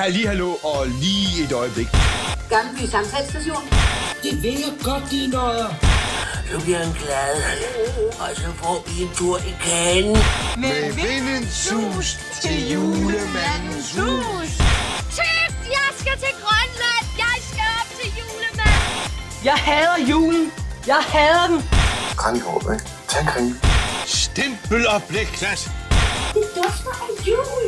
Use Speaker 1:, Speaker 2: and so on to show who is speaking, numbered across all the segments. Speaker 1: Halli, hallo og lige et øjeblik.
Speaker 2: Gammelby Samtalsstation.
Speaker 3: Det vil jeg godt, de nøjer.
Speaker 4: Så bliver han glad, og så får vi en tur i kagen.
Speaker 1: Med vindens sus til julemandens hus.
Speaker 5: Tøft, jeg skal til Grønland. Jeg skal op til julemanden.
Speaker 6: Jeg hader julen. Jeg hader den.
Speaker 7: Kranjehåb, ikke? Tag en
Speaker 1: Stempel og blikklat.
Speaker 2: Det dufter af jul.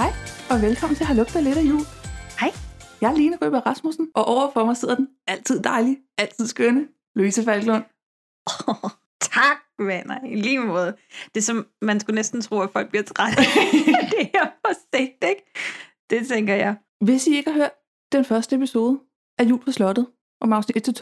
Speaker 8: Hej, og velkommen til Har lugter lidt af jul.
Speaker 9: Hej.
Speaker 8: Jeg er Line Røber Rasmussen, og overfor mig sidder den altid dejlige, altid skønne Louise Falklund.
Speaker 9: Oh, tak, venner. I lige måde. Det er som, man skulle næsten tro, at folk bliver trætte. det er for sent, ikke? Det tænker jeg.
Speaker 8: Hvis I ikke har hørt den første episode af Jul på Slottet om afsnit 1-12,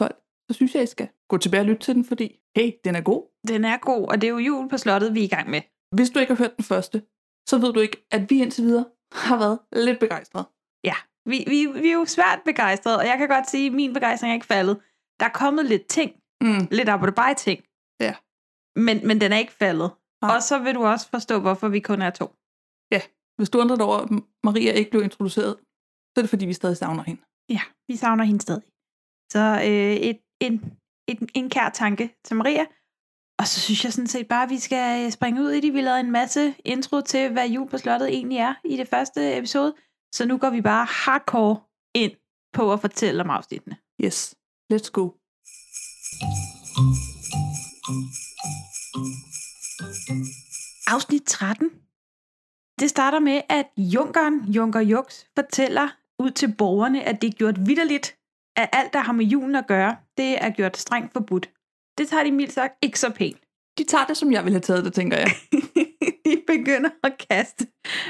Speaker 8: så synes jeg, I skal gå tilbage og lytte til den, fordi hey, den er god.
Speaker 9: Den er god, og det er jo jul på slottet, vi er i gang med.
Speaker 8: Hvis du ikke har hørt den første, så ved du ikke, at vi indtil videre har været lidt begejstrede.
Speaker 9: Ja, vi, vi, vi er jo svært begejstrede, og jeg kan godt sige, at min begejstring er ikke faldet. Der er kommet lidt ting,
Speaker 8: Mm.
Speaker 9: lidt arbejde ting.
Speaker 8: Ja.
Speaker 9: Men, men den er ikke faldet.
Speaker 8: Nej.
Speaker 9: Og så vil du også forstå, hvorfor vi kun er to.
Speaker 8: Hvis du undrer dig over, at Maria ikke blev introduceret, så er det fordi, vi stadig savner hende.
Speaker 9: Ja, vi savner hende stadig. Så øh, et, en, et, en kær tanke til Maria. Og så synes jeg sådan set bare, at vi skal øh, springe ud i det. Vi lavede en masse intro til, hvad jul på slottet egentlig er i det første episode. Så nu går vi bare hardcore ind på at fortælle om afsnittene.
Speaker 8: Yes, let's go.
Speaker 9: Afsnit 13. Det starter med, at Junkeren, Junker Jux, fortæller ud til borgerne, at det er gjort vidderligt, at alt, der har med julen at gøre, det er gjort strengt forbudt. Det tager de mildt sagt ikke så pænt.
Speaker 8: De tager det, som jeg ville have taget det, tænker jeg.
Speaker 9: de begynder at kaste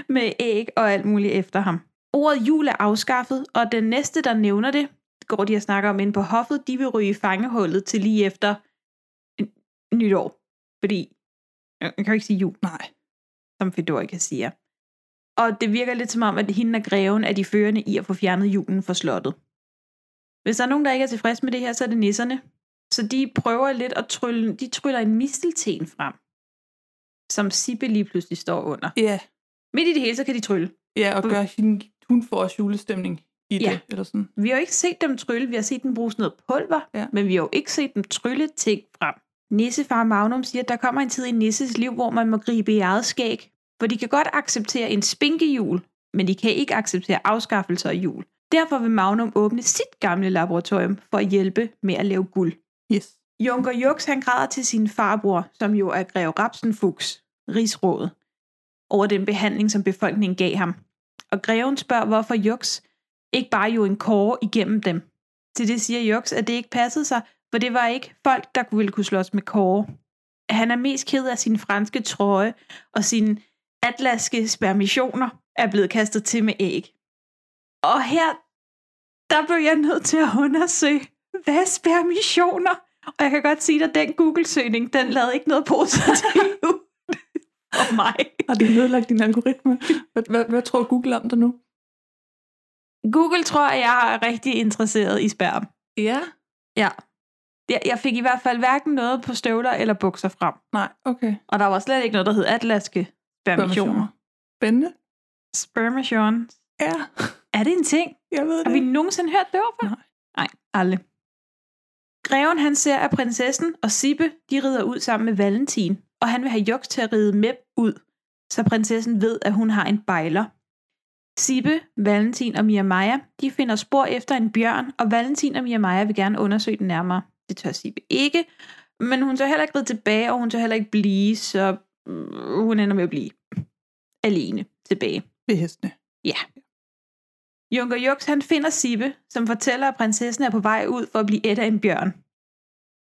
Speaker 9: med æg og alt muligt efter ham. Ordet jul er afskaffet, og den næste, der nævner det, går de og snakker om inde på hoffet, de vil ryge i fangehullet til lige efter n- nytår. Fordi, jeg kan jo ikke sige jul,
Speaker 8: Nej.
Speaker 9: som Fedorika siger. Og det virker lidt som om, at hende og greven er de førende i at få fjernet julen fra slottet. Hvis der er nogen, der ikke er tilfreds med det her, så er det nisserne. Så de prøver lidt at trylle, de tryller en mistelten frem, som Sibbe lige pludselig står under.
Speaker 8: Ja,
Speaker 9: Midt i det hele, så kan de trylle.
Speaker 8: ja og
Speaker 9: Mm.
Speaker 8: gør hende, hun får også julestemning i det,
Speaker 9: Ja.
Speaker 8: eller sådan.
Speaker 9: Vi har jo ikke set dem trylle, vi har set dem bruge sådan noget pulver,
Speaker 8: Ja.
Speaker 9: men vi har jo ikke set dem trylle ting frem. Nissefar Magnum siger, at der kommer en tid i Nisses liv, hvor man må gribe i eget skæg, for de kan godt acceptere en spinkehjul, men de kan ikke acceptere afskaffelser af jul. Derfor vil Magnum åbne sit gamle laboratorium for at hjælpe med at lave guld.
Speaker 8: Yes.
Speaker 9: Junker Jux han græder til sin farbror, som jo er Greve Rapsenfuchs, rigsrådet, over den behandling, som befolkningen gav ham. Og greven spørger, hvorfor Jux ikke bare jo en kåre igennem dem. Til det siger Jux, at det ikke passede sig, for det var ikke folk, der ville kunne slås med kåre. Han er mest ked af sin franske trøje, og sine atlaske spermissioner er blevet kastet til med æg. Og her, der blev jeg nødt til at undersøge, hvad er spermissioner? Og jeg kan godt sige dig, at den Google-søgning, den lavede ikke noget positivt for mig.
Speaker 8: Har det nedlagt din algoritme? Hvad, hvad, hvad tror Google om dig nu?
Speaker 9: Google tror, at jeg er rigtig interesseret i sperm.
Speaker 8: Ja.
Speaker 9: Ja. Jeg, jeg fik i hvert fald hverken noget på støvler eller bukser frem.
Speaker 8: Nej, okay.
Speaker 9: Og der var slet ikke noget, der hed atlaske spermissioner.
Speaker 8: Spændende.
Speaker 9: Spermissioner.
Speaker 8: Ja,
Speaker 9: Er det en ting?
Speaker 8: jeg ved det.
Speaker 9: Har vi nogensinde hørt det ord før?
Speaker 8: Nej.
Speaker 9: Nej, aldrig. Greven han ser, at prinsessen og Sibbe, de rider ud sammen med Valentin, og han vil have Joks til at ride med ud, så prinsessen ved, at hun har en bejler. Sibbe, Valentin og Mia Maja, de finder spor efter en bjørn, og Valentin og Mia Maja vil gerne undersøge den nærmere. Det tør Sibbe ikke, men hun tør heller ikke ride tilbage, og hun tør heller ikke blive, så øh, hun ender med at blive alene tilbage.
Speaker 8: Ved hestene.
Speaker 9: Junker Jux han finder Sibbe, som fortæller, at prinsessen er på vej ud for at blive et af en bjørn.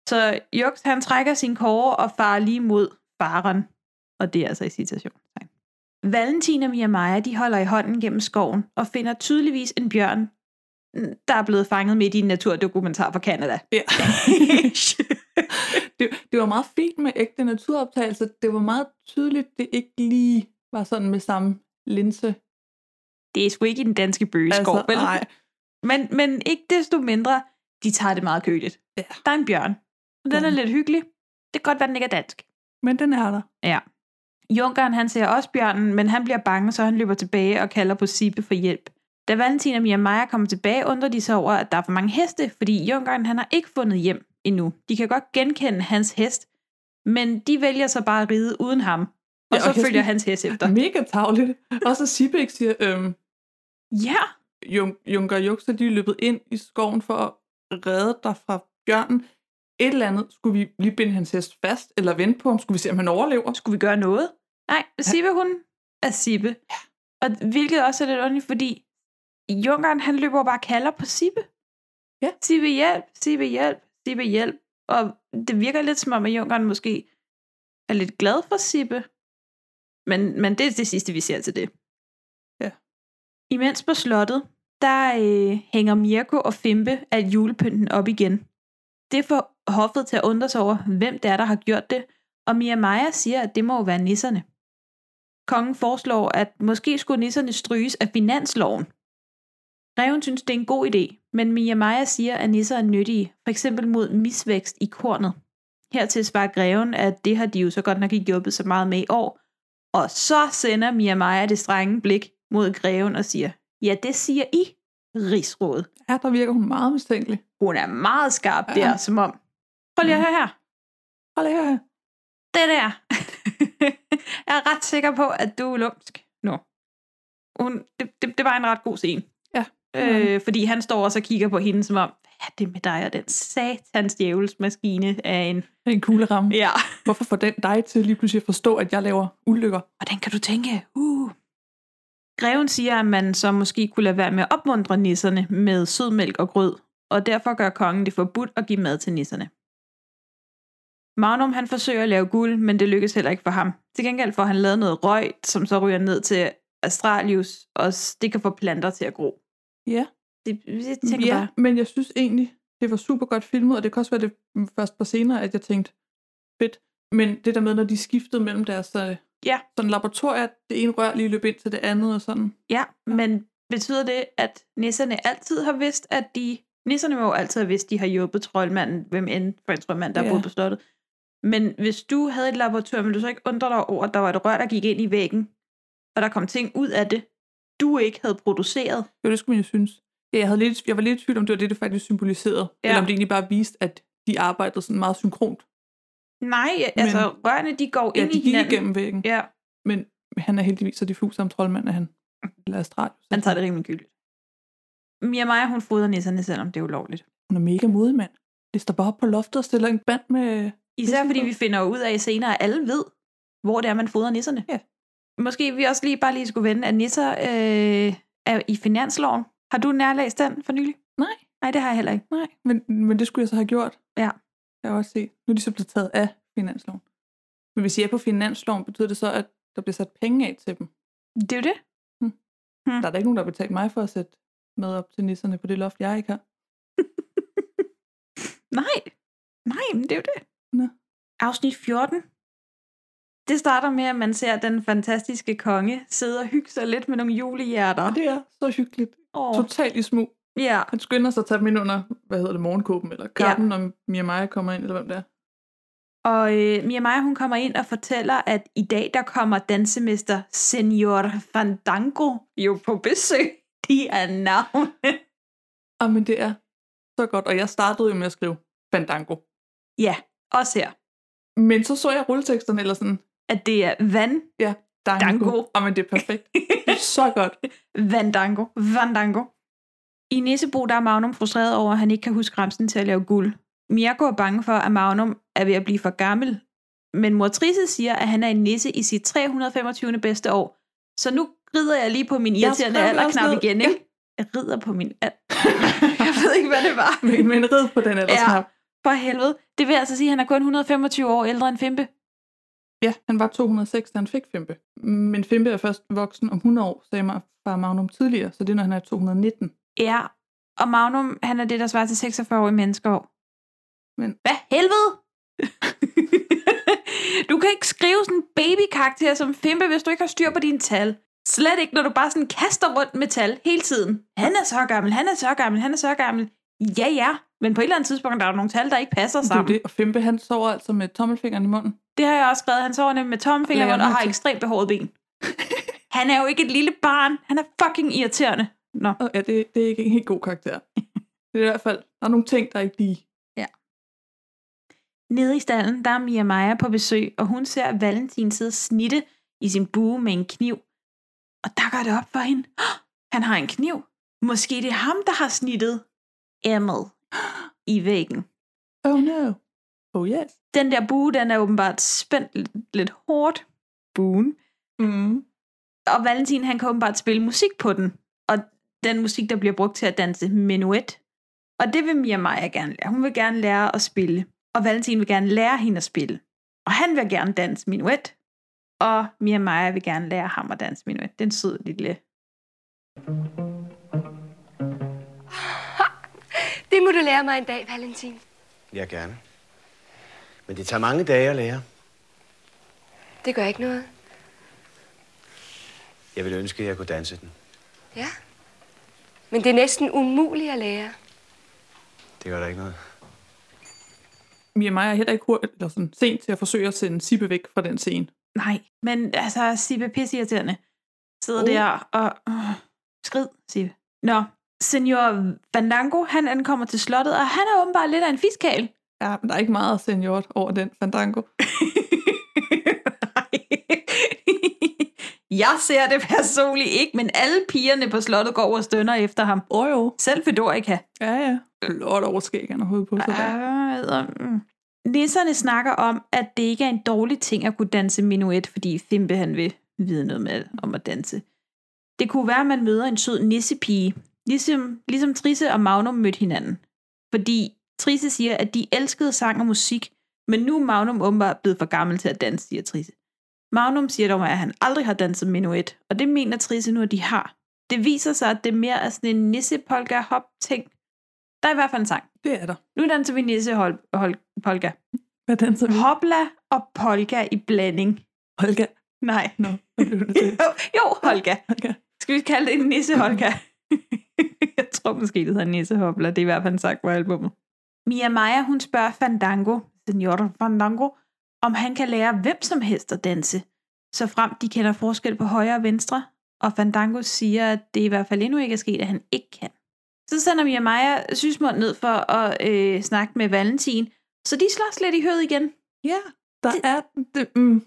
Speaker 9: Så Jux han trækker sin kåre og farer lige mod faren. Og det er altså i citation. Valentin og Mia Maja, de holder i hånden gennem skoven og finder tydeligvis en bjørn, der er blevet fanget midt i en naturdokumentar fra Canada.
Speaker 8: Ja. det, det var meget fint med ægte naturoptagelser. Det var meget tydeligt, det ikke lige var sådan med samme linse. Altså,
Speaker 9: det er sgu ikke i den danske bøgeskov, vel?
Speaker 8: nej.
Speaker 9: Men, men ikke desto mindre, de tager det meget køligt.
Speaker 8: Ja.
Speaker 9: Der er en bjørn. Den
Speaker 8: Ja.
Speaker 9: er lidt hyggelig. Det kan godt være, den ikke er dansk.
Speaker 8: Men den er der.
Speaker 9: Junkeren han ser også bjørnen, men han bliver bange, så han løber tilbage og kalder på Sibbe for hjælp. Da Valentin og Mia Maja kommer tilbage, undrer de sig over, at der er for mange heste, fordi Junkeren han har ikke fundet hjem endnu. De kan godt genkende hans hest, men de vælger så bare at ride uden ham. Og,
Speaker 8: Ja, og
Speaker 9: ja, og så
Speaker 8: hesten-
Speaker 9: følger hans hest efter.
Speaker 8: Mega tavligt. Og så Sibæk siger, øhm,
Speaker 9: Ja,
Speaker 8: Jun- Junker og Jukser, de er løbet ind i skoven for at redde dig fra bjørnen. Et eller andet, skulle vi lige binde hans hest fast, eller vente på ham? Skulle vi se, om han overlever?
Speaker 9: skulle vi gøre noget? Nej, Sibbe hun er Sibbe. Og hvilket også er lidt ondt, fordi Junkeren han løber og bare og kalder på Sibbe.
Speaker 8: Ja.
Speaker 9: Sibbe hjælp, Sibbe hjælp, Sibbe hjælp. Og det virker lidt som om, at Junkeren måske er lidt glad for Sibbe. Men, men det er det sidste, vi ser til det.
Speaker 8: Ja.
Speaker 9: Imens på slottet, der øh, hænger Mirko og Fimpe af julepynten op igen. Det får hoffet til at undre sig over, hvem det er, der har gjort det, og Mia Maja siger, at det må jo være nisserne. Kongen foreslår, at måske skulle nisserne stryges af finansloven. Reven synes, det er en god idé, men Mia Maja siger, at nisser er nyttige, f.eks. mod misvækst i kornet. Hertil svarer greven, at det har de jo så godt nok ikke hjulpet så meget med i år. Og så sender Mia Maja det strenge blik mod greven og siger, ja, det siger I, rigsråd.
Speaker 8: Ja, der virker hun meget mistænkelig.
Speaker 9: Hun er meget skarp
Speaker 8: Ja.
Speaker 9: ja. der, som om, prøv lige at høre her,
Speaker 8: Hold her.
Speaker 9: det der. jeg er ret sikker på, at du er lumsk. Nå. Hun, det, det, det var en ret god scene.
Speaker 8: Ja.
Speaker 9: Øh, fordi han står også og kigger på hende, som om, hvad er det med dig og den satans djævelsmaskine af en...
Speaker 8: Det er en kugle ramme.
Speaker 9: Ja.
Speaker 8: Hvorfor får den dig til lige pludselig at forstå, at jeg laver ulykker?
Speaker 9: Hvordan kan du tænke? Uh. Greven siger, at man så måske kunne lade være med at opmuntre nisserne med sødmælk og grød, og derfor gør kongen det forbudt at give mad til nisserne. Magnum han forsøger at lave guld, men det lykkes heller ikke for ham. Til gengæld får han lavet noget røg, som så ryger ned til Astralius, og s- det kan få planter til at gro.
Speaker 8: Ja.
Speaker 9: Det, jeg tænker
Speaker 8: ja,
Speaker 9: ja. bare,
Speaker 8: men jeg synes egentlig, det var super godt filmet, og det kan også være det først på senere, at jeg tænkte, fedt. Men det der med, når de skiftede mellem deres øh,
Speaker 9: Ja.
Speaker 8: sådan laboratorier, at det ene rør lige løb ind til det andet og sådan.
Speaker 9: ja, men betyder det, at nisserne altid har vidst, at de... Nisserne må jo altid have vidst, de har hjulpet troldmanden, hvem end for en troldmand, der
Speaker 8: Ja.
Speaker 9: ja. boede på slottet. Men hvis du havde et laboratorium, ville du så ikke undre dig over, at der var et rør, der gik ind i væggen, og der kom ting ud af det, du ikke havde produceret?
Speaker 8: Jo, det skulle man jo synes. Ja, jeg, havde lidt, jeg var lidt i tvivl om, det var det, det faktisk symboliserede. Ja.
Speaker 9: Ja.
Speaker 8: Eller om det egentlig bare viste, at de arbejdede sådan meget synkront.
Speaker 9: Nej, altså rørene, de går
Speaker 8: Ja,
Speaker 9: ind
Speaker 8: de
Speaker 9: i
Speaker 8: gik
Speaker 9: hinanden.
Speaker 8: igennem væggen. Ja.
Speaker 9: Ja,
Speaker 8: Men han er heldigvis så diffus som troldmand, at han eller Astralius.
Speaker 9: han tager det rimelig gyldigt. Mia Maja, hun fodrer nisserne, selvom det er ulovligt.
Speaker 8: Hun er mega modig, mand. Lister bare op på loftet og stiller en band med...
Speaker 9: Især
Speaker 8: Ligesom
Speaker 9: fordi
Speaker 8: hvad?
Speaker 9: vi finder jo ud af senere, at alle ved, hvor det er, man fodrer nisserne.
Speaker 8: Ja.
Speaker 9: Måske vi også lige bare lige skulle vende, at nisser øh, er i finansloven. Har du nærlæst den for nylig?
Speaker 8: Nej.
Speaker 9: Nej, det har jeg heller ikke.
Speaker 8: Nej, men, men det skulle jeg så have gjort.
Speaker 9: Ja.
Speaker 8: Jeg har også set. Nu er de så blevet taget af finansloven. Men hvis I er på finansloven, betyder det så, at der bliver sat penge af til dem?
Speaker 9: Det er jo det.
Speaker 8: Der er da ikke nogen, der har betalt mig for at sætte med op til nisserne på det loft, jeg ikke har.
Speaker 9: Nej. Nej, men det er jo det.
Speaker 8: Nå.
Speaker 9: Afsnit 14. Det starter med, at man ser den fantastiske konge sidde og hygge sig lidt med nogle julehjerter.
Speaker 8: Og det er så hyggeligt.
Speaker 9: Åh,
Speaker 8: Oh. Totalt i smug.
Speaker 9: ja.
Speaker 8: Han skynder sig at tage dem ind under, hvad hedder det, morgenkåben, eller kappen, ja. når Mia Maja kommer ind, eller hvem det er.
Speaker 9: Og øh, Mia Maja, hun kommer ind og fortæller, at i dag, der kommer dansemester Senior Fandango jo på besøg. De er navn.
Speaker 8: Ah, men det er så godt. Og jeg startede jo med at skrive Fandango.
Speaker 9: ja, også her.
Speaker 8: Men så så jeg rulleteksterne, eller sådan,
Speaker 9: At det er Van
Speaker 8: Dango.
Speaker 9: Dango.
Speaker 8: Ah, men det er perfekt. Det er så godt.
Speaker 9: Vandango. Vandango. I Nissebo, der er Magnum frustreret over, at han ikke kan huske ramsen til at lave guld. Mirko er bange for, at Magnum er ved at blive for gammel. Men mor Trisse siger, at han er en nisse i sit 325. bedste år. Så nu rider jeg lige på min irriterende
Speaker 8: skrev det også
Speaker 9: alderknap
Speaker 8: ned.
Speaker 9: igen, ikke? Jeg rider på min al- Jeg ved ikke, hvad det var.
Speaker 8: Men, men rid på den ellers
Speaker 9: Ja.
Speaker 8: ja.
Speaker 9: For helvede. Det vil altså sige, at han er kun 125 år ældre end Fimpe.
Speaker 8: ja, han var 206, da han fik Fimpe. Men Fimpe er først voksen om 100 år, sagde mig far Magnum tidligere, så det er, når han er 219.
Speaker 9: Ja. Og Magnum, han er det, der svarer til 46-årige mennesker.
Speaker 8: Men-
Speaker 9: Hvad helvede? du kan ikke skrive sådan en babykarakter som Fimpe, hvis du ikke har styr på dine tal. Slet ikke, når du bare sådan kaster rundt med tal hele tiden. Han er så gammel, han er så gammel, han er så gammel. Ja, ja, men på et eller andet tidspunkt, der er jo nogle tal, der ikke passer
Speaker 8: Det er jo
Speaker 9: sammen. Det,
Speaker 8: det. Og Fimpe, han sover altså med tommelfingeren i munden.
Speaker 9: det har jeg også skrevet. Han sover nemlig med tommelfingeren
Speaker 8: Laver
Speaker 9: rundt og har
Speaker 8: noget til.
Speaker 9: ekstremt behåret ben. han er jo ikke et lille barn. Han er fucking irriterende. Nå,
Speaker 8: Og ja, det, det er ikke en helt god karakter. Det er i hvert fald, der er nogle ting, der ikke lige...
Speaker 9: nede i stallen, der er Mia Maja på besøg, og hun ser Valentin sidde og snitte i sin bue med en kniv. Og der går det op for hende. "Åh, Han har en kniv. Måske det er ham, der har snittet Emil i væggen.
Speaker 8: Oh no. Oh yes.
Speaker 9: Den der bue, den er åbenbart spændt lidt- lidt hårdt. Buen.
Speaker 8: Mm.
Speaker 9: og Valentin han kan åbenbart spille musik på den, og den musik, der bliver brugt til at danse menuet. Og det vil Mia Maja gerne lære. Hun vil gerne lære at spille, og Valentin vil gerne lære hende at spille. Og han vil gerne danse menuet, og Mia Maja vil gerne lære ham at danse menuet. Den sød lille...
Speaker 5: Det må du lære mig en dag, Valentin.
Speaker 10: Ja, gerne. Men det tager mange dage at lære.
Speaker 5: Det gør ikke noget.
Speaker 10: Jeg ville ønske, at jeg kunne danse den.
Speaker 5: Ja. Men det er næsten umuligt at lære.
Speaker 10: Det gør der ikke noget.
Speaker 8: Mia Maja er heller ikke hurtigt, eller sådan sent til at forsøge at sende Sibbe væk fra den scene.
Speaker 9: Nej, men altså, Sibbe pisseirriterende. Sidder
Speaker 8: Uh.
Speaker 9: uh. der og... Uh, skrid, Sibbe. Nå, Senor Fandango, han ankommer til slottet, og han er åbenbart lidt af en fiskal.
Speaker 8: Ja, men der er ikke meget seniort over den fandango.
Speaker 9: Nej. Jeg ser det personligt ikke, men alle pigerne på slottet går over og stønner efter ham.
Speaker 8: Åh oh, jo.
Speaker 9: Selv Fedorika.
Speaker 8: Ja, ja. Ah. Flot overskæg, han har hovedet på sig der.
Speaker 9: Nisserne snakker om, at det ikke er en dårlig ting at kunne danse minuet, fordi Fimpe han vil vide noget med om at danse. Det kunne være, at man møder en sød nissepige, ligesom, ligesom Trisse og Magnum mødte hinanden. Fordi Trisse siger, at de elskede sang og musik, men nu er Magnum åbenbart blevet for gammel til at danse, siger Trisse. Magnum siger dog, at han aldrig har danset minuet, og det mener Trisse nu, at de har. Det viser sig, at det mere er sådan en nissepolka-hop-ting. Der er i hvert fald en sang.
Speaker 8: Det er der.
Speaker 9: Nu danser vi nisse hol- hol- polka.
Speaker 8: Hvad danser vi?
Speaker 9: Hopla og polka i blanding.
Speaker 8: Holga.
Speaker 9: Nej.
Speaker 8: Nå, hvad blev det til?
Speaker 9: Jo, jo, holka.
Speaker 8: Holga.
Speaker 9: Skal vi kalde det en nisse holka? jeg tror måske, det hedder nisse hopla. Det er i hvert fald en sang på albumet. Mia Maja, hun spørger Fandango, senior Fandango, om han kan lære hvem som helst at danse, så frem de kender forskel på højre og venstre, og Fandango siger, at det i hvert fald endnu ikke er sket, at han ikke kan. Så sender Mia Maja Sysmund ned for at øh, snakke med Valentin, så de slås lidt i høret igen.
Speaker 8: Ja, der er... Det, mm,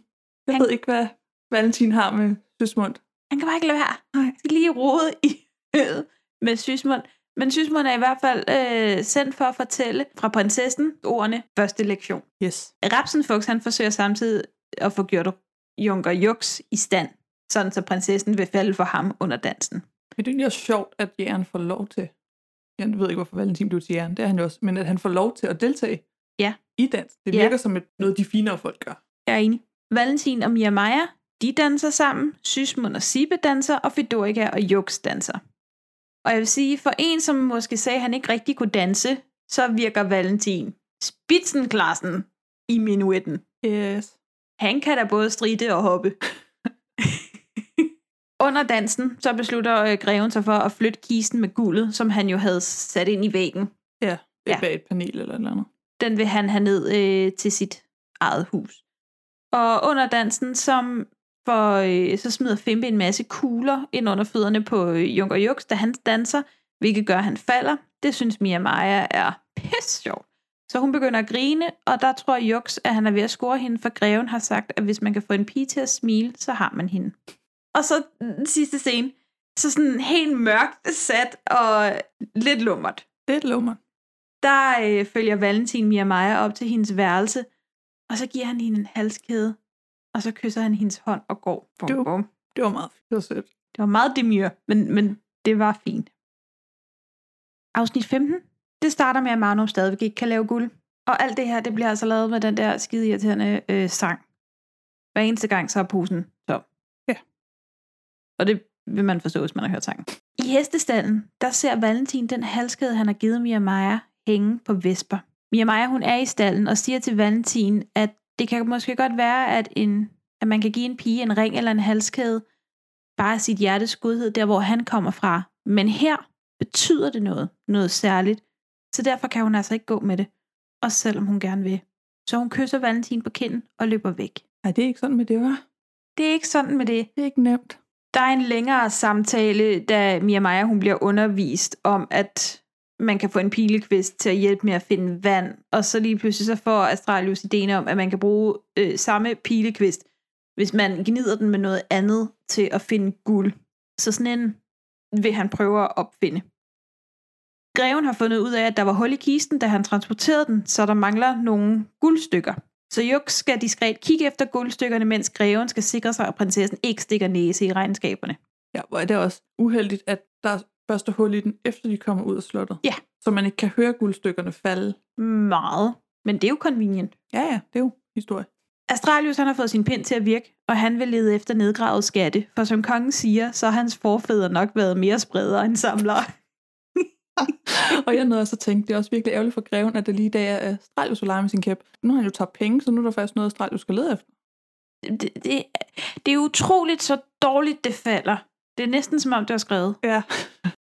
Speaker 8: jeg
Speaker 9: Han-
Speaker 8: ved ikke, hvad Valentin har med Søsmund.
Speaker 9: Han kan bare ikke lade være. Nej. Han skal lige rode i øget med Sysmund. Men Sysmund er i hvert fald øh, sendt for at fortælle fra prinsessen ordene første lektion.
Speaker 8: Yes.
Speaker 9: Rapsenfuchs han forsøger samtidig at få gjort Junker Jux i stand, sådan så prinsessen vil falde for ham under dansen.
Speaker 8: Men det er egentlig også sjovt, at jæren får lov til... Jeg ved ikke, hvorfor Valentin blev til jæren, det er han jo også, men at han får lov til at deltage
Speaker 9: Ja.
Speaker 8: i dans. Det
Speaker 9: Ja.
Speaker 8: virker som et, noget, de finere folk gør.
Speaker 9: Jeg er enig. Valentin og Mia Maja, de danser sammen. Sysmund og Sibbe danser, og Fedorika og Jux danser. Og jeg vil sige, for en, som måske sagde, at han ikke rigtig kunne danse, så virker Valentin spitsenklassen i minuetten.
Speaker 8: Yes.
Speaker 9: Han kan da både stride og hoppe. Under dansen, så beslutter øh, greven sig for at flytte kisten med guldet, som han jo havde sat ind i væggen.
Speaker 8: Ja, det
Speaker 9: Ja.
Speaker 8: er bag et panel eller et eller andet.
Speaker 9: Den vil han have ned øh, til sit eget hus. Og under dansen, som for, øh, så smider Fimpe en masse kugler ind under fødderne på øh, Junker Jux, da han danser, hvilket gør, at han falder. Det synes Mia Maja er pisse sjovt. Så hun begynder at grine, og der tror Jux, at han er ved at score hende, for greven har sagt, at hvis man kan få en pige til at smile, så har man hende. Og så den sidste scene, så sådan helt mørkt sat og lidt lummert
Speaker 8: Det er et lummer.
Speaker 9: der øh, følger Valentin Mia Maja op til hendes værelse, og så giver han hende en halskæde, og så kysser han hendes hånd og går. Bum,
Speaker 8: Du.
Speaker 9: bum.
Speaker 8: Det var meget fint og sødt.
Speaker 9: Det var meget demyr, men, men det var fint. Afsnit 15. Det starter med, at Magnum stadigvæk ikke kan lave guld. Og alt det her, det bliver altså lavet med den der skide irriterende øh, sang. Hver eneste gang, så er posen tom.
Speaker 8: Ja.
Speaker 9: Og det vil man forstå, hvis man har hørt sangen. I hestestallen, der ser Valentin den halskede, han har givet Mia Maja, hænge på vesper. Mia Maja, hun er i stallen og siger til Valentin, at det kan måske godt være, at, en, at man kan give en pige en ring eller en halskæde, bare af sit hjertes godhed, der hvor han kommer fra. Men her betyder det noget, noget særligt. Så derfor kan hun altså ikke gå med det, også selvom hun gerne vil. Så hun kysser Valentin på kinden og løber væk.
Speaker 8: Nej, det er ikke sådan, men det var.
Speaker 9: Det er ikke sådan med det.
Speaker 8: Det er ikke nemt.
Speaker 9: Der er en længere samtale, da Mia Maja hun bliver undervist om, at man kan få en pilekvist til at hjælpe med at finde vand. Og så lige pludselig så får Astralius ideen om, at man kan bruge øh, samme pilekvist, hvis man gnider den med noget andet til at finde guld. Så sådan en vil han prøve at opfinde. Greven har fundet ud af, at der var hul i kisten, da han transporterede den, så der mangler nogle guldstykker. Så Juk skal diskret kigge efter guldstykkerne, mens greven skal sikre sig, at prinsessen ikke stikker næse i regnskaberne.
Speaker 8: Ja, hvor er det også uheldigt, at der er første hul i den, efter de kommer ud af slottet.
Speaker 9: Ja.
Speaker 8: Så man ikke kan høre guldstykkerne falde.
Speaker 9: Meget. Men det er jo convenient.
Speaker 8: Ja, ja, det er jo historie.
Speaker 9: Astralius han har fået sin pind til at virke, og han vil lede efter nedgravet skatte, for som kongen siger, så har hans forfædre nok været mere spredere end samlere.
Speaker 8: Og jeg nåede også at tænke, det er også virkelig ærgerligt for greven, at det lige i dag er Astralius, der leger med sin kæp. Nu har han jo tabt penge, så nu er der faktisk noget, Astralius skal lede efter.
Speaker 9: Det, det, det er utroligt, så dårligt det falder. Det er næsten som om, det var skrevet.
Speaker 8: Ja.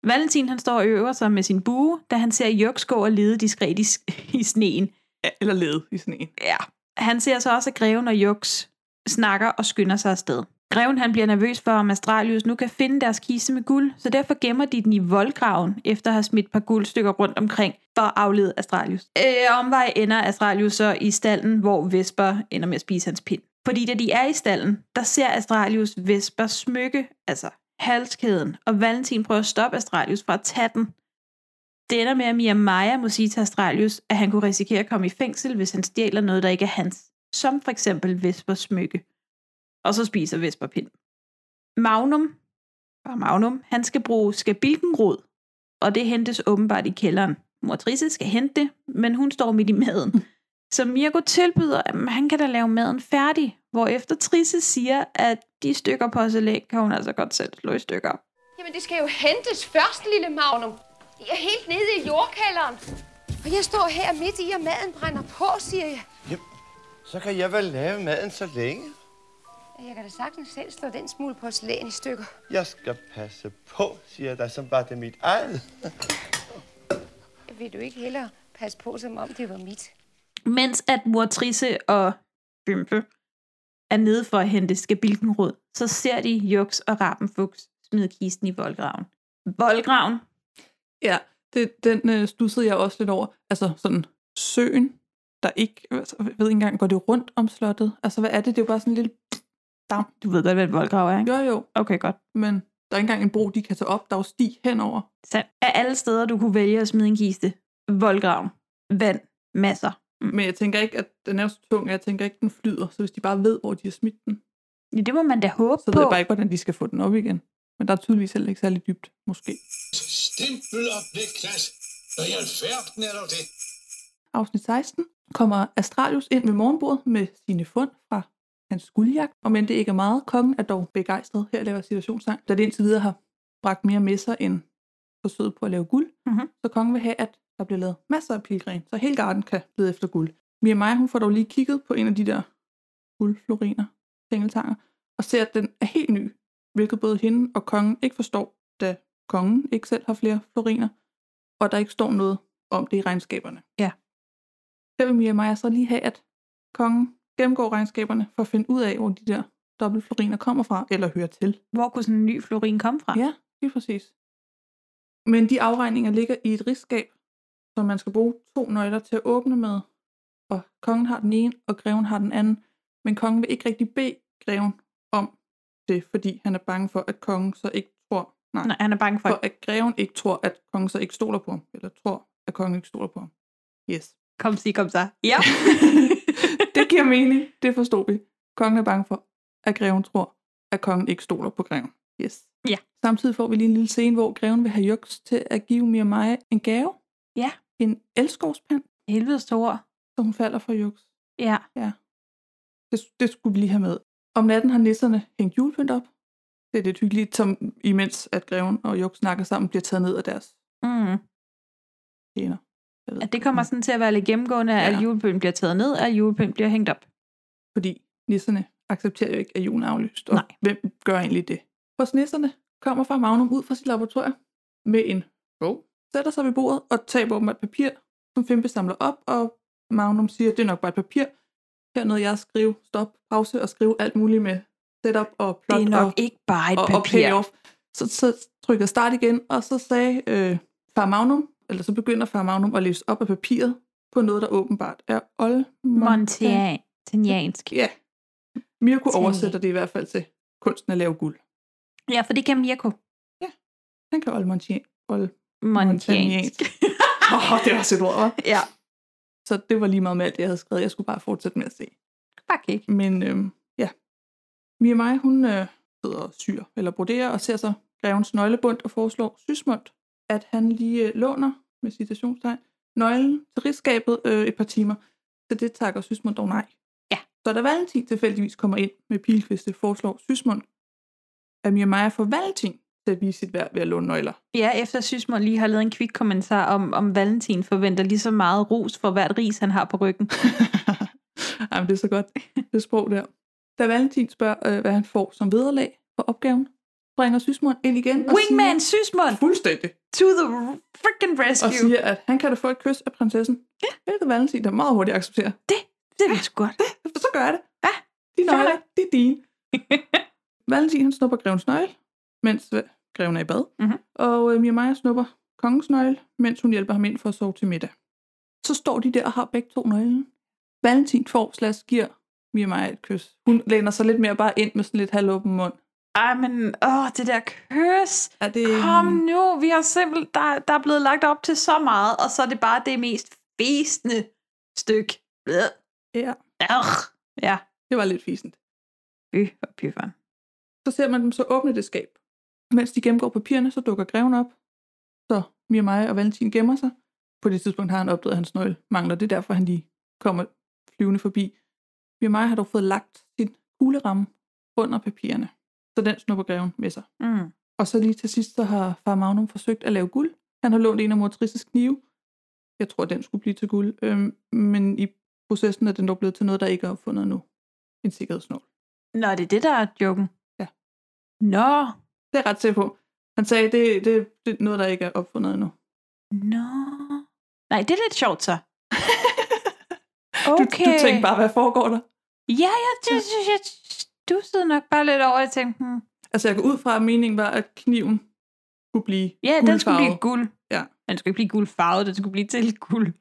Speaker 9: Valentin han står og øver sig med sin bue, da han ser Jux gå og lede diskret i, s- i sneen.
Speaker 8: Eller lede i sådan en.
Speaker 9: Ja. Han ser så også, at Greven og Jux snakker og skynder sig afsted. Greven han bliver nervøs for, om Astralius nu kan finde deres kiste med guld, så derfor gemmer de den i voldgraven, efter at have smidt et par guldstykker rundt omkring for at aflede Astralius. Øh, omvej ender Astralius så i stallen, hvor Vesper ender med at spise hans pind. Fordi da de er i stallen, der ser Astralius Vesper smykke, altså halskæden, og Valentin prøver at stoppe Astralius fra at tage den. Det ender med, at Mia Maja må sige til Astralius, at han kunne risikere at komme i fængsel, hvis han stjæler noget, der ikke er hans. Som for eksempel Vespers smykke. Og så spiser Vesper pind. Magnum, bare Magnum, han skal bruge skabilkenrod, og det hentes åbenbart i kælderen. Mortrice skal hente det, men hun står midt i maden. Så Mirko tilbyder, at han kan da lave maden færdig, hvorefter Trisse siger, at de stykker porcelæn kan hun altså godt selv slå i stykker.
Speaker 5: Jamen, det skal jo hentes først, lille Magnum. I er helt nede i jordkælderen. Og jeg står her midt i, og maden brænder på, siger jeg.
Speaker 10: Så kan jeg vel lave maden så længe.
Speaker 5: Jeg kan da sagtens selv slå den smule porcelæn i stykker.
Speaker 10: Jeg skal passe på, siger jeg dig, som var det mit eget.
Speaker 5: Vil du ikke hellere passe på, som om det var mit?
Speaker 9: Mens at mor Trisse og Bimpe er nede for at hente skabilkenrod, så ser de Juks og Rappenfuchs smide kisten i voldgraven. Voldgraven?
Speaker 8: Ja, det, den øh, stussede jeg også lidt over. Altså sådan søen, der ikke, altså, jeg ved ikke engang, går det rundt om slottet? Altså hvad er det? Det er jo bare sådan en lille,
Speaker 9: Du ved godt, hvad et voldgrav er, ikke?
Speaker 8: jo jo,
Speaker 9: Okay, godt.
Speaker 8: men der er ikke engang en bro, de kan tage op. Der er jo sti henover.
Speaker 9: Sandt. Af alle steder, du kunne vælge at smide en kiste. Voldgraven. Vand. Masser.
Speaker 8: Men jeg tænker ikke, at den er jo så tung, at jeg tænker ikke, at den flyder. Så hvis de bare ved, hvor de har smidt den,
Speaker 9: Ja, det må man da håbe
Speaker 8: så ved
Speaker 9: på.
Speaker 8: jeg bare ikke, hvordan de skal få den op igen. Men der er tydeligvis heller ikke særlig dybt, måske.
Speaker 1: Stempelopblik, Klas. Hvad i alverden er der det?
Speaker 8: Afsnit 16 kommer Astralius ind ved morgenbordet med sine fund fra hans guldjagt. Og men det ikke er meget, kongen er dog begejstret. Her laver jeg situationssang, da det indtil videre har bragt mere med sig end forsøget på at lave guld.
Speaker 9: Mhm.
Speaker 8: Så kongen vil have, at der bliver lavet masser af pilgrim, så hele garden kan lede efter guld. Mia Maja, hun får dog lige kigget på en af de der guldfloriner, tingeltanger, og ser, at den er helt ny, hvilket både hende og kongen ikke forstår, da kongen ikke selv har flere floriner, og der ikke står noget om det i regnskaberne.
Speaker 9: Ja.
Speaker 8: Der vil Mia Maja så lige have, at kongen gennemgår regnskaberne for at finde ud af, hvor de der dobbeltfloriner kommer fra, eller hører til.
Speaker 9: Hvor kunne sådan en ny florin komme fra?
Speaker 8: Ja, lige præcis. Men de afregninger ligger i et rigsskab, som man skal bruge to nøgler til at åbne med. Og kongen har den ene, og greven har den anden. Men kongen vil ikke rigtig bede greven om det, fordi han er bange for, at kongen så ikke tror... Nej,
Speaker 9: Nej, han er bange for,
Speaker 8: for
Speaker 9: at
Speaker 8: at greven ikke tror, at kongen så ikke stoler på ham. Eller tror, at kongen ikke stoler på ham. Yes.
Speaker 9: kom sig, kom så. Ja.
Speaker 8: det giver mening. Det forstod vi. Kongen er bange for, at greven tror, at kongen ikke stoler på greven. Yes.
Speaker 9: Ja.
Speaker 8: Samtidig får vi lige en lille scene, hvor greven vil have Jux til at give Mia Maja en gave.
Speaker 9: Ja.
Speaker 8: En elskovspand,
Speaker 9: Helvedes store.
Speaker 8: så hun falder for Jux.
Speaker 9: Ja.
Speaker 8: Det, det skulle vi lige have med. Om natten har nisserne hængt julepynt op. Det er lidt hyggeligt, som imens at greven og Jux snakker sammen, bliver taget ned af deres
Speaker 9: Mm.
Speaker 8: tjener. Jeg ved
Speaker 9: At det kommer
Speaker 8: ikke.
Speaker 9: sådan til at være lidt gennemgående, ja.
Speaker 8: Ja.
Speaker 9: at julepynten bliver taget ned, og at julepynten bliver hængt op.
Speaker 8: fordi nisserne accepterer jo ikke, at julen er aflyst. Og
Speaker 9: Nej.
Speaker 8: hvem gør egentlig det? Hos nisserne kommer far Magnum ud fra sit laboratorium med en bog, sætter sig ved bordet og taber åbenbart et papir, som Fimpe samler op, og Magnum siger, det er nok bare et papir. Hernede jeg skrive stop, pause og skrive alt muligt med setup og plot
Speaker 9: Det er nok
Speaker 8: og,
Speaker 9: ikke bare et
Speaker 8: og, og
Speaker 9: papir.
Speaker 8: payoff. Så, så trykker jeg start igen, og så sagde øh, far Magnum, eller så begynder far Magnum at læse op af papiret på noget, der åbenbart er oldmontan.
Speaker 9: Montaniansk.
Speaker 8: Ja. Mirko
Speaker 9: Tag.
Speaker 8: oversætter det i hvert fald til kunsten at lave guld.
Speaker 9: Ja, for det kan Mirko.
Speaker 8: Han kan oldmontan. Old.
Speaker 9: Montaniansk.
Speaker 8: Åh, oh, det var sit ord, hva'?
Speaker 9: ja,
Speaker 8: Så det var lige meget med alt, det, jeg havde skrevet. Jeg skulle bare fortsætte med at se.
Speaker 9: fuck ikke.
Speaker 8: Men øhm, ja, Mia Maja, hun øh, sidder og syr eller broderer og ser så grevens nøglebund og foreslår Sysmund, at han lige øh, låner, med citationstegn, nøglen til rigsskabet øh, et par timer. Så det takker Sysmund dog nej.
Speaker 9: Ja.
Speaker 8: Så da Valentin tilfældigvis kommer ind med pilkviste, foreslår Sysmund, at Mia Maja får Valentin til at vise sit værd ved at låne nøgler.
Speaker 9: Ja, efter Sysmund lige har lavet en kvik kommentar om, om Valentin forventer lige så meget ros for hvert ris, han har på ryggen.
Speaker 8: Jamen, det er så godt. Det sprog der. Da Valentin spørger, øh, hvad han får som vederlag for opgaven, bringer Sysmund ind igen og
Speaker 9: Wingman Sysmund!
Speaker 8: siger, fuldstændig,
Speaker 9: To the freaking
Speaker 8: og
Speaker 9: rescue!
Speaker 8: siger, at han kan da få et kys af prinsessen. Ja. Hvilket Valentin der meget hurtigt accepterer.
Speaker 9: Det er sgu godt.
Speaker 8: For så gør jeg det.
Speaker 9: Ja,
Speaker 8: De
Speaker 9: fair
Speaker 8: nøgler,
Speaker 9: nok.
Speaker 8: det er dine. Valentin, han snupper grevens nøgle, mens øh, greven er i bad.
Speaker 9: Mhm.
Speaker 8: Og øh, Mia Maja snupper kongens nøgle, mens hun hjælper ham ind for at sove til middag. Så står de der og har begge to nøglen. Valentin får slags giver Mia Maja et kys. Hun læner sig lidt mere bare ind med sådan lidt halvåben mund.
Speaker 9: Ej, men åh, det der kys.
Speaker 8: Er det...
Speaker 9: Kom nu, vi har simpelthen, der, der er blevet lagt op til så meget, og så er det bare det mest fæsende stykke. Blæh.
Speaker 8: Ja,
Speaker 9: Arr. Ja,
Speaker 8: det var lidt fisent.
Speaker 9: fy og pyferen.
Speaker 8: Så ser man dem så åbne det skab. Mens de gennemgår papirerne, så dukker greven op. Så Mia Maja og Valentin gemmer sig. På det tidspunkt har han opdaget, at hans nøgle mangler. Det er derfor, han lige kommer flyvende forbi. Mia Maja har dog fået lagt sin kugleramme under papirerne. Så den snupper greven med sig.
Speaker 9: Mm.
Speaker 8: Og så lige til sidst, så har far Magnum forsøgt at lave guld. Han har lånt en af Mortrices knive. Jeg tror, den skulle blive til guld. Øhm, men i processen er den dog blevet til noget, der ikke er opfundet endnu. En sikkerhedsnål.
Speaker 9: Nå, det er det, der er joken.
Speaker 8: Ja.
Speaker 9: Nå,
Speaker 8: Det er jeg ret sikker på. Han sagde, det, det, det er noget, der ikke er opfundet endnu.
Speaker 9: nå. Nej, det er lidt sjovt så.
Speaker 8: Du,
Speaker 9: Okay.
Speaker 8: du tænkte bare, hvad foregår der?
Speaker 9: Ja, jeg, jeg, jeg, jeg stussede nok bare lidt over, jeg tænkte, hmm,
Speaker 8: Altså, jeg går ud fra, at meningen var, at kniven kunne blive
Speaker 9: ja, den skulle blive
Speaker 8: guldfarvet.
Speaker 9: guld.
Speaker 8: Ja.
Speaker 9: Men Den skulle ikke blive guldfarvet, den skulle blive til guld.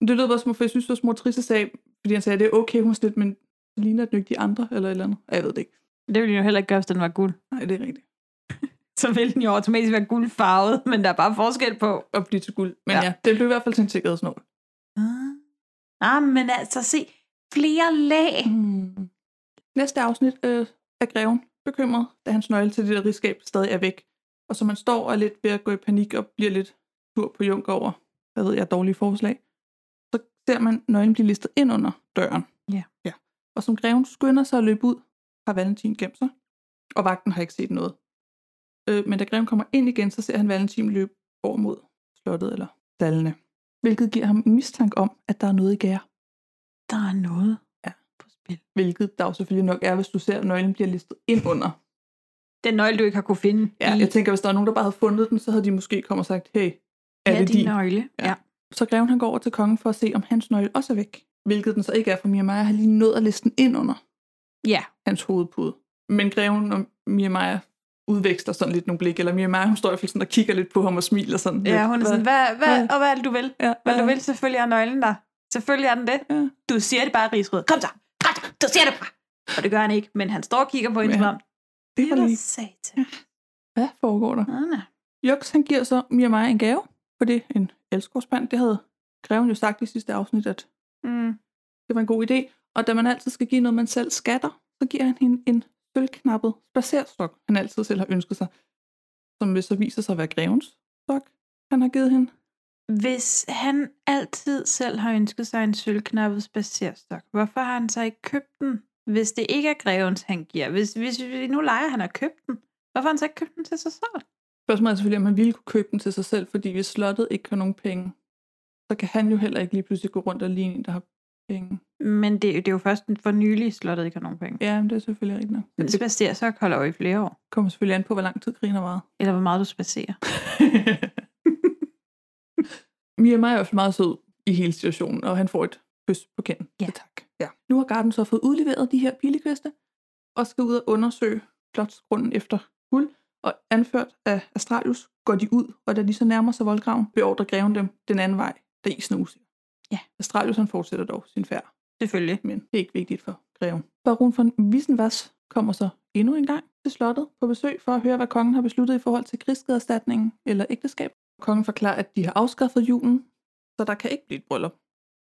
Speaker 8: Men Det lød bare som, om- for jeg synes, det var små triste sag, fordi han sagde, at det er okay, hun er sådan lidt, men det ligner den jo ikke de andre, eller et eller andet. Ja, Jeg ved det ikke.
Speaker 9: Det ville den jo heller ikke gøre, hvis den var guld.
Speaker 8: Nej, det er rigtigt.
Speaker 9: Så ville den jo automatisk være guldfarvet, men der er bare forskel på.
Speaker 8: At blive til guld. Men
Speaker 9: Ja.
Speaker 8: ja, ja det blev i hvert fald til en sikkerhedsnål.
Speaker 9: Ah. ah, men altså se, flere lag.
Speaker 8: Mm. Næste afsnit øh, er greven bekymret, da hans nøgle til det der rigskab stadig er væk. Og så man står og er lidt ved at gå i panik og bliver lidt sur på Junker over, hvad ved jeg, dårlige forslag. Så ser man nøglen blive listet ind under døren.
Speaker 9: Ja.
Speaker 8: ja. Og som greven skynder sig at løbe ud, har Valentin gemt sig. Og vagten har ikke set noget. Øh, men da greven kommer ind igen, så ser han Valentin løbe over mod slottet eller stallene. Hvilket giver ham en mistanke om, at der er noget i gære.
Speaker 9: Der er noget
Speaker 8: Ja.
Speaker 9: på spil.
Speaker 8: Hvilket der jo selvfølgelig nok er, hvis du ser, at nøglen bliver listet ind under.
Speaker 9: Den nøgle, du ikke har kunne finde.
Speaker 8: Ja, jeg tænker, hvis der var nogen, der bare havde fundet den, så havde de måske kommet og sagt, hey, er
Speaker 9: ja,
Speaker 8: det
Speaker 9: din
Speaker 8: din?
Speaker 9: nøgle.
Speaker 8: Ja. Så greven han går over til kongen for at se, om hans nøgle også er væk. Hvilket den så ikke er, for Mia Maja har lige nået at liste den ind under
Speaker 9: ja.
Speaker 8: hans hovedpude. Men greven og Mia Maja udveksler sådan lidt nogle blik, eller Mia Maja, hun står i hvert fald sådan og kigger lidt på ham og smiler sådan lidt.
Speaker 9: Ja, hun er sådan, hvad, hvad, og hvad er det, du vil?
Speaker 8: ja,
Speaker 9: Hvad du vil, selvfølgelig er nøglen der. Selvfølgelig er den det.
Speaker 8: Ja.
Speaker 9: Du siger det bare, Rigsrød. Kom så! Kom så! Du siger det bare! Og det gør han ikke, men han står og kigger på hende
Speaker 8: Men
Speaker 9: som
Speaker 8: han-
Speaker 9: om,
Speaker 8: Det
Speaker 9: det
Speaker 8: var
Speaker 9: er
Speaker 8: lige,
Speaker 9: satan.
Speaker 8: hvad foregår der?
Speaker 9: Nå, nå.
Speaker 8: Jux, han giver så Mia Maja en gave, for det er en elskovspand. Det havde greven jo sagt i sidste afsnit, at
Speaker 9: Mm.
Speaker 8: Det var en god idé. Og da man altid skal give noget, man selv skatter, så giver han hende en sølvknappet spacerstok, han altid selv har ønsket sig, som så viser sig at være grevens stok, han har givet hende.
Speaker 9: Hvis han altid selv har ønsket sig en sølvknappet spacerstok, hvorfor har han så ikke købt den, hvis det ikke er grevens, han giver? Hvis, hvis vi nu leger, han har købt den, hvorfor har han så ikke købt den til sig selv?
Speaker 8: Spørgsmålet er selvfølgelig, om han ville kunne købe den til sig selv, fordi hvis slottet ikke har nogen penge, så kan han jo heller ikke lige pludselig gå rundt og ligne en, der har penge.
Speaker 9: Men det, det er jo først for nylig, slottet ikke har nogen penge.
Speaker 8: Ja, men det er selvfølgelig rigtigt nok.
Speaker 9: Men
Speaker 8: Men det
Speaker 9: spacerstok holder jo i flere år.
Speaker 8: kommer selvfølgelig an på, hvor lang tid krigen har varet.
Speaker 9: Eller hvor meget du spacerer.
Speaker 8: Mia er i hvert fald meget sød i hele situationen, og han får et kys på kinden.
Speaker 9: Ja.
Speaker 8: Så Tak. Ja. Nu har Garden så fået udleveret de her pilekviste, og skal ud og undersøge slotsgrunden efter guld, og anført af Astralius går de ud, og da de så nærmer sig voldgraven, beordrer greven dem den anden vej, da isen er usikker.
Speaker 9: Ja.
Speaker 8: Astralius han fortsætter dog sin færd
Speaker 9: Selvfølgelig.
Speaker 8: men det er ikke vigtigt for greven. Baron von Wissenwas kommer så endnu en gang til slottet på besøg for at høre, hvad kongen har besluttet i forhold til krigsskadeerstatningen eller ægteskab. Kongen forklarer, at de har afskaffet julen, så der kan ikke blive et bryllup.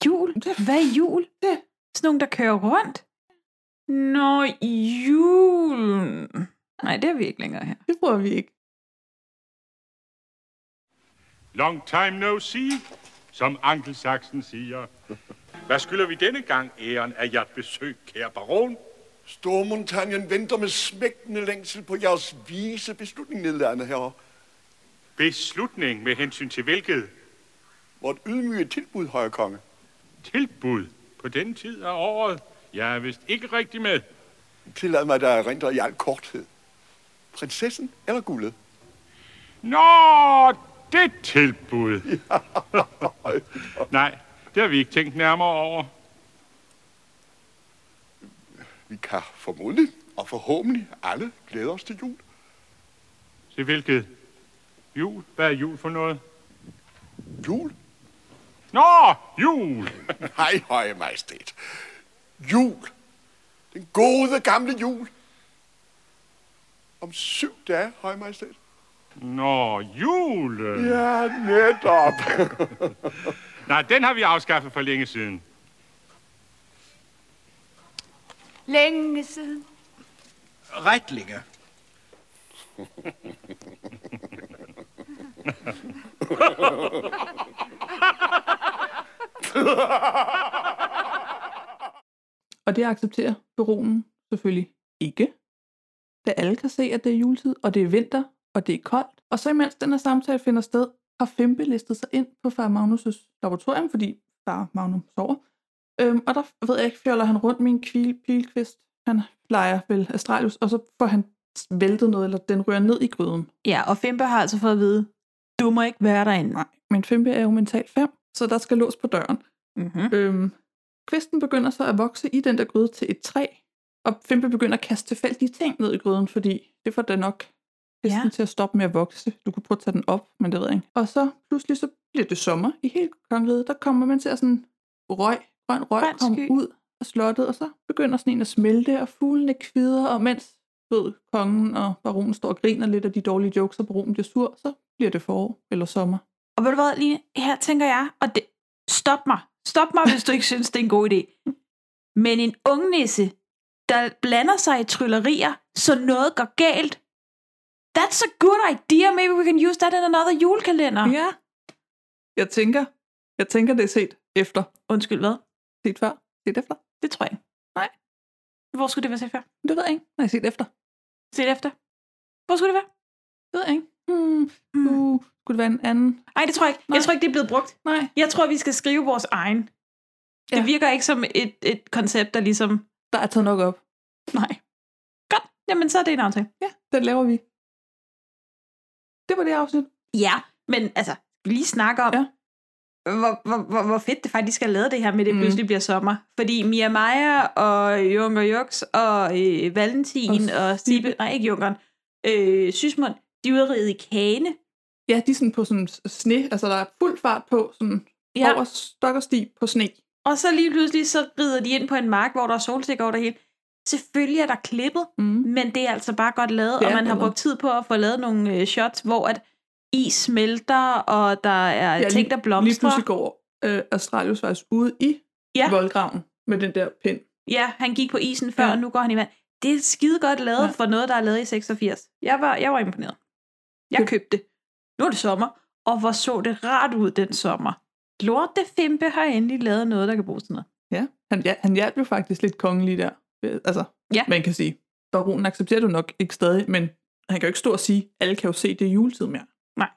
Speaker 9: Jul?
Speaker 8: Det-
Speaker 9: Hvad er jul?
Speaker 8: det-
Speaker 9: Sådan nogen, der kører rundt? Nå, jul. Nej, det er vi ikke længere her.
Speaker 8: Det bruger vi ikke.
Speaker 11: Long time no see, som Ankelsaxen siger. Hvad skylder vi denne gang æren af jeres besøg, kære baron?
Speaker 1: Stormontanien venter med smægtende længsel på jeres vise beslutning, nedlærende herre.
Speaker 11: Beslutning med hensyn til hvilket
Speaker 1: Vort ydmyge tilbud, høje konge.
Speaker 11: tilbud på denne tid af året. Jeg er vist ikke rigtig med.
Speaker 1: Tillad mig, der erindrer i al korthed. Prinsessen eller guldet?
Speaker 11: Nå, det tilbud. Nej, det har vi ikke tænkt nærmere over.
Speaker 1: Vi kan formodentlig og forhåbentlig alle glæde os til jul.
Speaker 11: Til hvilket? Jul? Hvad er jul for noget?
Speaker 1: Jul?
Speaker 11: Nå, jul!
Speaker 1: Nej, høje majestæt. Jul. Den gode gamle jul. Om syv dage, høje majestæt.
Speaker 11: Nå, julen!
Speaker 1: Ja, netop.
Speaker 11: Nej, den har vi afskaffet for længe siden.
Speaker 5: Længe siden.
Speaker 10: Reitlinger.
Speaker 8: Og det accepterer baronen selvfølgelig ikke, da alle kan se, at det er juletid, og det er vinter, og det er koldt. Og så imens den her samtale finder sted, har Fempe listet sig ind på far Magnus' laboratorium, fordi far Magnum sover. Øhm, og der ved jeg ikke, fjoller han rundt med en kvil, pilkvist. Han leger vel Astralius, og så får han væltet noget, eller den rører ned i gryden.
Speaker 9: Ja, og Fimpe har altså fået at vide, du må ikke være derinde.
Speaker 8: Nej, men Fempe er jo mentalt fem, så der skal lås på døren.
Speaker 9: Mm-hmm.
Speaker 8: Øhm, kvisten begynder så at vokse i den der gryde til et træ, og Fimpe begynder at kaste tilfældige ting ned i gryden, fordi det får da nok kvisten
Speaker 9: Ja.
Speaker 8: ja. til at stoppe med at vokse. Du kunne prøve at tage den op, men det ved jeg ikke. Og så pludselig så bliver det sommer i hele kongeriget. Der kommer man til at sådan røg, grøn røg
Speaker 9: Grøn
Speaker 8: komme
Speaker 9: sky.
Speaker 8: ud af slottet, og så begynder sneen at smelte, og fuglene kvider, og mens ved kongen og baronen står og griner lidt af de dårlige jokes, og baronen bliver sur, så bliver det forår eller sommer.
Speaker 9: Og ved du hvad, Line, her tænker jeg, og det, stop mig. Stop mig, hvis du ikke synes, det er en god idé. Men en ungnisse, der blander sig i tryllerier, så noget går galt. That's a good idea. Maybe we can use that in another julekalender.
Speaker 8: Ja. Jeg tænker, jeg tænker, det er set efter.
Speaker 9: Undskyld, hvad?
Speaker 8: Set før? Set efter?
Speaker 9: Det tror jeg ikke. Nej. Hvor skulle det være set før?
Speaker 8: Det ved jeg ikke. Nej, set efter.
Speaker 9: Set efter. Hvor skulle det være?
Speaker 8: Det ved jeg ikke. Hmm.
Speaker 9: Mm.
Speaker 8: Uh, skulle det være en anden?
Speaker 9: Ej, det tror jeg ikke.
Speaker 8: Nej.
Speaker 9: Jeg tror ikke, det er blevet brugt.
Speaker 8: Nej.
Speaker 9: Jeg tror, vi skal skrive vores egen. Ja. Det
Speaker 8: Ja.
Speaker 9: virker ikke som et, et koncept, der ligesom...
Speaker 8: Der er taget nok op.
Speaker 9: Nej. Godt. Jamen, så er det en aftale.
Speaker 8: Ja, den laver vi. Det var det afsnit.
Speaker 9: Ja, men altså, vi lige snakke om,
Speaker 8: Ja.
Speaker 9: ja. hvor, hvor, hvor, hvor fedt det faktisk er lavet det her med, det
Speaker 8: Mm.
Speaker 9: mm. pludselig bliver sommer. Fordi Mia Maja og Junker Jux og øh, Valentin
Speaker 8: Og
Speaker 9: og, og Stibe, nej ikke Junkeren, øh, Sysmund, de er ude at ride i kane.
Speaker 8: Ja, de er sådan på sådan sne, altså der er fuld fart på, sådan ja. over stok og sti på sne.
Speaker 9: Og så lige pludselig, så rider de ind på en mark, hvor der er solsikker over det hele. Selvfølgelig er der klippet,
Speaker 8: Mm.
Speaker 9: men det er altså bare godt lavet,
Speaker 8: Det
Speaker 9: og
Speaker 8: er
Speaker 9: man har
Speaker 8: lavet.
Speaker 9: brugt tid på at få lavet nogle øh, shots, hvor at is smelter, og der er ja, ting, der
Speaker 8: Lige
Speaker 9: blomstrer.
Speaker 8: pludselig går øh, Astralius faktisk ude i
Speaker 9: Ja.
Speaker 8: voldgraven med den der pind.
Speaker 9: Ja, han gik på isen før,
Speaker 8: Ja.
Speaker 9: ja. og nu går han i vand. Det er skide godt lavet
Speaker 8: Ja.
Speaker 9: ja. for noget, der er lavet i 86. Jeg var, jeg var imponeret. Jeg
Speaker 8: Ja.
Speaker 9: købte det. Nu er det sommer, og hvor så det rart ud den sommer. Lorte Fimpe har endelig lavet noget, der kan bruges til noget.
Speaker 8: Ja, han, ja, han hjalp jo faktisk lidt kongen lige der. Øh, Altså,
Speaker 9: Ja.
Speaker 8: man kan sige, baronen accepterer du nok ikke stadig, men han kan jo ikke stå og sige, alle kan jo se, det er juletid mere.
Speaker 9: Nej.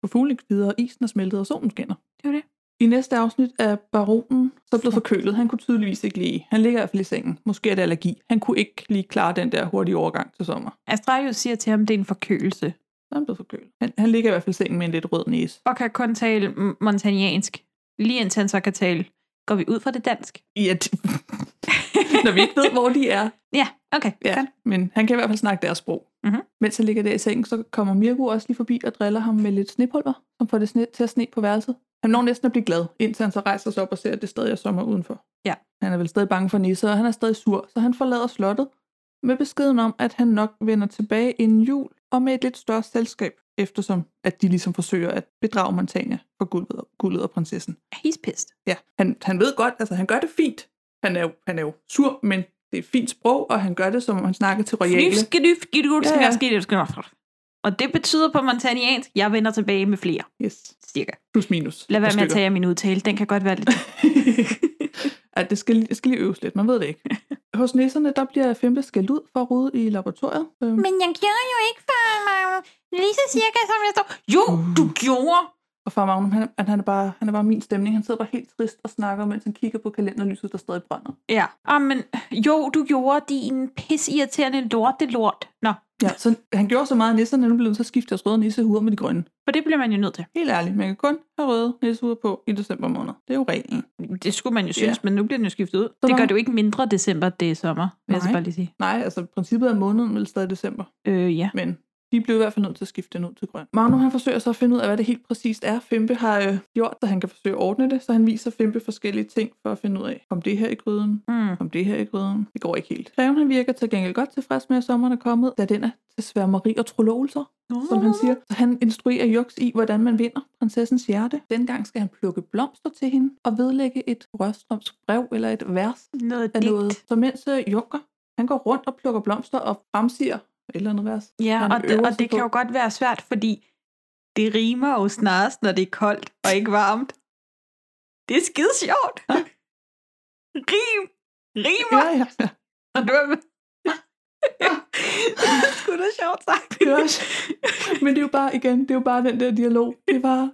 Speaker 8: For fuglen kvider, og isen er smeltet, og solen skinner.
Speaker 9: Det var det.
Speaker 8: I næste afsnit er baronen så blevet forkølet. Han kunne tydeligvis ikke lige. Han ligger i hvert fald i sengen. Måske er det allergi. Han kunne ikke lige klare den der hurtige overgang til sommer.
Speaker 9: Astralius siger til ham, det er en forkølelse.
Speaker 8: Så er han blevet forkølet. Han, han ligger i hvert fald i sengen med en lidt rød næse.
Speaker 9: Og kan kun tale m- montagnansk. Lige indtil han så kan tale. Går vi ud fra det dansk?
Speaker 8: Ja, det... Når vi ikke ved, hvor de er.
Speaker 9: Ja, okay.
Speaker 8: Ja, men han kan i hvert fald snakke deres sprog.
Speaker 9: Mhm.
Speaker 8: Mens han ligger der i sengen, så kommer Mirko også lige forbi og driller ham med lidt snepulver, som får det sne, til at sne på værelset. Han når næsten at blive glad, indtil han så rejser sig op og ser, at det stadig er sommer udenfor.
Speaker 9: Ja.
Speaker 8: Han er vel stadig bange for nisser, og han er stadig sur, så han forlader slottet med beskeden om, at han nok vender tilbage inden jul og med et lidt større selskab, eftersom at de ligesom forsøger at bedrage Montagna for guldet, guldet og prinsessen.
Speaker 9: He's pissed.
Speaker 8: Ja, han, han ved godt, altså han gør det fint. Han er, jo, han er jo sur, men det er et fint sprog, og han gør det, som om han snakker til royale. Ja, ja.
Speaker 9: Og det betyder på montagnansk, jeg vender tilbage med flere,
Speaker 8: Yes,
Speaker 9: cirka.
Speaker 8: plus minus.
Speaker 9: Lad være
Speaker 8: par
Speaker 9: med at
Speaker 8: stykker.
Speaker 9: tage min udtale, den kan godt være lidt...
Speaker 8: ja, det skal, lige- det skal lige øves lidt, man ved det ikke. Hos næserne, der bliver Femte skældt ud for at rode i laboratoriet. Øhm,
Speaker 9: Men jeg gjorde jo ikke for mig. Lige så cirka, som jeg står. Jo, du gjorde!
Speaker 8: og far Magnum, han, er- han, er bare, han er bare min stemning. Han sidder bare helt trist og snakker, mens han kigger på kalenderlyset, der stadig brænder.
Speaker 9: Ja. Ah, men jo, du gjorde din pissirriterende lorte lort. Nå,
Speaker 8: Ja, så han gjorde så meget, at nisserne nu blev så skiftet deres røde nissehuer med de grønne.
Speaker 9: for det bliver man jo nødt til.
Speaker 8: Helt ærligt, man kan kun have røde nissehuer på i december måned. Det er jo reglen.
Speaker 9: Det skulle man jo synes,
Speaker 8: Ja.
Speaker 9: men nu bliver den jo skiftet ud.
Speaker 8: når
Speaker 9: Det gør
Speaker 8: man-
Speaker 9: det jo ikke mindre december, det er sommer, vil jeg så
Speaker 8: Nej.
Speaker 9: bare lige sige.
Speaker 8: Nej, altså princippet er måneden vel stadig december,
Speaker 9: Øh, ja.
Speaker 8: men de blev i hvert fald nødt til at skifte den ud til grøn. Magnum han forsøger så at finde ud af, hvad det helt præcist er, Fempe har øh, gjort, så han kan forsøge at ordne det, så han viser Fempe forskellige ting for at finde ud af, om det her i gryden,
Speaker 9: Mm.
Speaker 8: om det her i gryden. Det går ikke helt. Greven han virker til gengæld godt tilfreds med, at sommeren er kommet, da den er til sværmeri og trolovelser, som han siger. Så han instruerer Jux i, hvordan man vinder prinsessens hjerte. Dengang skal han plukke blomster til hende og vedlægge et rørstrømsk brev eller et vers
Speaker 9: Noget
Speaker 8: af
Speaker 9: digt.
Speaker 8: noget. Så mens øh, Junker, han går rundt og plukker blomster og fremsiger et eller andet vers.
Speaker 9: Ja,
Speaker 8: han
Speaker 9: og det,
Speaker 8: øver
Speaker 9: og
Speaker 8: sig
Speaker 9: det kan
Speaker 8: på.
Speaker 9: jo godt være svært, fordi det rimer jo snarest, når det er koldt og ikke varmt. Det er skide sjovt. Rim. Rimer.
Speaker 8: Ja, ja, ja.
Speaker 9: Og du er... det er sgu da sjovt sagt.
Speaker 8: Det er også- Men det er jo bare, igen, det er jo bare den der dialog. Det er bare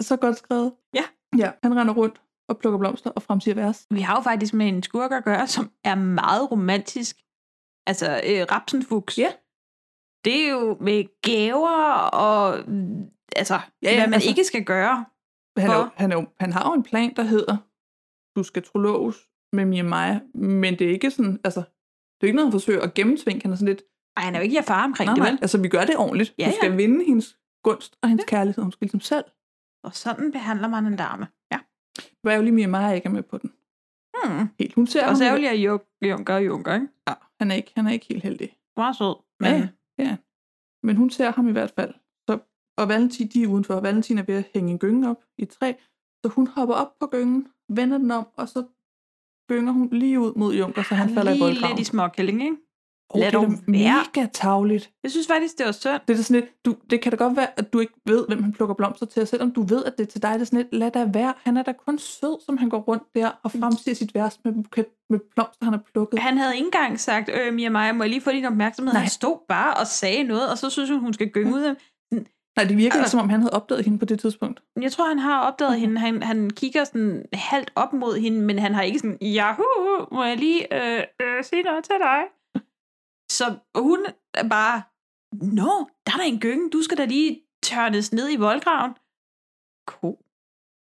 Speaker 8: så godt skrevet.
Speaker 9: Ja.
Speaker 8: Ja, han render rundt og plukker blomster og fremsiger vers.
Speaker 9: Vi har jo faktisk med en skurk at gøre, som er meget romantisk. Altså, øh, Rapsenfuchs.
Speaker 8: Ja.
Speaker 9: Det er jo med gaver og... mm, Altså, ja, ja, hvad man
Speaker 8: altså-
Speaker 9: altså, ikke skal gøre.
Speaker 8: Han, er jo,
Speaker 9: Hvor?
Speaker 8: han, er jo, han har jo en plan, der hedder, du skal troloves med Mia Maja, men det er ikke sådan, altså, det er ikke noget, han forsøger at gennemtvinge. Han er sådan lidt,
Speaker 9: Ej, han er jo ikke jer far omkring
Speaker 8: nej,
Speaker 9: det,
Speaker 8: nej,
Speaker 9: vel?
Speaker 8: altså vi gør det ordentligt.
Speaker 9: Ja,
Speaker 8: du
Speaker 9: ja.
Speaker 8: skal vinde hendes gunst og hendes kærlighed, hun skal ligesom selv.
Speaker 9: Og sådan behandler man en dame. Ja.
Speaker 8: Det var jo lige, Mia Maja ikke er med på den.
Speaker 9: Hmm.
Speaker 8: Helt. Hun ser
Speaker 9: Og
Speaker 8: ham
Speaker 9: så
Speaker 8: i-
Speaker 9: ærgerligt, at Junk- Junker er Junker, ikke?
Speaker 8: Ja, han er ikke, han er ikke helt heldig.
Speaker 9: Meget sød.
Speaker 8: Men,
Speaker 9: Men
Speaker 8: ja, ja. Men hun ser ham i hvert fald. Så, og Valentin, de er udenfor. Valentin er ved at hænge en gynge op i et træ. Så hun hopper op på gyngen, vender den om, og så gynger hun lige ud mod Junker, så han falder i
Speaker 9: lige
Speaker 8: voldgraven.
Speaker 9: lidt i småkælling, ikke?
Speaker 8: Åh, det
Speaker 9: lad
Speaker 8: er da
Speaker 9: dog være.
Speaker 8: mega tavligt.
Speaker 9: Jeg synes faktisk, det var synd.
Speaker 8: Det er da sådan lidt, du, det kan da godt være, at du ikke ved, hvem han plukker blomster til, og selvom du ved, at det er til dig, det er sådan lidt, lad da være. Han er da kun sød, som han går rundt der og fremsiger sit vers med, buket- med blomster, han har plukket.
Speaker 9: Han havde ikke engang sagt, øh, Mia Maja, må jeg lige få din opmærksomhed? Nej.
Speaker 8: Nej. Mm.
Speaker 9: Han stod bare og sagde noget, og så synes hun, hun skal gynge ud af
Speaker 8: Nej, det virker ikke, som om han havde opdaget hende på det tidspunkt.
Speaker 9: Jeg tror, han har
Speaker 8: Mm.
Speaker 9: opdaget hende. Han, han kigger sådan halvt op mod hende, men han har ikke sådan, yahoo, må jeg lige øh, øh, sige noget til dig? Så hun er bare, nå, der er der en gynge, du skal da lige tørnes ned i voldgraven. Ko.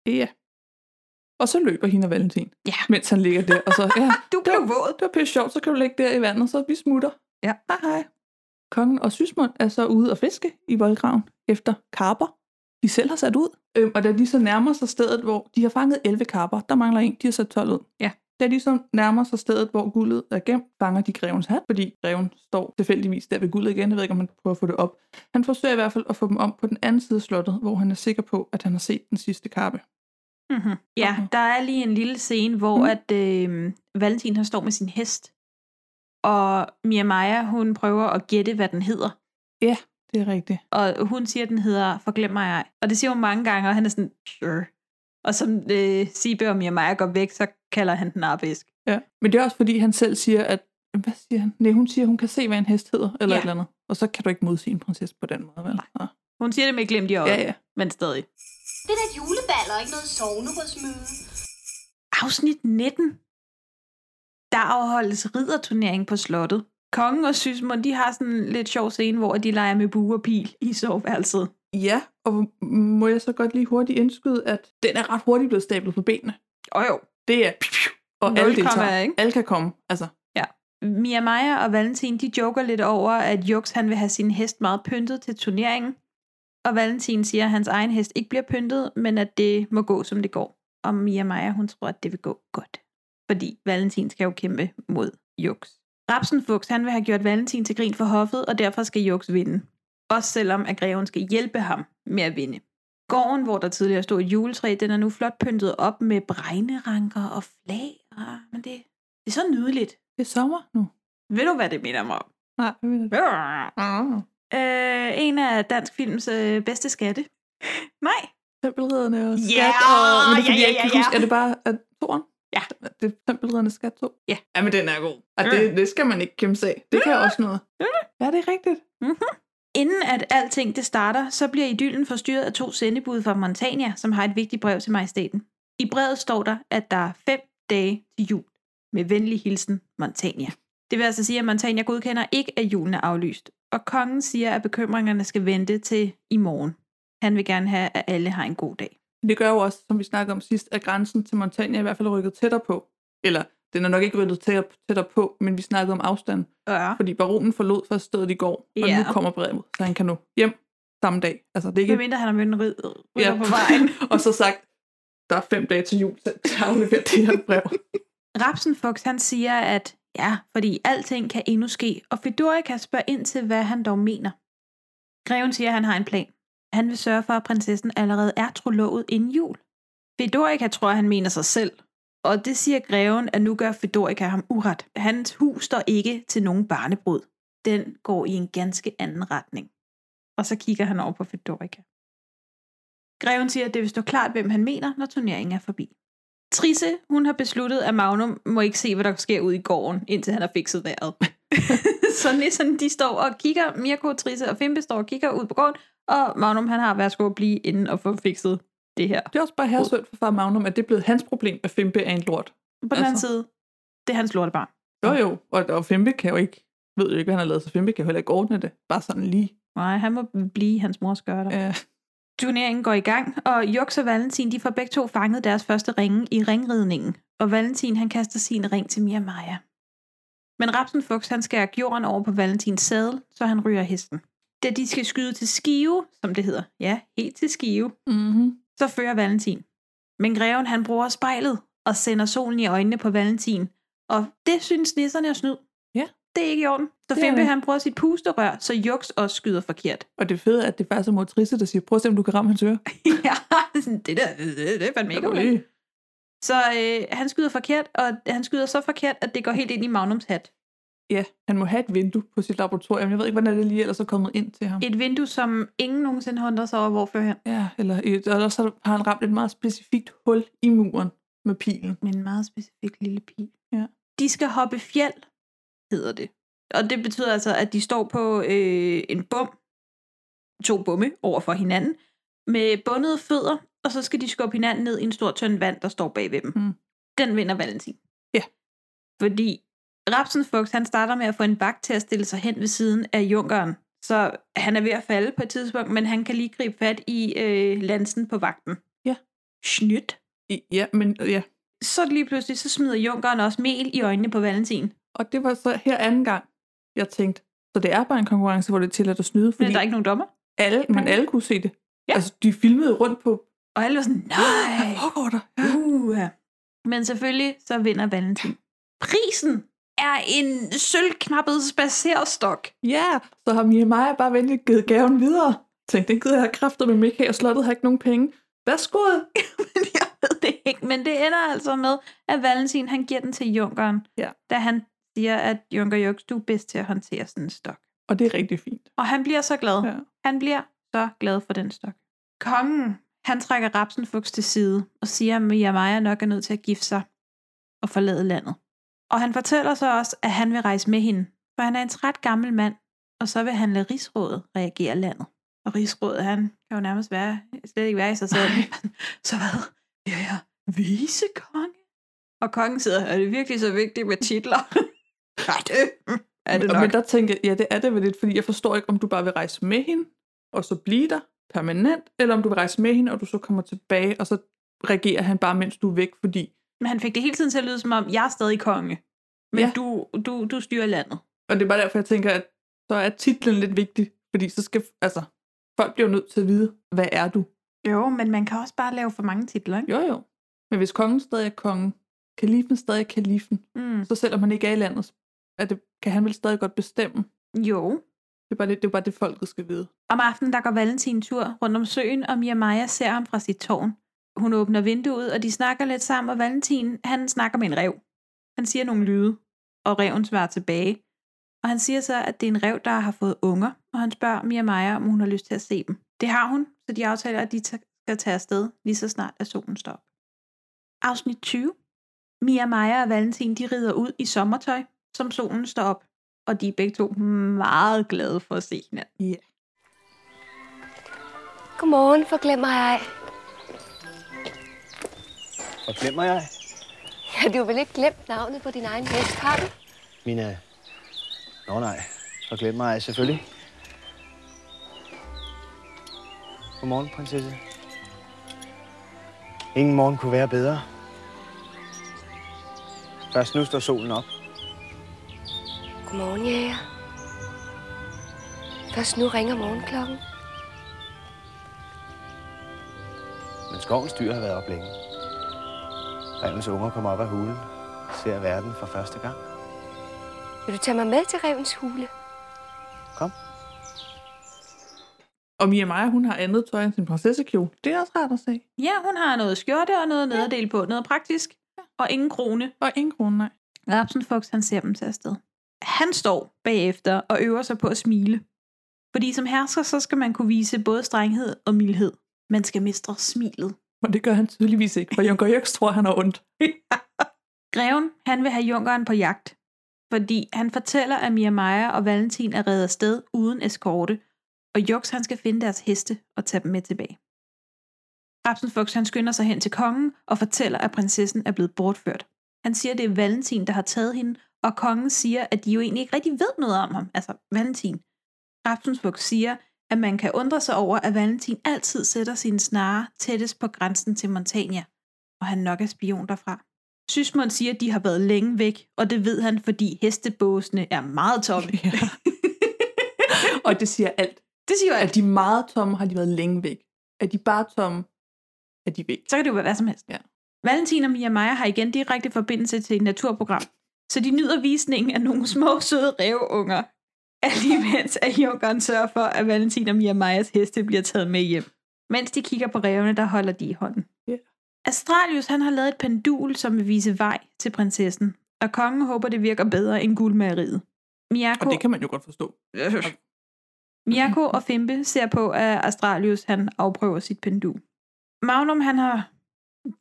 Speaker 8: Ja. Og så løber hende og Valentin,
Speaker 9: Ja.
Speaker 8: mens han ligger der. Og så, ja,
Speaker 9: Du blev
Speaker 8: var-
Speaker 9: våd.
Speaker 8: Det var pisse sjovt, så kan du ligge der i vandet, så vi smutter.
Speaker 9: Ja.
Speaker 8: Hej hej. Kongen og Sysmund er så ude og fiske i voldgraven efter karper, de selv har sat ud. Øhm, og da de så nærmer sig stedet, hvor de har fanget 11 karper, der mangler en, de har sat 12 ud.
Speaker 9: Ja.
Speaker 8: Da de så nærmer sig stedet, hvor guldet er gemt, fanger de grevens hat, fordi greven står tilfældigvis der ved guldet igen. Jeg ved ikke, om han prøver at få det op. Han forsøger i hvert fald at få dem om på den anden side af slottet, hvor han er sikker på, at han har set den sidste karpe.
Speaker 9: Mm-hmm. Ja,
Speaker 8: Mhm.
Speaker 9: der er lige en lille scene, hvor mm.
Speaker 8: Mhm.
Speaker 9: at øh, Valentin han står med sin hest, og Mia Maja, hun prøver at gætte, hvad den hedder.
Speaker 8: Det er rigtigt.
Speaker 9: Og hun siger, at den hedder Forglem mig ej. Og det siger hun mange gange, og han er sådan, sure. Og som øh, Sibbe og Mia Maja går væk, så kalder han den arabisk.
Speaker 8: Ja. Men det er også fordi, han selv siger, at... Hvad siger han? Nej, hun siger, hun kan se, hvad en hest hedder, eller
Speaker 9: Ja.
Speaker 8: ja. et eller andet. Og så kan du ikke modsige en prinsesse på den måde, vel? Nej.
Speaker 9: Hun siger det med et glimt i øjet,
Speaker 8: Ja,
Speaker 9: ja, ja.
Speaker 8: ja.
Speaker 9: men stadig.
Speaker 2: Det der juleball og ikke noget sovnerådsmøde.
Speaker 9: Afsnit 19. Der afholdes ridderturnering på slottet. kongen og Sysmund, de har sådan en lidt sjov scene, hvor de leger med bue og pil i soveværelset.
Speaker 8: Ja, og må jeg så godt lige hurtigt indskyde, at den er ret hurtigt blevet stablet på benene.
Speaker 9: Og jo,
Speaker 8: Det er... piu, piu, Og
Speaker 9: Nul
Speaker 8: alle
Speaker 9: komma,
Speaker 8: deltager.
Speaker 9: ikke?
Speaker 8: Alle kan komme. Altså,
Speaker 9: Mia Maja og Valentin, de joker lidt over, at Jux han vil have sin hest meget pyntet til turneringen. Og Valentin siger, at hans egen hest ikke bliver pyntet, men at det må gå, som det går. Og Mia Maja, hun tror, at det vil gå godt. Fordi Valentin skal jo kæmpe mod Jux. Rapsenfuchs, han vil have gjort Valentin til grin for hoffet, og derfor skal Jux vinde. Også selvom at greven skal hjælpe ham med at vinde. Gården, hvor der tidligere stod et juletræ, den er nu flot pyntet op med bregneranker og flag. Ah, men det, det er så nydeligt.
Speaker 8: det er sommer nu.
Speaker 9: Ved du, hvad det minder mig om?
Speaker 8: Nej, jeg ved det. Ah,
Speaker 9: Øh, en af dansk films øh, bedste skatte. Nej.
Speaker 8: Tempelridderne og
Speaker 9: Ja,
Speaker 8: skat. og, men det er, fordi
Speaker 9: ja,
Speaker 8: jeg ikke
Speaker 9: ja,
Speaker 8: kan
Speaker 9: ja.
Speaker 8: huske, er det bare at toren?
Speaker 9: Ja.
Speaker 8: Det er Tempelridderne skat 2?
Speaker 9: Ja.
Speaker 8: Ja, men den er god. Og det, det skal man ikke kæmpe sig af. Det kan også noget. Ja, det er rigtigt.
Speaker 9: Mm-hmm. Inden at alting det starter, så bliver idyllen forstyrret af to sendebud fra Montania, som har et vigtigt brev til majestaten. I brevet står der, at der er fem dage til jul. Med venlig hilsen, Montania. Det vil altså sige, at Montania godkender ikke, at julen er aflyst. Og kongen siger, at bekymringerne skal vente til i morgen. Han vil gerne have, at alle har en god dag.
Speaker 8: Men Det gør jo også, som vi snakkede om sidst, at grænsen til Montania i hvert fald er rykket tættere på. Eller, den er nok ikke rykket tættere, tættere på, men vi snakkede om afstanden.
Speaker 9: Ja.
Speaker 8: Fordi baronen forlod først stedet i går, og nu
Speaker 9: Ja.
Speaker 8: kommer brevet, så han kan nå hjem samme dag. Altså, det er
Speaker 9: Hvem
Speaker 8: ikke...
Speaker 9: mindre han har mødt en rid- rytter på vejen.
Speaker 8: og så sagt, der er fem dage til jul, så jeg har afleveret det her brev.
Speaker 9: Rapsenfugt, han siger, at ja, fordi alting kan endnu ske, og Fedorika spørger ind til, hvad han dog mener. Greven siger, at han har en plan. Han vil sørge for, at prinsessen allerede er trolovet inden jul. Fedorika tror, at han mener sig selv, og det siger greven, at nu gør Fedorika ham uret. Hans hus står ikke til nogen barnebrud. Den går i en ganske anden retning. Og så kigger han over på Fedorika. Greven siger, at det vil stå klart, hvem han mener, når turneringen er forbi. Trisse, hun har besluttet, at Magnum må ikke se, hvad der sker ude i gården, indtil han har fikset vejret. så nissen, de står og kigger, Mirko, Trisse og Fimpe står og kigger ud på gården, og Magnum, han har værsgo at blive inde og få fikset det her.
Speaker 8: Det er også bare herresødt for far Magnum, at det er blevet hans problem, at Fempe er en lort.
Speaker 9: På den anden
Speaker 8: Altså.
Speaker 9: side, det er hans lortebarn.
Speaker 8: Jo jo, og, og Fempe kan jo ikke, ved jo ikke, hvad han har lavet, så Fempe kan jo heller ikke ordne det. Bare sådan lige.
Speaker 9: Nej, han må blive hans mors skørter.
Speaker 8: Øh,
Speaker 9: Turneringen går i gang, og Jux og Valentin de får begge to fanget deres første ringe i ringridningen, og Valentin han kaster sin ring til Mia Maja. Men Rapsenfuchs han skærer jorden over på Valentins sadel, så han ryger hesten. Da de skal skyde til skive, som det hedder, ja, helt til skive,
Speaker 8: mm-hmm.
Speaker 9: så fører Valentin. Men greven han bruger spejlet og sender solen i øjnene på Valentin, og det synes nisserne er snyd.
Speaker 8: Ja.
Speaker 9: Det er ikke i orden. Så
Speaker 8: Det er
Speaker 9: Fimpe
Speaker 8: det.
Speaker 9: han bruger sit pusterør, så Jux også skyder forkert.
Speaker 8: Og det fede er, at det faktisk er mor Trisse, der siger, prøv at se, om du kan ramme hans øre.
Speaker 9: ja, sådan, det der, det, det, det er fandme ikke okay.
Speaker 8: Lige.
Speaker 9: Så øh, han skyder forkert, og han skyder så forkert, at det går helt ind i Magnums hat.
Speaker 8: Ja, han må have et vindue på sit laboratorium. Jeg ved ikke, hvordan det lige ellers er kommet ind til ham.
Speaker 9: Et vindue, som ingen nogensinde har undret sig over, hvor førhen.
Speaker 8: Ja, eller, et, eller så har han ramt et meget specifikt hul i muren med pilen.
Speaker 9: Men en meget specifik lille pil.
Speaker 8: Ja.
Speaker 9: De skal hoppe fjeld, hedder det. Og det betyder altså, at de står på øh, en bum, to bumme over for hinanden, med bundede fødder, og så skal de skubbe hinanden ned i en stor tynd vand, der står bag ved dem.
Speaker 8: Mm.
Speaker 9: Den vinder Valentin.
Speaker 8: Ja.
Speaker 9: Fordi Rapsenfugt, han starter med at få en vagt til at stille sig hen ved siden af junkeren. Så han er ved at falde på et tidspunkt, men han kan lige gribe fat i øh, lansen på vagten.
Speaker 8: Ja.
Speaker 9: Snydt.
Speaker 8: I, ja, men ja.
Speaker 9: Så lige pludselig, så smider Junkeren også mel i øjnene på Valentin.
Speaker 8: Og det var så her anden gang, jeg tænkte, så det er bare en konkurrence, hvor det er tilladt at snyde,
Speaker 9: Men
Speaker 8: fordi
Speaker 9: der er ikke nogen dommer.
Speaker 8: alle, men alle kunne se det.
Speaker 9: Ja.
Speaker 8: Altså, de filmede rundt på,
Speaker 9: Og alle var sådan,
Speaker 8: hvad
Speaker 9: nej.
Speaker 8: foregår der? Ja.
Speaker 9: Uh. Men selvfølgelig, så vinder Valentin. Prisen er en sølvknappet spacerstok.
Speaker 8: Ja, så har Mia Maja bare venligt givet gaven videre. Tænkte, den gider jeg have kræfter med mig og slottet har ikke nogen penge. Værsgo!
Speaker 9: Men jeg ved det ikke. Men det ender altså med, at Valentin han giver den til Junkeren.
Speaker 8: Ja.
Speaker 9: Da han siger, at Junker Jux, du er bedst til at håndtere sådan en stok.
Speaker 8: Og det er rigtig fint.
Speaker 9: Og han bliver så glad.
Speaker 8: Ja.
Speaker 9: Han bliver så glad for den stok. Kongen, han trækker Rapsenfuchs til side og siger, at Mia Maja nok er nødt til at gifte sig og forlade landet. Og han fortæller så også, at han vil rejse med hende, for han er en træt gammel mand, og så vil han lade rigsrådet reagere landet. Og rigsrådet, han kan jo nærmest være, slet ikke være i sig selv. så hvad? Ja, ja, visekonge. Og kongen sidder, er det virkelig så vigtigt med titler? Nej, det er det
Speaker 8: men,
Speaker 9: nok.
Speaker 8: men der tænker jeg, ja, det er det vel lidt, fordi jeg forstår ikke, om du bare vil rejse med hende, og så blive der permanent, eller om du vil rejse med hende, og du så kommer tilbage, og så regerer han bare, mens du er væk, fordi...
Speaker 9: Men han fik det hele tiden til at lyde som om, jeg er stadig konge. Men
Speaker 8: Ja.
Speaker 9: ja. du, du, du styrer landet.
Speaker 8: Og det er bare derfor, jeg tænker, at så er titlen lidt vigtig, fordi så skal... Altså, folk bliver jo nødt til at vide, hvad er du?
Speaker 9: Jo, men man kan også bare lave for mange titler, ikke?
Speaker 8: Jo, jo. Men hvis kongen stadig er kongen, kalifen stadig er kalifen,
Speaker 9: Mm.
Speaker 8: så selvom han ikke er i landet, så er det, kan han vel stadig godt bestemme.
Speaker 9: Jo.
Speaker 8: Det er bare det, det, er bare det folket skal vide.
Speaker 9: Om aftenen, der går Valentin tur rundt om søen, og Mia Maja ser ham fra sit tårn. Hun åbner vinduet, og de snakker lidt sammen, og Valentin, han snakker med en rev. Han siger nogle lyde, og reven svarer tilbage. Og han siger så, at det er en rev, der har fået unger, og han spørger Mia Maja, om hun har lyst til at se dem. Det har hun, så de aftaler, at de ta- skal tage afsted, lige så snart at solen står op. Afsnit 20. Mia Maja og Valentin, de rider ud i sommertøj, som solen står op. Og de er begge to meget glade for at se hinanden.
Speaker 12: Godmorgen, forglemmer jeg.
Speaker 10: Og glemmer jeg?
Speaker 12: Ja, du har vel ikke glemt navnet på din egen hest, har du?
Speaker 10: Mina... Nå nej, så glemmer jeg selvfølgelig. Godmorgen, prinsesse. Ingen morgen kunne være bedre. Først nu står solen op.
Speaker 12: Godmorgen, jæger. Først nu ringer morgenklokken.
Speaker 10: Men skovens dyr har været op længe. Revens unger kommer op af hulen. Ser verden for første gang.
Speaker 12: Vil du tage mig med til revens hule?
Speaker 8: Og Mia Maja, hun har andet tøj end sin prinsessekjole. Det er også rart at se.
Speaker 9: Ja, hun har noget skjorte og noget nederdel på, noget praktisk. Og ingen krone.
Speaker 8: Og ingen krone, nej.
Speaker 9: Rapsenfugt, han ser dem til afsted. Han står bagefter og øver sig på at smile. Fordi som hersker, så skal man kunne vise både strenghed og mildhed. Man skal mestre smilet.
Speaker 8: Og det gør han tydeligvis ikke, for Junker Jørgs tror, han har ondt.
Speaker 9: Greven, han vil have junkeren på jagt. Fordi han fortæller, at Mia Maja og Valentin er reddet afsted uden eskorte. Og Jux, han skal finde deres heste og tage dem med tilbage. Rapsenfugt, han skynder sig hen til kongen og fortæller, at prinsessen er blevet bortført. Han siger, at det er Valentin, der har taget hende, og kongen siger, at de jo egentlig ikke rigtig ved noget om ham, altså Valentin. Rapsensbuk siger, at man kan undre sig over, at Valentin altid sætter sine snare tættest på grænsen til Montania, og han nok er spion derfra. Sysmund siger, at de har været længe væk, og det ved han, fordi hestebåsene er meget tomme.
Speaker 8: Ja. og det siger alt.
Speaker 9: Det siger jo
Speaker 8: Er
Speaker 9: alt.
Speaker 8: de meget tomme, har de været længe væk. Er de bare tomme, er de væk.
Speaker 9: Så kan det jo være hvad som helst.
Speaker 8: Ja.
Speaker 9: Valentin og Mia Maja har igen direkte forbindelse til et naturprogram, så de nyder visningen af nogle små, søde ræveunger. Alligevel at Junkeren sørger for, at Valentin og Mia Majas heste bliver taget med hjem. Mens de kigger på rævene, der holder de i hånden.
Speaker 8: Ja.
Speaker 9: Astralius han har lavet et pendul, som vil vise vej til prinsessen, og kongen håber, det virker bedre end guldmageriet.
Speaker 8: Og
Speaker 9: Miyako,
Speaker 8: det kan man jo godt forstå.
Speaker 9: Miyako og Fimpe ser på, at Astralius han afprøver sit pendul. Magnum han har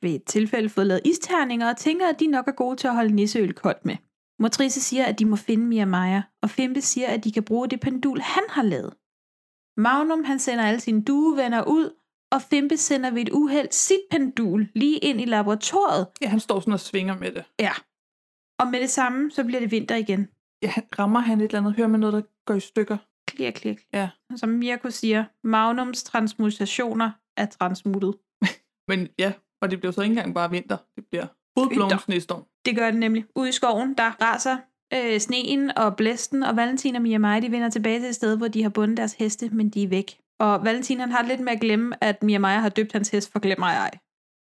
Speaker 9: ved et tilfælde fået lavet isterninger og tænker, at de nok er gode til at holde nisseøl koldt med. Motrice siger, at de må finde Mia Maja, og Fimpe siger, at de kan bruge det pendul, han har lavet. Magnum han sender alle sine duevenner ud, og Fimpe sender ved et uheld sit pendul lige ind i laboratoriet.
Speaker 8: Ja, han står sådan og svinger med det.
Speaker 9: Ja. Og med det samme, så bliver det vinter igen.
Speaker 8: Ja, han- rammer han et eller andet? Hører man noget, der går i stykker?
Speaker 9: Klir, klir, klir.
Speaker 8: Ja.
Speaker 9: Som Mirko siger, Magnums transmutationer er transmuttet.
Speaker 8: Men ja, og det bliver så ikke engang bare vinter. Det bliver fuldblåen
Speaker 9: Vinter.
Speaker 8: snestorm.
Speaker 9: Det gør det nemlig. Ude i skoven, der raser øh, sneen og blæsten, og Valentin og Mia Maja, de vender tilbage til et sted, hvor de har bundet deres heste, men de er væk. Og Valentin, han har det lidt med at glemme, at Mia Maja har døbt hans hest for Glem mig ej.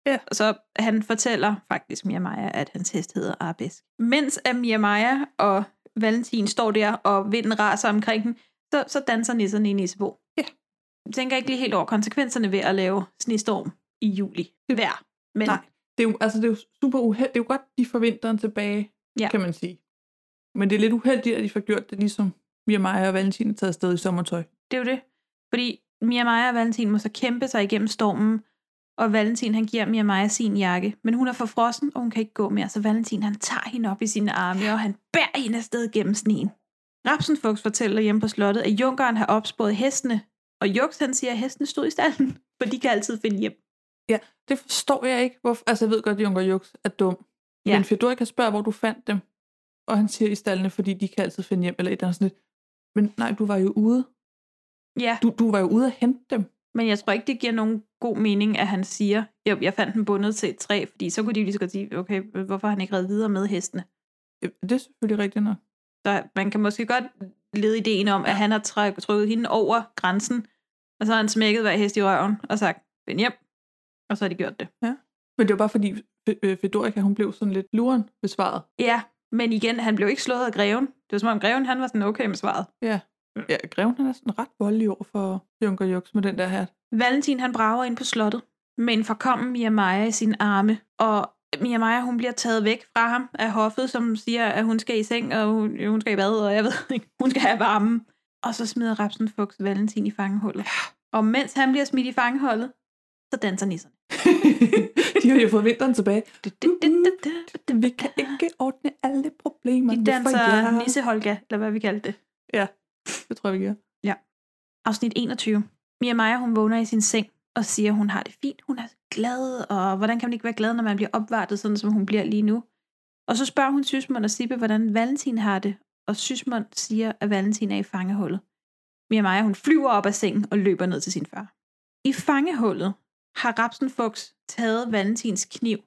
Speaker 8: Ja.
Speaker 9: Så han fortæller faktisk Mia Maja, at hans hest hedder Arabesk. Mens at Mia Maja og Valentin står der, og vinden raser omkring dem, så, så danser nisserne i Nissebo.
Speaker 8: Ja.
Speaker 9: Jeg tænker ikke lige helt over konsekvenserne ved at lave snestorm i juli.
Speaker 8: Det-
Speaker 9: Vær. Men
Speaker 8: Nej. Det er jo, altså, det er jo super uheld. Det er jo godt, de får vinteren tilbage,
Speaker 9: Ja.
Speaker 8: kan man sige. Men det er lidt uheldigt, at de får gjort det, ligesom vi og mig og Valentin er taget afsted i sommertøj.
Speaker 9: Det er jo det. Fordi Mia Maja og Valentin må så kæmpe sig igennem stormen, og Valentin han giver Mia Maja sin jakke, men hun er for frossen, og hun kan ikke gå mere, så Valentin han tager hende op i sine arme, og han bærer hende afsted gennem sneen. Rapsenfugt fortæller hjemme på slottet, at junkeren har opspået hestene, og Juks han siger, at hestene stod i stallen, for de kan altid finde hjem.
Speaker 8: Det forstår jeg ikke. Hvorfor? Altså, jeg ved godt, at Junker Jux er dum.
Speaker 9: Ja.
Speaker 8: Ja. Men Fedorika spørger, hvor du fandt dem. og han siger i stallene, fordi de kan altid finde hjem, eller et eller andet sådan lidt. Men nej, du var jo ude.
Speaker 9: Ja.
Speaker 8: Du, du var jo ude at hente dem.
Speaker 9: Men jeg tror ikke, det giver nogen god mening, at han siger, jeg, jeg fandt den bundet til et træ, fordi så kunne de jo lige så godt sige, okay, hvorfor har han ikke reddet videre med hestene?
Speaker 8: Ja, Øh, Det er selvfølgelig rigtigt nok.
Speaker 9: Så man kan måske godt lede ideen om, at han har træk, trykket hende over grænsen, og så har han smækket hver hest i røven og sagt, vend hjem. Og så har de gjort det.
Speaker 8: Men det var bare fordi, Fe- øh, Fedorika, hun blev sådan lidt luren ved svaret.
Speaker 9: Ja, men igen, han blev ikke slået af greven. Det var som om greven, han var sådan okay med svaret.
Speaker 8: Ja. Ja, greven han er sådan ret voldelig over for Junker Jux med den der her.
Speaker 9: Valentin han brager ind på slottet, men forkommen Mia Maja i sine arme, og Mia Maja, hun bliver taget væk fra ham af hoffet, som siger, at hun skal i seng, og hun, hun skal i bad, og jeg ved ikke, hun skal have varmen. Og så smider Rapsen Fuchs Valentin i fangehullet. Og mens han bliver smidt i fangehullet, så danser nisserne.
Speaker 8: De har jo fået vinteren tilbage.
Speaker 9: Uh-huh.
Speaker 8: Vi kan ikke ordne alle problemer.
Speaker 9: De danser Nisse Holga, eller hvad vi kaldte det.
Speaker 8: Ja, det tror jeg, vi gør.
Speaker 9: Afsnit 21. Mia Maja, hun vågner i sin seng og siger, hun har det fint, hun er glad, og hvordan kan man ikke være glad, når man bliver opvartet, sådan som hun bliver lige nu? Og så spørger hun Sysmund og Sibbe, hvordan Valentin har det, og Sysmund siger, at Valentin er i fangehullet. Mia Maja, hun flyver op af sengen og løber ned til sin far. I fangehullet har Rapsenfuchs taget Valentins kniv,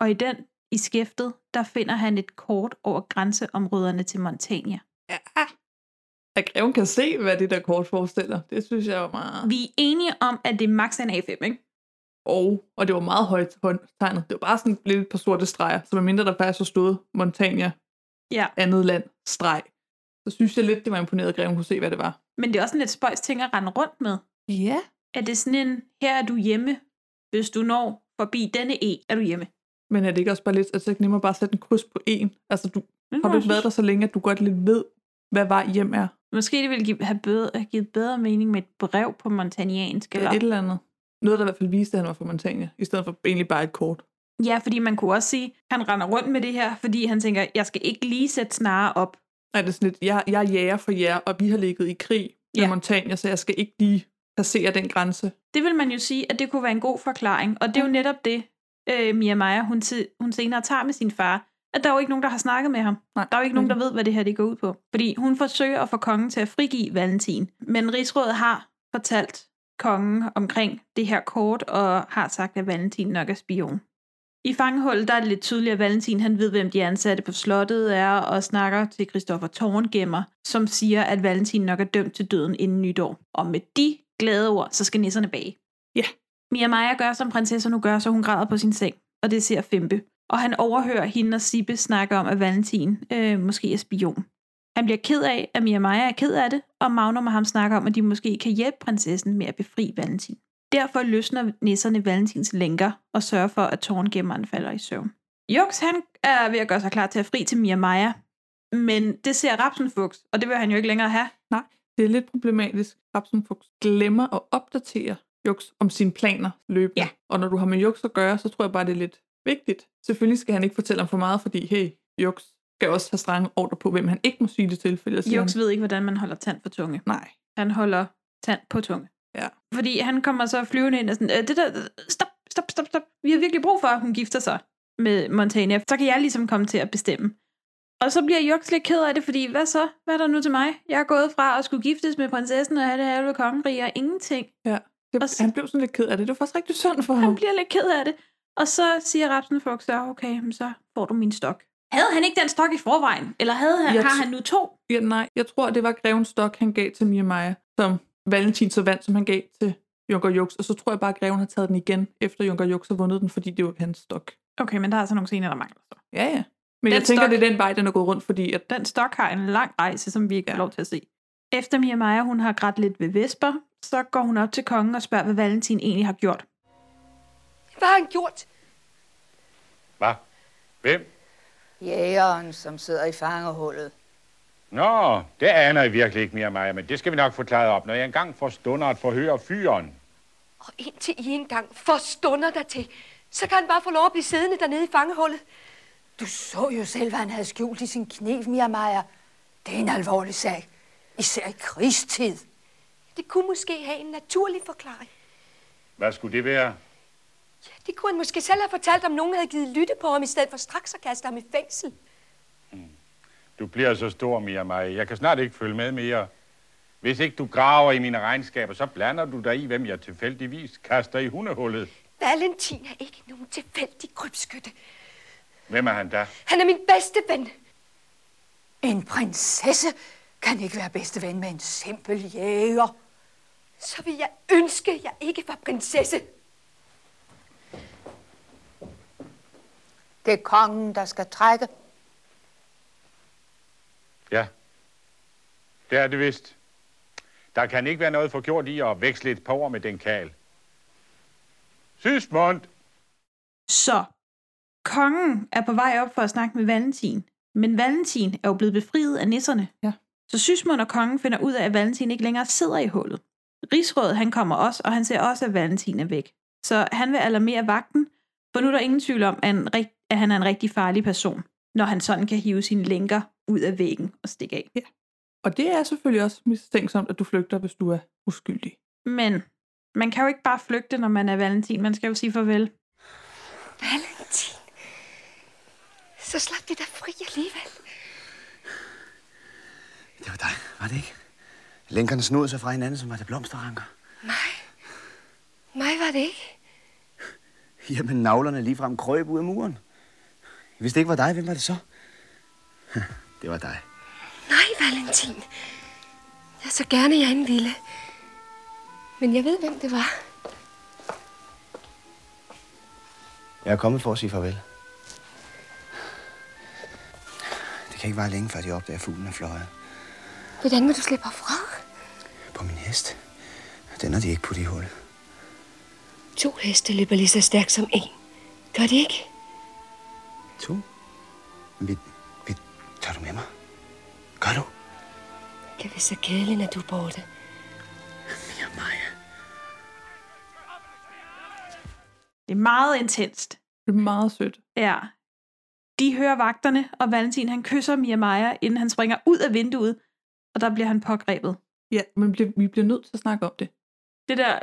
Speaker 9: og i den, i skæftet, der finder han et kort over grænseområderne til Montania.
Speaker 8: At greven kan se, hvad det der kort forestiller, det synes jeg var meget...
Speaker 9: Vi er enige om, at det er max en A5, ikke?
Speaker 8: Og, og det var meget højt håndtegnet. Det var bare sådan lidt et par sorte streger, så medmindre der faktisk så stod Montania,
Speaker 9: Ja.
Speaker 8: andet land, streg. Så synes jeg lidt, det var imponeret, at greven kunne se, hvad det var.
Speaker 9: Men det er også en lidt spøjs ting at rende rundt med.
Speaker 8: Ja.
Speaker 9: Er det sådan en, her er du hjemme, hvis du når forbi denne E, er du hjemme.
Speaker 8: Men er det ikke også bare lidt, at så er det nemmere bare at sætte en kryds på en? Altså, du,
Speaker 9: Men
Speaker 8: har du ikke været der så længe, at du godt lidt ved, hvad vej hjem er?
Speaker 9: Måske det ville give, have, bedre, have givet bedre mening med et brev på montaniansk.
Speaker 8: Eller
Speaker 9: Eller?
Speaker 8: et eller andet. Noget, der i hvert fald viste, at han var fra Montania, i stedet for egentlig bare et kort.
Speaker 9: Ja, fordi man kunne også sige, han render rundt med det her, fordi han tænker, jeg skal ikke lige sætte snare op.
Speaker 8: Er det er sådan lidt, jeg, jeg er jæger for jer, og vi har ligget i krig med
Speaker 9: Ja.
Speaker 8: Montania, så jeg skal ikke lige passere den grænse.
Speaker 9: Det vil man jo sige, at det kunne være en god forklaring, og det er jo netop det, øh, Mia Maja, hun, se- hun senere tager med sin far, at der er jo ikke nogen, der har snakket med ham.
Speaker 8: Nej,
Speaker 9: Der er jo ikke nogen, der ved, hvad det her det går ud på. Fordi hun forsøger at få kongen til at frigive Valentin. Men rigsrådet har fortalt kongen omkring det her kort, og har sagt, at Valentin nok er spion. I fangehullet der er det lidt tydeligt, at Valentin han ved, hvem de ansatte på slottet er, og snakker til Christoffer Torngemmer, som siger, at Valentin nok er dømt til døden inden nytår. Og med de glade ord, så skal nisserne bage.
Speaker 8: Ja.
Speaker 9: Mia Maja gør, som prinsesser nu gør, så hun græder på sin seng, og det ser Fempe. Og han overhører hende og Sibbe snakke om, at Valentin øh, måske er spion. Han bliver ked af, at Mia Maja er ked af det, og Magnum og ham snakker om, at de måske kan hjælpe prinsessen med at befri Valentin. Derfor løsner nisserne Valentins lænker og sørger for, at tårngemmeren falder i søvn. Jux, han er ved at gøre sig klar til at fri til Mia Maja, men det ser Rapsenfuchs, og det vil han jo ikke længere have.
Speaker 8: Det er lidt problematisk. Rapsenfugt glemmer at opdatere Jux om sine planer løbende.
Speaker 9: Ja.
Speaker 8: Og når du har med Jux at gøre, så tror jeg bare, det er lidt vigtigt. Selvfølgelig skal han ikke fortælle om for meget, fordi hey, Jux skal også have strenge ordre på, hvem han ikke må sige det til. For ellers siger
Speaker 9: Jux
Speaker 8: han,
Speaker 9: ved ikke, hvordan man holder tand på tunge.
Speaker 8: nej.
Speaker 9: Han holder tand på tunge.
Speaker 8: Ja.
Speaker 9: Fordi han kommer så flyvende ind og sådan, "Øh, det der, stop, stop, stop, stop. Vi har virkelig brug for, at hun gifter sig med Montana. Så kan jeg ligesom komme til at bestemme. Og så bliver Jux lidt ked af det, fordi hvad så? Hvad er der nu til mig? Jeg er gået fra at skulle giftes med prinsessen og have det halve kongerige og ingenting.
Speaker 8: Det,
Speaker 9: Og s-
Speaker 8: han blev sådan lidt ked af det. Det var faktisk rigtig synd for ham.
Speaker 9: Han bliver lidt ked af det. Og så siger Rapsenfugt så, okay, men så får du min stok. Havde han ikke den stok i forvejen? Eller havde han,
Speaker 8: Jeg
Speaker 9: har
Speaker 8: t-
Speaker 9: han nu to?
Speaker 8: Ja, nej, jeg tror, det var Grevens Stok, han gav til Mia Maja, som Valentin så vandt, som han gav til Junker Jux. Og så tror jeg bare, at Greven har taget den igen, efter Junker Jux har vundet den, fordi det var hans stok.
Speaker 9: Okay, men der er altså nogle scener, der mangler. Så.
Speaker 8: Ja, ja. Men den
Speaker 9: Den
Speaker 8: jeg tænker,
Speaker 9: stok-
Speaker 8: stok. det er den vej, den er gået rundt, fordi at
Speaker 9: den stok har en lang rejse, som vi ikke har
Speaker 8: Ja.
Speaker 9: lov til at se. Efter Mia Maja, hun har grædt lidt ved Vesper, så går hun op til kongen og spørger, hvad Valentin egentlig har gjort.
Speaker 12: Hvad har han gjort?
Speaker 11: Hvad? Hvem?
Speaker 13: Jægeren, som sidder i fangehullet.
Speaker 11: Nå, det aner jeg virkelig ikke mere, Maja, men det skal vi nok få klaret op, når jeg engang får stunder at forhøre fyren.
Speaker 12: Og indtil I engang får stunder dertil, så kan han bare få lov at blive siddende dernede i fangehullet.
Speaker 13: Du så jo selv, hvad han havde skjult i sin kniv, Mia Maja. Det er en alvorlig sag. Især i krigstid.
Speaker 12: Det kunne måske have en naturlig forklaring.
Speaker 11: Hvad skulle det være?
Speaker 12: Det kunne han måske selv have fortalt, om nogen havde givet lytte på ham, i stedet for straks at kaste ham i fængsel.
Speaker 11: Hmm. Du bliver så stor, Mia Maja. Jeg kan snart ikke følge med mere. Hvis ikke du graver i mine regnskaber, så blander du dig i, hvem jeg tilfældigvis kaster i hundehullet.
Speaker 12: Valentin er ikke nogen tilfældig krybskytte.
Speaker 11: Hvem er han da?
Speaker 12: Han er min bedste ven.
Speaker 13: En prinsesse kan ikke være bedste ven med en simpel jæger.
Speaker 12: Så vil jeg ønske, jeg ikke var prinsesse.
Speaker 13: Det er kongen, der skal trække.
Speaker 11: Ja. Det er det vist. Der kan ikke være noget forgjort i at veksle et par ord med den kal. Sysmund!
Speaker 9: Så kongen er på vej op for at snakke med Valentin. Men Valentin er jo blevet befriet af nisserne.
Speaker 8: Ja.
Speaker 9: Så Sysmund og kongen finder ud af, at Valentin ikke længere sidder i hullet. Rigsrådet han kommer også, og han ser også, at Valentin er væk. Så han vil alarmere vagten, for nu er der ingen tvivl om, at han, rigt- at han er en rigtig farlig person, når han sådan kan hive sine lænker ud af væggen og stikke af.
Speaker 8: Ja. Og det er selvfølgelig også mistænksomt, at du flygter, hvis du er uskyldig.
Speaker 9: Men man kan jo ikke bare flygte, når man er Valentin. Man skal jo sige farvel.
Speaker 12: Valentin. Så slap vi dig fri alligevel.
Speaker 10: Det var dig, var det ikke? Lænkerne snod sig fra hinanden, som var det blomsterranker.
Speaker 12: Nej. Mig var det ikke.
Speaker 10: Jamen, navlerne ligefrem krøb ud af muren. Hvis det ikke var dig, hvem var det så? Det var dig.
Speaker 12: Nej, Valentin. Jeg så gerne, jeg end ville. Men jeg ved, hvem det var.
Speaker 10: Jeg er kommet for at sige farvel. Det kan ikke være længe, før de opdager at fuglen er fløjet.
Speaker 12: Hvordan vil du slippe herfra?
Speaker 10: På min hest. Den har de ikke puttet i hullet.
Speaker 12: To heste løber lige så stærkt som en. Gør det ikke?
Speaker 10: To? Vi, vi, tager du med mig? Gør du?
Speaker 12: Det er vist så kedeligt, når du er borte.
Speaker 10: Mia Maja.
Speaker 9: Det er meget intenst.
Speaker 8: Det er meget sødt.
Speaker 9: Ja. De hører vagterne, og Valentin han kysser Mia Maja, inden han springer ud af vinduet, og der bliver han pågrebet.
Speaker 8: Ja, men bliver- vi bliver nødt til at snakke om det.
Speaker 9: Det der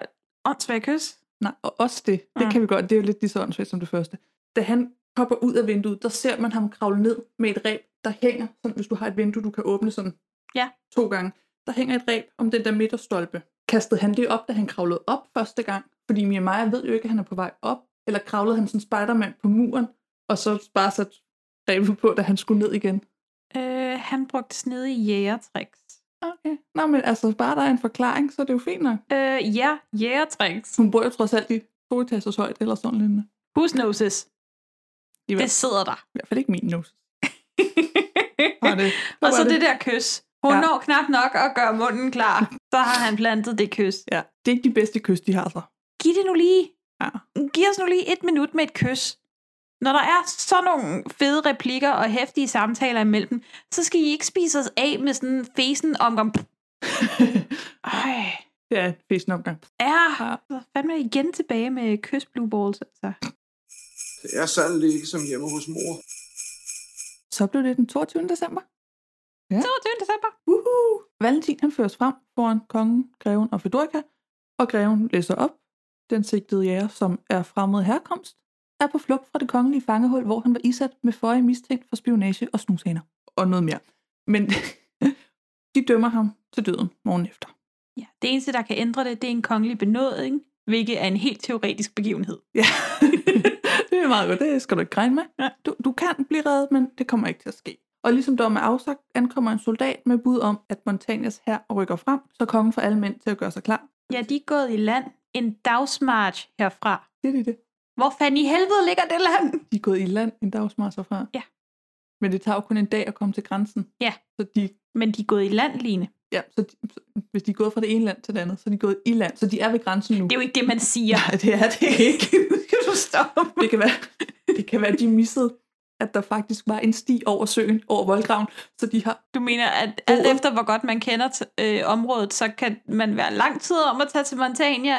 Speaker 9: åndssvage kys.
Speaker 8: Nej, og også det. Det
Speaker 9: Mm.
Speaker 8: kan vi godt. Det er jo lidt lige så åndssvagt som det første. Da han hopper ud af vinduet, der ser man ham kravle ned med et ræb, der hænger, sådan, hvis du har et vindue, du kan åbne sådan
Speaker 9: Ja.
Speaker 8: to gange. Der hænger et ræb om den der midterstolpe. Kastede han det op, da han kravlede op første gang? Fordi Mia Maja ved jo ikke, at han er på vej op. Eller kravlede han sådan spidermand på muren, og så bare sat ræbet på, da han skulle ned igen?
Speaker 9: Øh, han brugte snedige jægertricks.
Speaker 8: Okay. Nå, men altså, bare der er en forklaring, så er det jo fint nok.
Speaker 9: Øh, ja, jægertricks.
Speaker 8: Hun bor jo trods alt i to etagers højde eller sådan lignende.
Speaker 9: Who's noses?
Speaker 8: I
Speaker 9: Det sidder der.
Speaker 8: I hvert fald ikke min nose. Var det,
Speaker 9: Og så
Speaker 8: var
Speaker 9: det der kys. Hun
Speaker 8: Ja.
Speaker 9: ja. når knap nok at gøre munden klar. Så har han plantet det kys.
Speaker 8: Ja, det er ikke de bedste kys, de har altså. så.
Speaker 9: Giv det nu lige.
Speaker 8: Ja.
Speaker 9: Giv os nu lige et minut med et kys. Når der er sådan nogle fede replikker og hæftige samtaler imellem, dem, så skal I ikke spise os af med sådan en fesen om... om Ej,
Speaker 8: Det er en fesen omgang.
Speaker 9: ja. Så fandme igen tilbage med kys blue balls. Altså.
Speaker 7: Det er sandelig ikke som hjemme hos mor.
Speaker 8: Så blev det den 22. december. Ja.
Speaker 9: 22. december.
Speaker 8: Uhu. Valentin han føres frem foran kongen, greven og Fedorka, og greven læser op. Den sigtede jæger, som er fremmed herkomst, er på flugt fra det kongelige fangehul, hvor han var isat med føje mistænkt for spionage og snushaner. Og noget mere. Men de dømmer ham til døden morgen efter.
Speaker 9: Ja, det eneste, der kan ændre det, det er en kongelig benådning, hvilket er en helt teoretisk begivenhed.
Speaker 8: Ja, det er meget godt. Det skal du ikke regne med.
Speaker 9: Ja.
Speaker 8: Du, du kan blive reddet, men det kommer ikke til at ske. Og ligesom dommen er afsagt, ankommer en soldat med bud om, at Montagnas her rykker frem, så kongen får alle mænd til at gøre sig klar.
Speaker 9: Ja, de er gået i land en dagsmarch herfra.
Speaker 8: Det er det, det.
Speaker 9: Hvor fanden i helvede ligger det land?
Speaker 8: De er gået i land en dagsmars herfra.
Speaker 9: Ja.
Speaker 8: Men det tager jo kun en dag at komme til grænsen.
Speaker 9: Ja.
Speaker 8: Så, de,
Speaker 9: Men de er gået i land, Line.
Speaker 8: ja, så, de, så hvis de er gået fra det ene land til det andet, så er de gået i land. Så de er ved grænsen nu.
Speaker 9: Det er jo ikke det, man siger.
Speaker 8: Nej, det er det ikke.
Speaker 9: Kan du stoppe?
Speaker 8: Det kan være, det kan være de missede, at der faktisk var en sti over søen, over voldgraven, så de har
Speaker 9: Du mener, at alt efter hvor godt man kender t- øh, området, så kan man være lang tid om at tage til Montagna,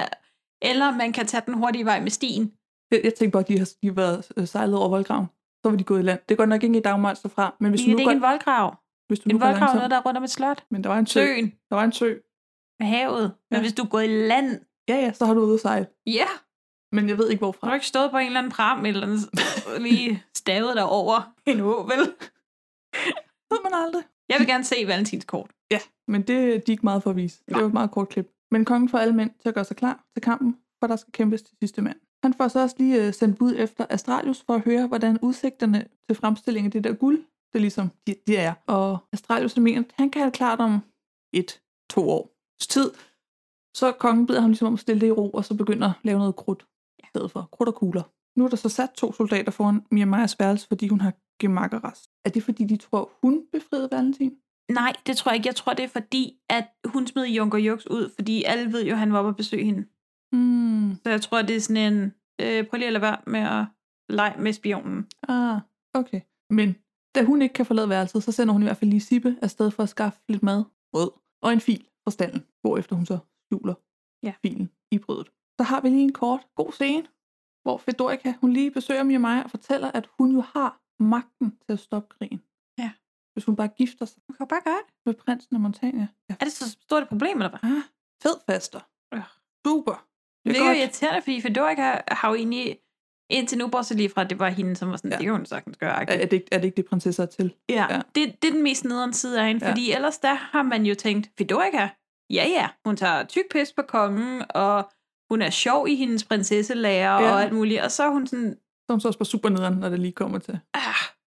Speaker 9: eller man kan tage den hurtige vej med stien.
Speaker 8: Jeg, jeg tænkte bare, at de har, de har været øh, sejlet over voldgraven. Så var de gået i land. Det går nok ikke i Dagmars derfra, men hvis
Speaker 9: Hvis
Speaker 8: du
Speaker 9: Line,
Speaker 8: nu
Speaker 9: det er
Speaker 8: går,
Speaker 9: ikke en voldgrav.
Speaker 8: hvis du nu
Speaker 9: En
Speaker 8: går
Speaker 9: voldgrav er
Speaker 8: langsomt,
Speaker 9: noget, der er rundt om et slot.
Speaker 8: men der var en sø.
Speaker 9: Søen,
Speaker 8: Der var en sø.
Speaker 9: havet. Men
Speaker 8: Ja.
Speaker 9: hvis du er gået i land,
Speaker 8: Ja, ja, så har du ude at sejle.
Speaker 9: ja,
Speaker 8: Men jeg ved ikke,
Speaker 9: så har
Speaker 8: hvorfra.
Speaker 9: du ikke stået på en eller anden pram, eller anden, lige stavet dig over en å, vel?
Speaker 8: Ved man aldrig.
Speaker 9: Jeg vil gerne se Valentins kort.
Speaker 8: Ja, men det de er ikke meget for at vise. Det var et meget kort klip. Men kongen får alle mænd til at gøre sig klar til kampen, for der skal kæmpes til sidste mand. Han får så også lige øh, sendt bud efter Astralius for at høre, hvordan udsigterne til fremstillingen af det der guld, det ligesom de, de er. Og Astralius han mener, at han kan have det klart om et, to års tid. Så kongen beder ham ligesom om at stille det i ro, og så begynder at lave noget krudt i stedet for krudt og kugler. Nu er der så sat to soldater foran Mia Majas værelse, fordi hun har gemakkerrest. Er det fordi, de tror, hun befriede Valentin?
Speaker 9: Nej, det tror jeg ikke. Jeg tror, det er fordi, at hun smed Junker Jux ud, fordi alle ved jo, at han var oppe og besøge hende.
Speaker 8: Hmm.
Speaker 9: Så jeg tror, det er sådan en, øh, prøv lige at lade være med at lege med spionen.
Speaker 8: Ah, okay. Men da hun ikke kan forlade værelset, så sender hun i hvert fald lige Sibbe afsted for at skaffe lidt mad, brød og en fil fra standen, hvorefter hun så skjuler
Speaker 9: ja.
Speaker 8: filen i brødet. Så har vi lige en kort, god scene, hvor Fedorika, hun lige besøger Mia Maja og fortæller, at hun jo har magten til at stoppe krigen.
Speaker 9: Ja.
Speaker 8: Hvis hun bare gifter sig
Speaker 9: Hun kan jo bare gøre det.
Speaker 8: med prinsen af Montania. Ja,
Speaker 9: Er det så stort et problem, eller hvad?
Speaker 8: ah, fed faster.
Speaker 9: Ja.
Speaker 8: Super.
Speaker 9: Det er jo
Speaker 8: godt.
Speaker 9: irriterende, fordi Fedorika har jo egentlig, indtil nu, bortset lige fra, at det var hende, som var sådan, ja. det kan hun sagtens gøre.
Speaker 8: Er, er, det ikke, er det ikke det, prinsesser er til?
Speaker 9: Ja,
Speaker 8: Ja.
Speaker 9: ja. Det, det er den mest nederen side af hende,
Speaker 8: Ja.
Speaker 9: ja. fordi ellers der har man jo tænkt, Fedorika, ja ja, hun tager tyk pis på kongen, og hun er sjov i hendes prinsesselærer
Speaker 8: Ja.
Speaker 9: ja. og alt muligt, og så er hun sådan,
Speaker 8: Som så også bare super nederen, når det lige kommer til.
Speaker 9: ah,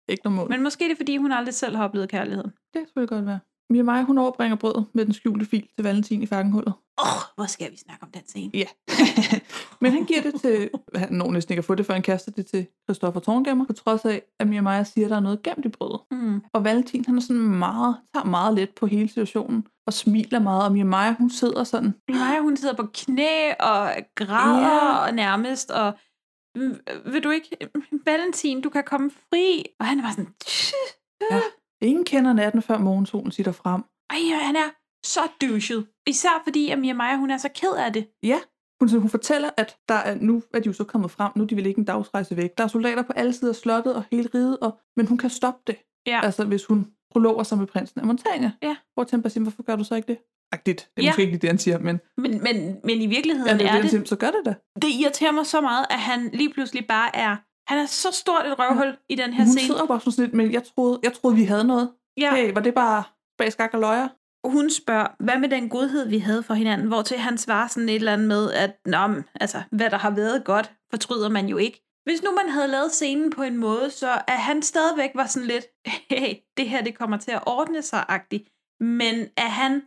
Speaker 8: Ikke noget mål.
Speaker 9: men måske er det fordi, hun aldrig selv har oplevet kærligheden.
Speaker 8: Det skulle godt være. Mia Maja, hun overbringer brødet med den skjulte fil til Valentin i fangenhullet.
Speaker 9: Åh, oh, hvor skal vi snakke om den scene?
Speaker 8: Ja. Men han giver det til... Han når næsten ikke at få det, før han kaster det til Christoffer Torngemmer, på trods af, at Mia Maja siger, at der er noget gemt i brødet.
Speaker 9: Mm.
Speaker 8: Og Valentin, han er sådan meget, tager meget let på hele situationen, og smiler meget, og Mia Maja, hun sidder sådan,
Speaker 9: Maja, hun sidder på knæ og
Speaker 8: Ja.
Speaker 9: græder og nærmest, og "Mm, vil du ikke, Valentin, du kan komme fri. Og han var sådan, "Tch."
Speaker 8: ingen kender natten, før morgensolen sitter frem.
Speaker 9: ej, han er så douchet. Især fordi, at Mia Maja, hun er så ked af det.
Speaker 8: Ja, hun, hun fortæller, at der er, nu er de jo så kommet frem, nu er de vil ikke en dagsrejse væk. Der er soldater på alle sider af slottet og hele riget, og, men hun kan stoppe det.
Speaker 9: Ja.
Speaker 8: Altså, hvis hun prologer sig med prinsen af Montagne.
Speaker 9: Ja.
Speaker 8: Hvor tænker jeg, hvorfor gør du så ikke det? Agtigt. Det er
Speaker 9: Ja.
Speaker 8: måske ikke lige det, han siger, men
Speaker 9: Men, men, men i
Speaker 8: ja,
Speaker 9: virkeligheden
Speaker 8: det, er det,
Speaker 9: er
Speaker 8: han siger,
Speaker 9: det,
Speaker 8: så gør det da.
Speaker 9: det irriterer mig så meget, at han lige pludselig bare er, han er så stort et røvhul ja. i den her
Speaker 8: Hun
Speaker 9: scene.
Speaker 8: sidder bare sådan lidt, men jeg troede, jeg troede vi havde noget.
Speaker 9: Ja.
Speaker 8: Hey, var det bare bag skak og løjer?
Speaker 9: hun spørger, hvad med den godhed, vi havde for hinanden, hvor til han svarer sådan et eller andet med, at Nå, men, altså, hvad der har været godt, fortryder man jo ikke. Hvis nu man havde lavet scenen på en måde, så at han stadigvæk var sådan lidt, hey, det her det kommer til at ordne sig-agtigt, men at han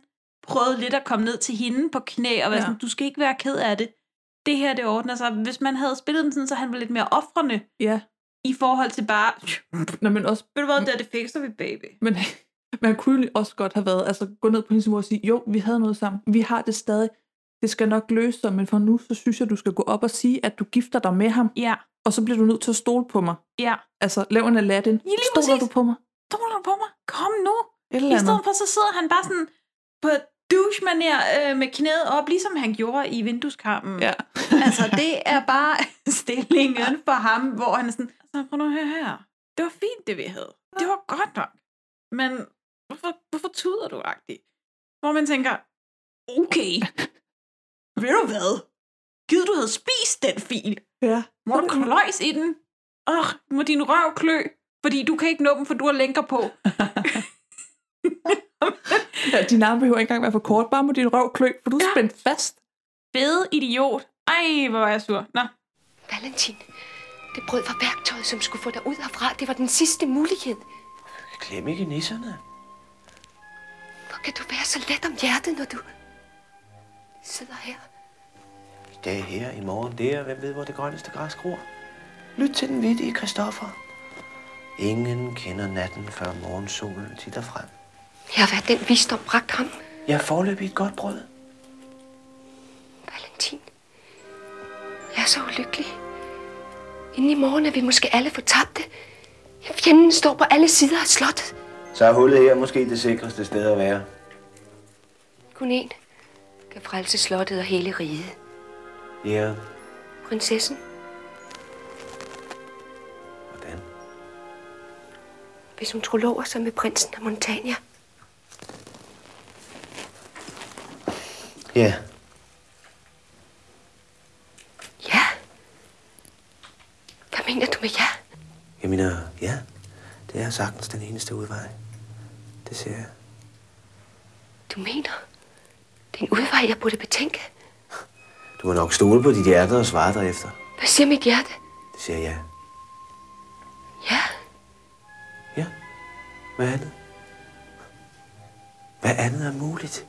Speaker 9: prøvede lidt at komme ned til hende på knæ og være
Speaker 8: Ja.
Speaker 9: ja. sådan, du skal ikke være ked af det, det her det ordner sig. Hvis man havde spillet den sådan, så han var lidt mere offrende
Speaker 8: Ja.
Speaker 9: i forhold til bare,
Speaker 8: Nå, men også,
Speaker 9: ved du hvad, det, her, det fikser vi, baby.
Speaker 8: men man kunne jo også godt have været, altså gå ned på hendes mor og sige, jo, vi havde noget sammen, vi har det stadig, det skal nok løse sig, men for nu, så synes jeg, du skal gå op og sige, at du gifter dig med ham,
Speaker 9: Ja,
Speaker 8: og så bliver du nødt til at stole på mig.
Speaker 9: ja.
Speaker 8: Altså, lav en Aladdin.
Speaker 9: Ja, lige
Speaker 8: Stoler
Speaker 9: præcis.
Speaker 8: du på mig?
Speaker 9: Stoler du på mig? Kom nu.
Speaker 8: Et eller
Speaker 9: I
Speaker 8: andet.
Speaker 9: stedet for, så sidder han bare sådan på douche-manér øh, med knæet op, ligesom han gjorde i vindueskarmen.
Speaker 8: Ja.
Speaker 9: Altså, det er bare stillingen for ham, hvor han er sådan, altså, prøv nu at høre her. Det var fint, det vi havde. Det var godt nok. Men hvorfor, hvorfor tuder du, agtigt? Hvor man tænker, okay, ved du hvad? Gid, du havde spist den fil.
Speaker 8: Ja.
Speaker 9: Må du kløjs i den? Åh, må din røv klø, fordi du kan ikke nå dem, for du har lænker på.
Speaker 8: Ja, din arme behøver ikke engang være for kort. Bare må din røv klø, for du er spændt fast.
Speaker 9: fede idiot. Ej, hvor var jeg sur. Nå.
Speaker 12: Valentin, det brød var værktøjet, som skulle få dig ud herfra. Det var den sidste mulighed.
Speaker 10: Klem ikke nisserne.
Speaker 12: Hvor kan du være så let om hjertet, når du sidder her?
Speaker 10: I dag her, i morgen der, hvem ved, hvor det grønneste græs gror. Lyt til den vittige Kristoffer. Ingen kender natten, før morgensolen titter frem.
Speaker 12: Jeg har været den visdom bragt ham,
Speaker 10: Jeg er forløbig et godt brød.
Speaker 12: Valentin. Jeg er så ulykkelig. Inden i morgen er vi måske alle fortabte. Fjenden står på alle sider af slottet.
Speaker 10: Så er hullet her måske det sikreste sted at være.
Speaker 12: Kun én kan frelse slottet og hele riget.
Speaker 10: Ja,
Speaker 12: Prinsessen,
Speaker 10: hvordan?
Speaker 12: hvis hun trolover sig med prinsen af Montania.
Speaker 10: Ja,
Speaker 12: Ja. Hvad mener du med ja?
Speaker 10: jeg mener, ja. Det er sagtens den eneste udvej. Det siger jeg.
Speaker 12: Du mener, det er en udvej, jeg burde betænke.
Speaker 10: Du må nok stole på dit hjerte og svare derefter.
Speaker 12: Hvad siger mit hjerte?
Speaker 10: Det siger jeg.
Speaker 12: Ja,
Speaker 10: Hvad andet? Hvad andet er muligt?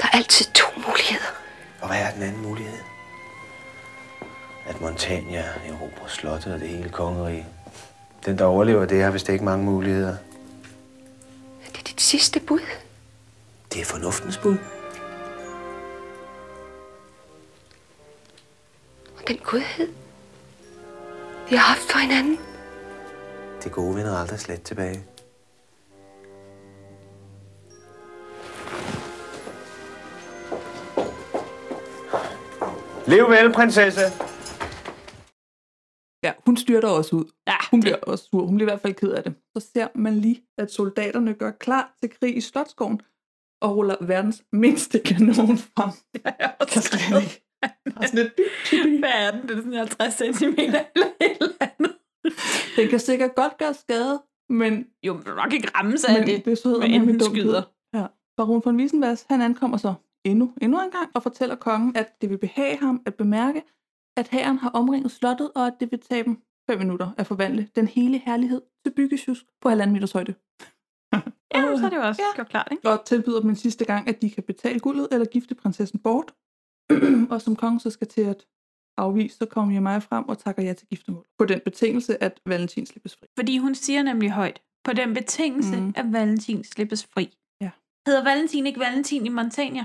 Speaker 12: der er altid to muligheder.
Speaker 10: Og hvad er den anden mulighed? At Montagna erobrer slottet og det hele kongerige. Den, der overlever det, har vist ikke mange muligheder.
Speaker 12: Det er dit sidste bud.
Speaker 10: Det er fornuftens bud.
Speaker 12: Og den godhed, vi har haft for hinanden.
Speaker 10: Det gode vender aldrig slet tilbage. Lev vel, prinsesse!
Speaker 8: Ja, hun styrter også ud. Ja, hun bliver også sur. Hun bliver i hvert fald ked af det. Så ser man lige, at soldaterne gør klar til krig i Slottskoven og ruller verdens mindste kanon frem. Ja, jeg kan slet ikke. Bare sådan et
Speaker 9: Hvad er den? Det er sådan 50 cm eller et eller andet.
Speaker 8: Den kan sikkert godt gøre skade, men...
Speaker 9: Jo, men nok ikke ramme sig af
Speaker 8: men
Speaker 9: det.
Speaker 8: det er sød,
Speaker 9: hvad end
Speaker 8: men
Speaker 9: hun
Speaker 8: dumt ud.
Speaker 9: skyder.
Speaker 8: Ja. Baron von Wiesenvers, han ankommer så endnu, endnu en gang og fortæller kongen, at det vil behage ham at bemærke, at hæren har omringet slottet, og at det vil tage dem fem minutter at forvandle den hele herlighed til byggesjusk på halvanden meters højde.
Speaker 9: Ja, så er det jo også ja. gjort klart, ikke?
Speaker 8: Og tilbyder dem en sidste gang, at de kan betale guldet eller gifte prinsessen bort. og som kongen så skal til at afvise, så kommer jeg mig frem og takker ja til giftermål. På den betingelse, at Valentin slippes fri.
Speaker 9: Fordi hun siger nemlig højt, på den betingelse, mm. at Valentin slippes fri.
Speaker 8: Ja.
Speaker 9: Hedder Valentin ikke Valentin i Montagna?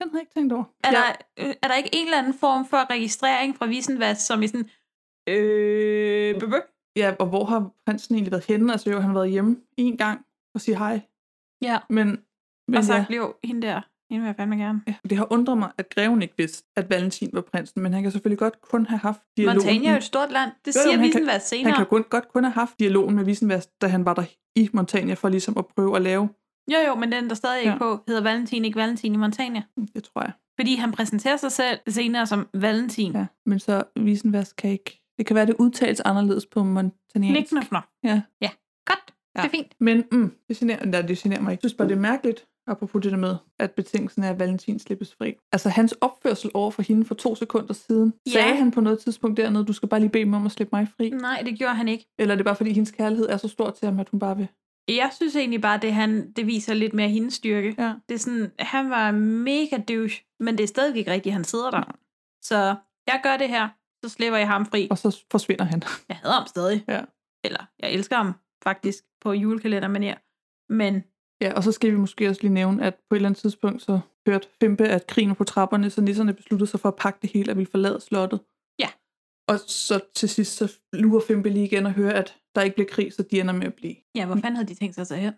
Speaker 8: Den havde jeg ikke tænkt over.
Speaker 9: Er, der, øh, er der ikke en eller anden form for registrering fra Visenvast, som i sådan... Øh, bøh, bøh.
Speaker 8: Ja, og hvor har prinsen egentlig været henne? Altså jo, han har været hjemme en gang og sige hej.
Speaker 9: Ja,
Speaker 8: Men, men
Speaker 9: og sagt, jo, hende der, hende vil jeg fandme gerne.
Speaker 8: ja, det har undret mig, at greven ikke vidste, at Valentin var prinsen, men han kan selvfølgelig godt kun have haft dialogen.
Speaker 9: Montagna er jo et stort land. Det
Speaker 8: Jo, jo,
Speaker 9: siger
Speaker 8: men han kan-
Speaker 9: Visenvast senere.
Speaker 8: Han kan kun, godt kun have haft dialogen med Wiesenvast, da han var der i Montagna, for ligesom at prøve at lave,
Speaker 9: Jo, jo, men den, der stadig ikke
Speaker 8: Ja.
Speaker 9: på, hedder Valentin ikke Valentin i Montagna.
Speaker 8: det tror jeg.
Speaker 9: Fordi han præsenterer sig selv senere som Valentin. Ja.
Speaker 8: Ja. Men så Wiesenvast kan ikke... Det kan være, det udtales anderledes på montaniansk.
Speaker 9: Lignende.
Speaker 8: Ja.
Speaker 9: Ja, godt.
Speaker 8: Ja.
Speaker 9: Det er fint.
Speaker 8: Men mm, det, generer, nej, det generer mig ikke. Jeg synes bare, det er mærkeligt, apropos det der med, at betingelsen er, at Valentin slippes fri. Altså hans opførsel over for hende for to sekunder siden,
Speaker 9: Ja. Mm.
Speaker 8: ja. sagde han på noget tidspunkt dernede, du skal bare lige bede mig om at slippe mig fri.
Speaker 9: Nej, det gjorde han ikke.
Speaker 8: Eller er det bare fordi, hendes kærlighed er så stor til ham, at hun bare vil...
Speaker 9: Jeg synes egentlig bare, det, han, det viser lidt mere hendes styrke.
Speaker 8: Ja.
Speaker 9: Det er sådan, han var mega douche, men det er stadig ikke rigtigt, han sidder der. Så jeg gør det her, så slipper jeg ham fri.
Speaker 8: Og så forsvinder han.
Speaker 9: Jeg hader ham stadig.
Speaker 8: Ja.
Speaker 9: Eller, jeg elsker ham faktisk på julekalendermanier. Men
Speaker 8: Ja, og så skal vi måske også lige nævne, at på et eller andet tidspunkt, så hørte Fempe, at krigen var på trapperne, så nisserne besluttede sig for at pakke det hele og ville forlade slottet.
Speaker 9: Ja.
Speaker 8: Og så til sidst, så lurer Fempe lige igen og hører, at der ikke bliver krig, så de ender med at blive.
Speaker 9: ja, hvor fanden havde de tænkt sig så her?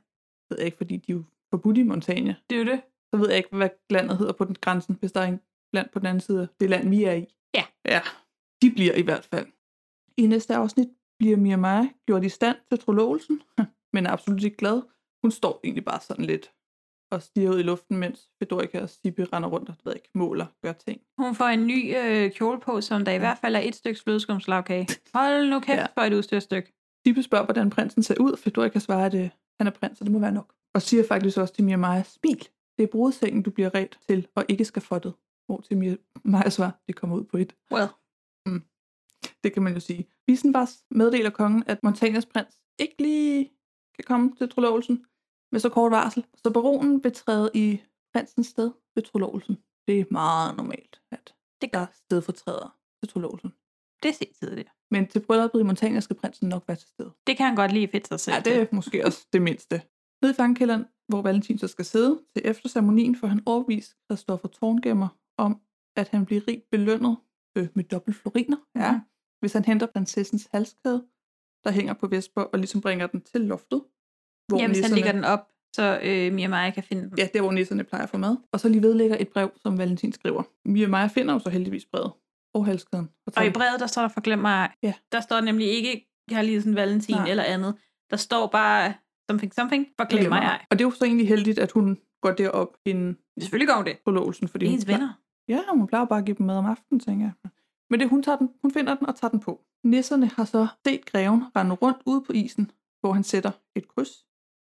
Speaker 8: ved jeg ikke, fordi de er jo forbudt i Montagne.
Speaker 9: Det er jo det.
Speaker 8: Så ved jeg ikke, hvad landet hedder på den grænsen, hvis der er en land på den anden side af det land, vi er i.
Speaker 9: Ja.
Speaker 8: Ja, de bliver i hvert fald. I næste afsnit bliver Mia Maja gjort i stand til trololsen, men er absolut ikke glad. Hun står egentlig bare sådan lidt og stiger ud i luften, mens Fedorika og Sibbe render rundt og, ved jeg ikke, måler, gør ting.
Speaker 9: Hun får en ny øh, kjole på, som der i hvert fald er et stykke flødeskumslagkage. Hold nu kæft
Speaker 8: Ja.
Speaker 9: for et udstyrstykke.
Speaker 8: Sibbe spørger, hvordan prinsen ser ud. Fedorika svarer, at øh, han er prins, og det må være nok. Og siger faktisk også til Mia Maja, smil, det er brudsengen, du bliver ret til, og ikke skal fottet. Hvor til Mia Maja svarer, det kommer ud på et.
Speaker 9: Well.
Speaker 8: Det kan man jo sige. Wiesenbars meddeler kongen, at Montanas prins ikke lige kan komme til trolovelsen med så kort varsel. Så baronen vil træde i prinsens sted ved trolovelsen. Det er meget normalt, at
Speaker 9: Det
Speaker 8: der stedfortræder til trolovelsen.
Speaker 9: Det er set tidligere.
Speaker 8: Men til brylluppet i Montana skal prinsen nok være til stede.
Speaker 9: Det kan han godt lide fedt sig selv.
Speaker 8: Ja, det er måske også det mindste. Nede i fangekælderen, hvor Valentin så skal sidde, til efter ceremonien får han overbevist Christoffer Torngemmer om, at han bliver rigt belønnet øh, med dobbelt floriner, ja. hvis han henter prinsessens halskæde, der hænger på Vesper, og ligesom bringer den til loftet. Hvor
Speaker 9: ja, hvis han
Speaker 8: nisserne-
Speaker 9: ligger den op, så øh, Mia Maja kan finde den.
Speaker 8: ligesom Ja, der hvor nisserne plejer at få mad. Og så lige vedlægger et brev, som Valentin skriver. Mia Maja finder jo så heldigvis brevet og halskæden.
Speaker 9: Og i
Speaker 8: tager-
Speaker 9: brevet, der står der for glem mig. ej.
Speaker 8: Ja.
Speaker 9: Der står nemlig ikke Carlisen Valentin
Speaker 8: Nej.
Speaker 9: Nej. eller andet. Der står bare something something for glem mig. ej.
Speaker 8: Og det er jo så egentlig heldigt, at hun går derop inden
Speaker 9: Selvfølgelig går hun det.
Speaker 8: forlovelsen. Fordi
Speaker 9: Det er
Speaker 8: hun
Speaker 9: hendes
Speaker 8: plejer-
Speaker 9: venner.
Speaker 8: Ja, hun plejer bare at give dem mad om aftenen, tænker jeg. Men det, hun, tager den, hun finder den og tager den på. Nisserne har så set greven rende rundt ude på isen, hvor han sætter et kryds.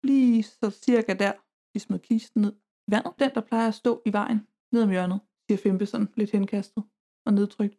Speaker 8: lige så cirka der, vi smed kisten ned i vandet. Den, der plejer at stå i vejen, ned om hjørnet, siger Fempe sådan lidt henkastet og nedtrykt.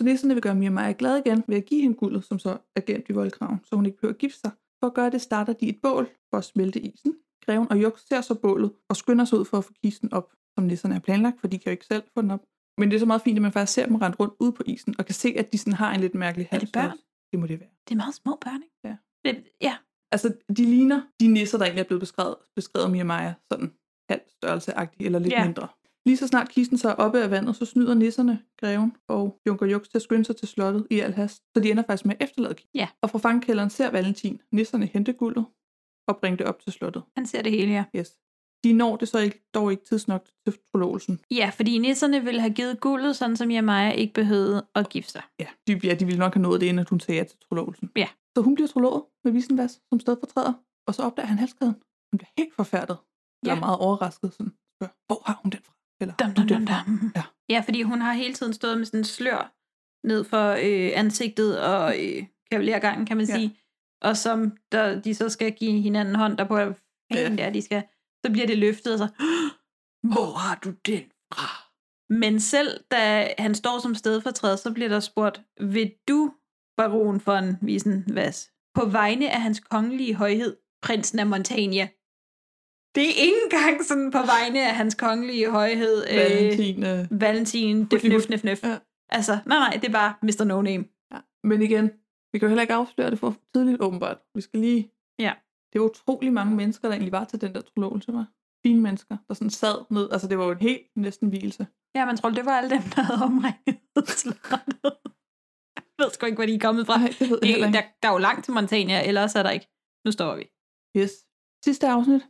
Speaker 8: Så næsten vil gøre Mia Maja glad igen ved at give hende guldet, som så er gemt i voldgraven, så hun ikke behøver at gifte sig. For at gøre det, starter de et bål for at smelte isen. Greven og Juk ser så bålet og skynder sig ud for at få kisten op, som nisserne er planlagt, for de kan jo ikke selv få den op. Men det er så meget fint, at man faktisk ser dem rende rundt ude på isen, og kan se, at de sådan har en lidt mærkelig hals.
Speaker 9: det børn?
Speaker 8: også. Det må det være.
Speaker 9: Det er meget små børn, ikke?
Speaker 8: Ja.
Speaker 9: Det, ja.
Speaker 8: Altså, de ligner de nisser, der egentlig er blevet beskrevet, beskrevet Mia Maja, sådan halv størrelseagtig eller lidt
Speaker 9: Ja.
Speaker 8: yeah. mindre. Lige så snart kisten så er oppe af vandet, så snyder nisserne, greven og Junker Juks til at skynde sig til slottet i al hast, så de ender faktisk med at efterlade kisten.
Speaker 9: Ja.
Speaker 8: Og fra fangekælderen ser Valentin nisserne hente guldet og bringe det op til slottet.
Speaker 9: Han ser det hele, ja.
Speaker 8: Yes. De når det så ikke, dog ikke tidsnok til Trololsen.
Speaker 9: Ja, fordi nisserne ville have givet guldet, sådan som Jamaya ikke behøvede at gifte sig.
Speaker 8: Ja, de, ja, de ville nok have nået det, inden at hun sagde ja til Trololsen.
Speaker 9: Ja.
Speaker 8: Så hun bliver trolog med Visenvas som stedfortræder, og så opdager han halskæden. Hun bliver helt forfærdet. Jeg er
Speaker 9: Ja.
Speaker 8: meget overrasket. Sådan, spørger, hvor har hun den fra? Eller,
Speaker 9: Dum, dum, dum, dum.
Speaker 8: Ja.
Speaker 9: ja, fordi hun har hele tiden stået med sådan en slør ned for øh, ansigtet og øh, kavalergangen, kan man
Speaker 8: Ja.
Speaker 9: ja. sige. Og som der, de så skal give hinanden hånd, der på ja. der, de skal, så bliver det løftet og så, hvor har du den fra? Men selv da han står som stedfortræder, så bliver der spurgt, vil du, baron von Wiesenvas, på vegne af hans kongelige højhed, prinsen af Montania? Det er ikke engang sådan på vegne af hans kongelige højhed. øh,
Speaker 8: Valentin. Øh,
Speaker 9: Valentin, det
Speaker 8: Fordi-
Speaker 9: fnøf, fnøf, fnøf.
Speaker 8: Ja.
Speaker 9: Altså, nej, nej, det er bare Mr. No Name.
Speaker 8: ja. Men igen, vi kan jo heller ikke afsløre det for tidligt, åbenbart. Vi skal lige...
Speaker 9: Ja.
Speaker 8: Det var utrolig mange mennesker, der egentlig var til den der trologelse, var. Fine mennesker, der sådan sad ned. Altså, det var jo en helt næsten hvilelse.
Speaker 9: Ja, man tror, det var alle dem, der havde omringet slottet. Jeg ved sgu ikke, hvor de er kommet fra.
Speaker 8: Nej, det ved jeg heller
Speaker 9: det,
Speaker 8: ikke.
Speaker 9: der, der er jo langt til Montania, ellers er der ikke. Nu står vi.
Speaker 8: Yes. Sidste afsnit.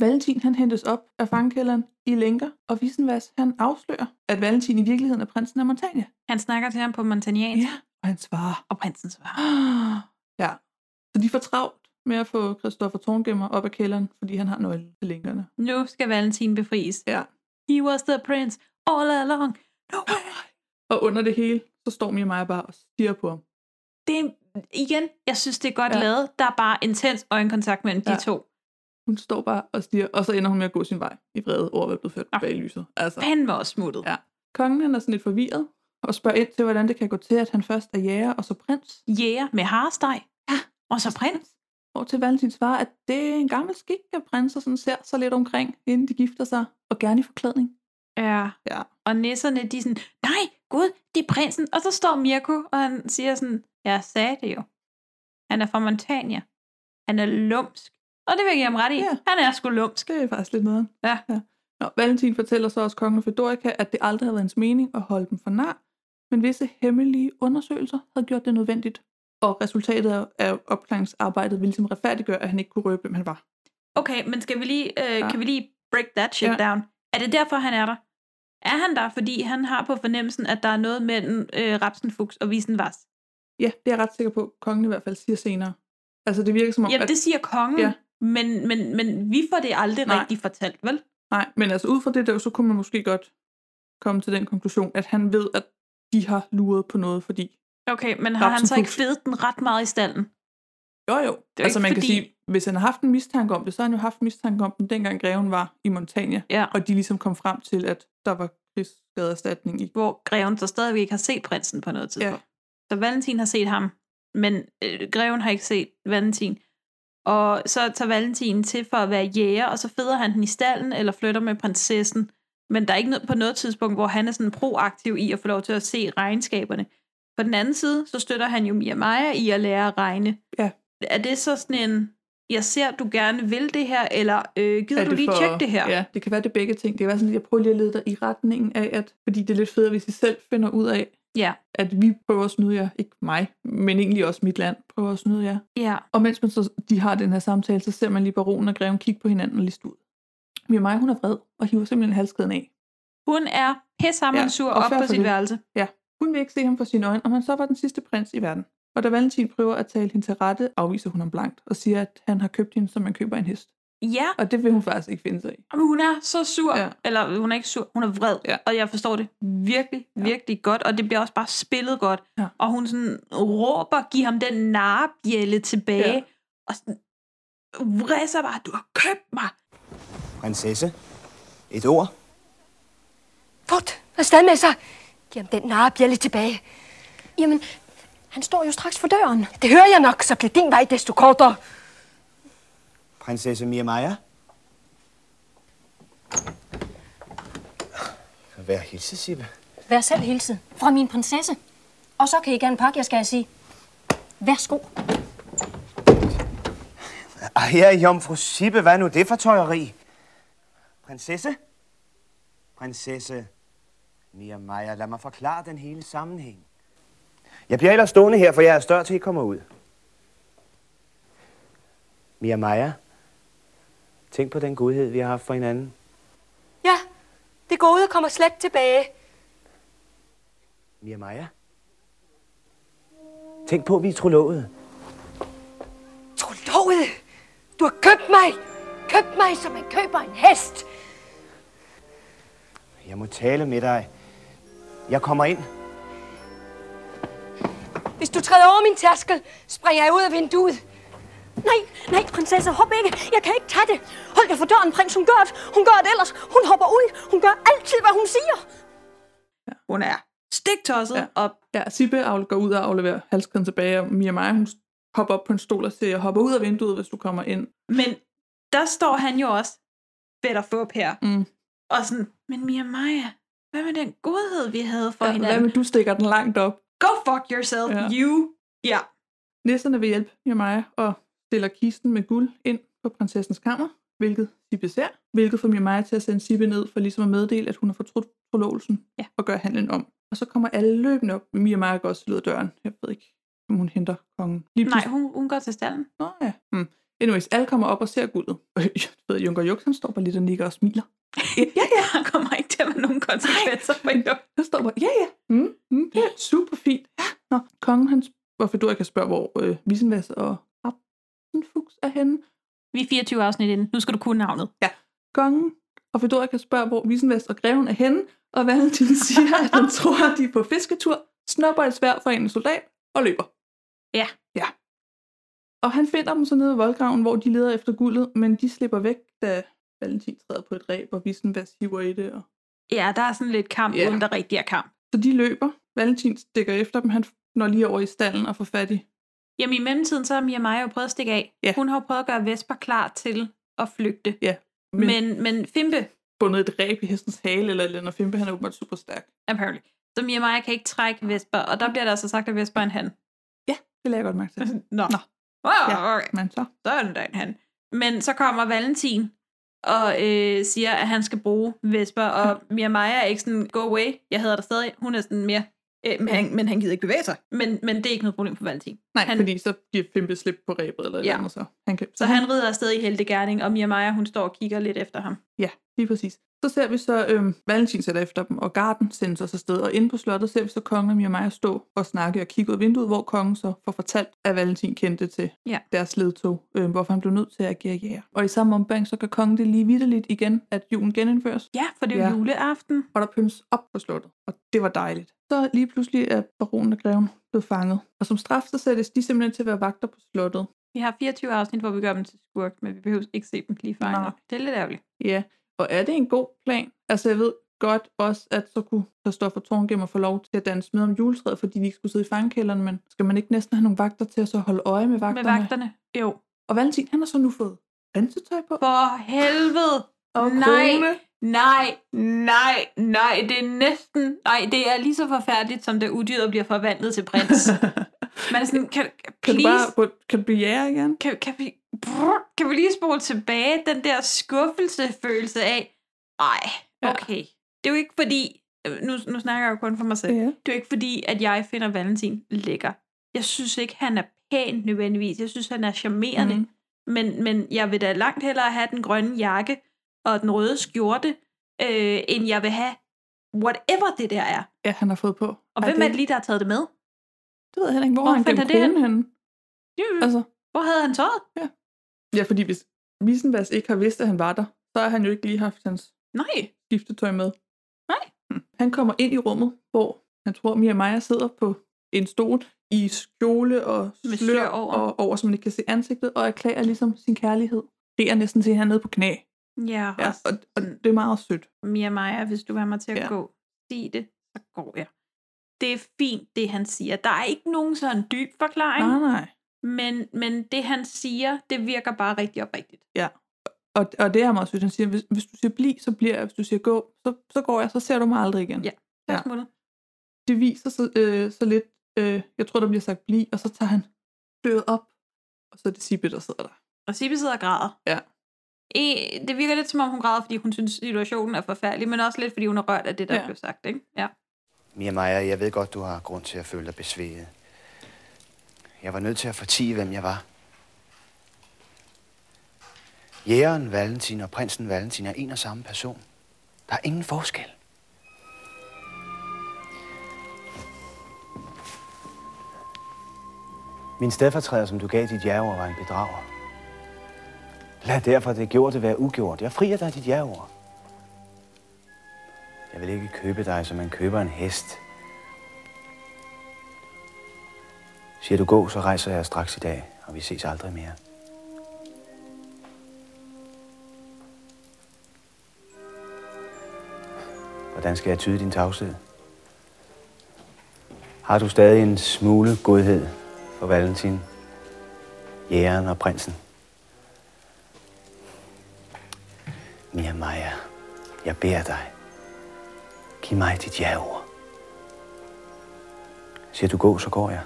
Speaker 8: Valentin han hentes op af fangekælderen i lænker, og Visenvas han afslører, at Valentin i virkeligheden er prinsen af Montania.
Speaker 9: Han snakker til ham på montaniansk, ja.
Speaker 8: Og han svarer,
Speaker 9: og prinsen svarer.
Speaker 8: "Ah." ja. Så de får travlt med at få Christoffer Torngemmer op af kælderen, fordi han har nøglen til lænkerne.
Speaker 9: Nu skal Valentin befries.
Speaker 8: Ja.
Speaker 9: He was the prince all along. No way.
Speaker 8: Og under det hele, så står Mia Maja bare og stiger på ham.
Speaker 9: Det er, igen, jeg synes, det er godt
Speaker 8: Ja.
Speaker 9: ja. lavet. Der er bare intens øjenkontakt mellem ja.
Speaker 8: Ja.
Speaker 9: de to.
Speaker 8: Hun står bare og stiger, og så ender hun med at gå sin vej i vrede over at være blevet ført
Speaker 9: Nå.
Speaker 8: bag lyset. Altså.
Speaker 9: Han var også smuttet.
Speaker 8: Ja. Kongen han er sådan lidt forvirret og spørger ind til, hvordan det kan gå til, at han først er jæger og så prins.
Speaker 9: Jæger med haresteg. Ja. Og så prins.
Speaker 8: Hvor til Valentin svarer, at det er en gammel skik, at prinser sådan ser sig lidt omkring, inden de gifter sig, og gerne i forklædning.
Speaker 9: Ja.
Speaker 8: Ja.
Speaker 9: Og nisserne, de er sådan, nej, gud, det er prinsen. Og så står Mirko, og han siger sådan, jeg sagde det jo. Han er fra Montania. Han er lumsk. Og det vil jeg give ham ret i.
Speaker 8: Ja.
Speaker 9: Han er sgu lumsk.
Speaker 8: Det er faktisk lidt noget.
Speaker 9: Ja.
Speaker 8: Nå, Valentin fortæller så også kongen af Fedorica, at det aldrig havde været hans mening at holde dem for nar, men visse hemmelige undersøgelser havde gjort det nødvendigt. Og resultatet af- af opklaringsarbejdet ville ligesom retfærdiggøre, at han ikke kunne røbe, hvem han var.
Speaker 9: Okay, men skal vi lige, øh,
Speaker 8: Ja.
Speaker 9: ja. kan vi lige break that shit
Speaker 8: Ja.
Speaker 9: ja. down? Er det derfor, han er der? Er han der, fordi han har på fornemmelsen, at der er noget mellem øh, Rapsenfuchs og Wiesenvars?
Speaker 8: Ja, det er jeg ret sikker på, at kongen i hvert fald siger senere. Altså det virker som om,
Speaker 9: Jamen,
Speaker 8: at...
Speaker 9: det siger kongen,
Speaker 8: Ja.
Speaker 9: ja. men, men, men vi får det aldrig
Speaker 8: Nej.
Speaker 9: nej. rigtig fortalt, vel?
Speaker 8: Nej, men altså ud fra det der, så kunne man måske godt komme til den konklusion, at han ved, at de har luret på noget, fordi
Speaker 9: Okay, men har han så ikke
Speaker 8: Rapsenfuchs.
Speaker 9: fedet den ret meget i stallen?
Speaker 8: Jo, jo.
Speaker 9: jo
Speaker 8: altså
Speaker 9: ikke
Speaker 8: man kan
Speaker 9: fordi-
Speaker 8: sige, hvis han har haft en mistanke om det, så har han jo haft en mistanke om den, dengang greven var i Montania.
Speaker 9: Ja.
Speaker 8: Og de ligesom kom frem til, at der var krigsskadeerstatning i.
Speaker 9: hvor greven så stadigvæk ikke har set prinsen på noget tidspunkt. Ja. Så Valentin har set ham, men øh, greven har ikke set Valentin. Og så tager Valentin til for at være jæger, og så feder han den i stallen eller flytter med prinsessen. Men der er ikke noget, på noget tidspunkt, hvor han er sådan proaktiv i at få lov til at se regnskaberne. På den anden side, så støtter han jo Mia Maja i at lære at regne.
Speaker 8: Ja.
Speaker 9: Er det så sådan en, jeg ser, du gerne vil det her, eller øh, gider
Speaker 8: Er
Speaker 9: du lige
Speaker 8: for-
Speaker 9: tjekke det her?
Speaker 8: Ja, det kan være det er begge ting. Det kan være sådan, at jeg prøver lige at lede dig i retningen af, at, fordi det er lidt federe, hvis I selv finder ud af,
Speaker 9: Ja.
Speaker 8: at vi prøver at snyde jer, ikke mig, men egentlig også mit land prøver at snyde jer.
Speaker 9: ja.
Speaker 8: Og mens man så, de har den her samtale, så ser man lige baronen og greven kigge på hinanden og liste ud. Mia Maja, hun er vred og hiver simpelthen halskæden af.
Speaker 9: Hun er pissehammer
Speaker 8: Ja,
Speaker 9: ja,
Speaker 8: og
Speaker 9: op
Speaker 8: fair
Speaker 9: på
Speaker 8: for
Speaker 9: sit
Speaker 8: det.
Speaker 9: værelse.
Speaker 8: Ja, hun vil ikke se ham for sine øjne, og han så var den sidste prins i verden. Og da Valentin prøver at tale hende til rette, afviser hun ham blankt og siger, at han har købt hende, som man køber en hest.
Speaker 9: Ja,
Speaker 8: Og det vil hun faktisk ikke finde sig i.
Speaker 9: Jamen, hun er så sur.
Speaker 8: Ja.
Speaker 9: Ja. Eller hun er ikke sur, hun er vred.
Speaker 8: Ja.
Speaker 9: Og jeg forstår det virkelig,
Speaker 8: Ja.
Speaker 9: virkelig godt. Og det bliver også bare spillet godt.
Speaker 8: Ja.
Speaker 9: Og hun sådan råber, giv ham den narbjælle tilbage.
Speaker 8: Ja.
Speaker 9: Og sådan, vrisser bare, du har købt mig.
Speaker 14: Prinsesse? Et ord?
Speaker 12: Fort, afsted med sig. Giv ham den narrebjælle tilbage. Jamen, han står jo straks for døren. Det hører jeg nok, så bliver din vej desto kortere.
Speaker 14: Prinsesse Mia Maja? Vær hilse, Sibbe.
Speaker 15: Vær selv hilset fra min prinsesse. Og så kan I gerne pakke, jeg skal sige. Værsgo.
Speaker 14: Ej, her jomfru Sibbe, hvad er nu det for tøjeri? Prinsesse? Prinsesse Mia Maja, lad mig forklare den hele sammenhæng. Jeg bliver ellers stående her, for jeg er større til, I kommer ud. Mia Maja, tænk på den godhed, vi har haft for hinanden.
Speaker 12: Ja, det gode kommer slet tilbage.
Speaker 14: Mia Maja, tænk på, at vi er trolovet.
Speaker 12: Trolovet! Du har købt mig! Købt mig, som man køber en hest!
Speaker 14: Jeg må tale med dig. Jeg kommer ind.
Speaker 12: Hvis du træder over min tærskel, springer jeg ud af vinduet.
Speaker 15: Nej, nej, prinsesse, hop ikke. Jeg kan ikke tage det. Hold dig for døren, prins. Hun gør det. Hun gør det ellers. Hun hopper ud. Hun gør altid, hvad hun siger.
Speaker 9: Hun er stiktosset ja. op.
Speaker 8: Ja, Sibbe afle- går ud og afleverer halskæden tilbage, og Mia Maja, hun hopper op på en stol og siger, jeg hopper ud af vinduet, hvis du kommer ind.
Speaker 9: Men der står han jo også fedt og fup her.
Speaker 8: Mm.
Speaker 9: Og sådan, men Mia Maja, hvad med den godhed, vi havde for
Speaker 8: Ja,
Speaker 9: ja,
Speaker 8: hvad med,
Speaker 9: hinanden?
Speaker 8: du stikker den langt op?
Speaker 9: Go fuck yourself,
Speaker 8: Ja.
Speaker 9: ja. you. Ja.
Speaker 8: Nisserne vil hjælpe Mia Maja og stiller kisten med guld ind på prinsessens kammer, hvilket Sibbe ser, hvilket får Mia Maja til at sende Sibbe ned for ligesom at meddele, at hun har fortrudt forlovelsen
Speaker 9: ja.
Speaker 8: og gør handlen om. Og så kommer alle løbende op. Mia Maja går også til ud af døren. Jeg ved ikke, om hun henter kongen. Lige
Speaker 9: Nej, hun, hun går til stallen.
Speaker 8: Nå ja. Mm. Anyways, alle kommer op og ser guldet. Øh, jeg ved, Junker Jux, han står bare lidt og nikker og smiler.
Speaker 9: ja, ja. Der kommer ikke til at være nogen konsekvenser for hende.
Speaker 8: Han står bare, ja ja, mm, mm, ja. super fint. Ja. Nå, kongen, han, sp- og Fedorika spørger, hvor øh, Visenvas og Rapsenfuchs er henne.
Speaker 9: Vi er 24 afsnit inde. Nu skal du kunne navnet.
Speaker 8: Ja. Kongen og Fedorika spørger, hvor Visenvest og Greven er henne, og Valentin siger, at han tror, at de er på fisketur, snupper et svær fra en soldat og løber.
Speaker 9: Ja.
Speaker 8: Ja. Og han finder dem så nede ved voldgraven, hvor de leder efter guldet, men de slipper væk, da Valentin træder på et ræb, og Visenvest hiver i det. Og...
Speaker 9: Ja, der er sådan lidt kamp,
Speaker 8: Ja.
Speaker 9: yeah. uden der rigtig er kamp.
Speaker 8: Så de løber. Valentin stikker efter dem, han når lige over i stallen og får fat i.
Speaker 9: Jamen i mellemtiden, så har Mia Maja jo prøvet at stikke af.
Speaker 8: Ja.
Speaker 9: Hun har jo prøvet at gøre Vesper klar til at flygte.
Speaker 8: Ja.
Speaker 9: Men, men, men Fimpe,
Speaker 8: bundet et ræb i hestens hale eller et eller andet, og Fimpe han er åbenbart super stærk.
Speaker 9: apparently, så Mia Maja kan ikke trække Vesper, og der bliver der altså sagt, at Vesper er en han.
Speaker 8: Det lader jeg godt mærke til.
Speaker 9: Nå.
Speaker 8: Nå.
Speaker 9: Wow,
Speaker 8: Ja,
Speaker 9: okay.
Speaker 8: men så.
Speaker 9: Så er den der en han. Men så kommer Valentin og øh, siger, at han skal bruge Vesper, og Mia Maja er ikke sådan, go away, jeg hedder dig stadig. Hun er sådan mere, øh, men, han, men han gider ikke bevæge sig. Men, men det er ikke noget problem for Valentin.
Speaker 8: Nej,
Speaker 9: han,
Speaker 8: han... fordi så giver Fimpe slip på ræbet eller et
Speaker 9: Ja.
Speaker 8: eller andet, så han kan...
Speaker 9: Så han rider afsted i heltegærning, og Mia Maja, hun står og kigger lidt efter ham.
Speaker 8: Ja, lige præcis. Så ser vi så øhm, Valentin sætter efter dem, og Garden sendes os afsted. Og inde på slottet ser vi så kongen og Mia Maja stå og snakke og kigge ud af vinduet, hvor kongen så får fortalt, at Valentin kendte til
Speaker 9: Ja.
Speaker 8: deres ledtog, øh, hvorfor han blev nødt til at agere jæger. Og i samme ombæring, så kan kongen det lige vidderligt igen, at julen genindføres.
Speaker 9: Ja, for det er ja.
Speaker 8: Ja.
Speaker 9: juleaften.
Speaker 8: Og der pyntes op på slottet, og det var dejligt. Så lige pludselig er baronen og greven blevet fanget. Og som straf, så sættes de simpelthen til at være vagter på slottet.
Speaker 9: Vi har 24 afsnit, hvor vi gør dem til skurk, men vi behøver ikke se dem lige fejl.
Speaker 8: Nej.
Speaker 9: Det er lidt ærgerligt.
Speaker 8: Ja, og er det en god plan? Altså jeg ved godt også, at så kunne Christoffer Torngemmer få lov til at danse med om juletræet, fordi de ikke skulle sidde i fangekælderen, men skal man ikke næsten have nogle vagter til at så holde øje med
Speaker 9: Med
Speaker 8: vagterne?
Speaker 9: vagterne. Jo.
Speaker 8: Og Valentin, han har så nu fået dansetøj på.
Speaker 9: For helvede.
Speaker 8: Og
Speaker 9: nej,
Speaker 8: krone.
Speaker 9: nej, nej, nej. Det er næsten... Nej, det er lige så forfærdeligt, som da udyret bliver forvandlet til prins. Man er sådan, kan,
Speaker 8: Kan
Speaker 9: please,
Speaker 8: du bare kan du blive jæger igen?
Speaker 9: kan, kan, vi, brr, kan vi lige spole tilbage den der skuffelsefølelse af, ej, okay. Ja. Det er jo ikke fordi, øh, nu, nu snakker jeg jo kun for mig selv,
Speaker 8: Ja.
Speaker 9: det er jo ikke fordi, at jeg finder Valentin lækker. Jeg synes ikke, han er pæn nødvendigvis. Jeg synes, han er charmerende.
Speaker 8: Mhm.
Speaker 9: Mm. Men, men jeg vil da langt hellere have den grønne jakke og den røde skjorte, øh, end jeg vil have whatever det der er.
Speaker 8: Ja, han har fået på.
Speaker 9: Og
Speaker 8: Ej,
Speaker 9: hvem er det lige, der har taget det med?
Speaker 8: Det ved jeg heller ikke, hvor,
Speaker 9: Hvor
Speaker 8: hvor han
Speaker 9: fandt
Speaker 8: gemte
Speaker 9: han det
Speaker 8: kronen henne. Altså,
Speaker 9: Hvor havde han tøjet?
Speaker 8: ja, fordi hvis Wiesenvas ikke har vidst, at han var der, så har han jo ikke lige haft hans
Speaker 9: Nej.
Speaker 8: skiftetøj med. Hm.
Speaker 9: Nej.
Speaker 8: Han kommer ind i rummet, hvor han tror, Mia Maja sidder på en stol i skjole og
Speaker 9: Med
Speaker 8: slør,
Speaker 9: slør over.
Speaker 8: over. Og over, så man ikke kan se ansigtet, og erklærer ligesom sin kærlighed. Det er næsten til, at han er nede på knæ.
Speaker 9: Ja,
Speaker 8: Ja,
Speaker 9: og
Speaker 8: og, og det er meget sødt.
Speaker 9: Mia Maja, hvis du vil have mig til at
Speaker 8: Ja.
Speaker 9: ja. gå, sig det, så går jeg. Det er fint, det han siger. Der er ikke nogen sådan dyb forklaring,
Speaker 8: Nej, nej.
Speaker 9: Men, men det han siger, det virker bare rigtig oprigtigt.
Speaker 8: Ja. Og, og det er meget sødt. Han siger, hvis, hvis du siger bliv, så bliver jeg. Hvis du siger gå, så, så går jeg. Så ser du mig aldrig igen.
Speaker 9: Ja.
Speaker 8: ja.
Speaker 9: Smutter.
Speaker 8: Det viser så, øh, så lidt, øh, jeg tror, der bliver sagt bliv, og så tager han døret op, og så er det Sibbe, der sidder der.
Speaker 9: Og Sibbe sidder og græder.
Speaker 8: Ja.
Speaker 9: E, det virker lidt som om, hun græder, fordi hun synes, situationen er forfærdelig, men også lidt, fordi hun er rørt af det, der ja. blev sagt. Ikke? Ja.
Speaker 10: Mia Maja, jeg ved godt, du har grund til at føle dig besværet. Jeg var nødt til at fortige, hvem jeg var. Jægeren Valentin og prinsen Valentin er en og samme person. Der er ingen forskel. Min stedfortræder, som du gav dit jægerord, var en bedrager. Lad derfor det gjorde det være ugjort. Jeg frier dig dit jægerord. Jeg vil ikke købe dig, som man køber en hest. Siger du gå, så rejser jeg straks i dag, og vi ses aldrig mere. Hvordan skal jeg tyde din tavshed? Har du stadig en smule godhed for Valentin, jægeren og prinsen? Mia Maja, jeg beder dig. Giv mig dit ja-ord. Siger du gå, så går jeg.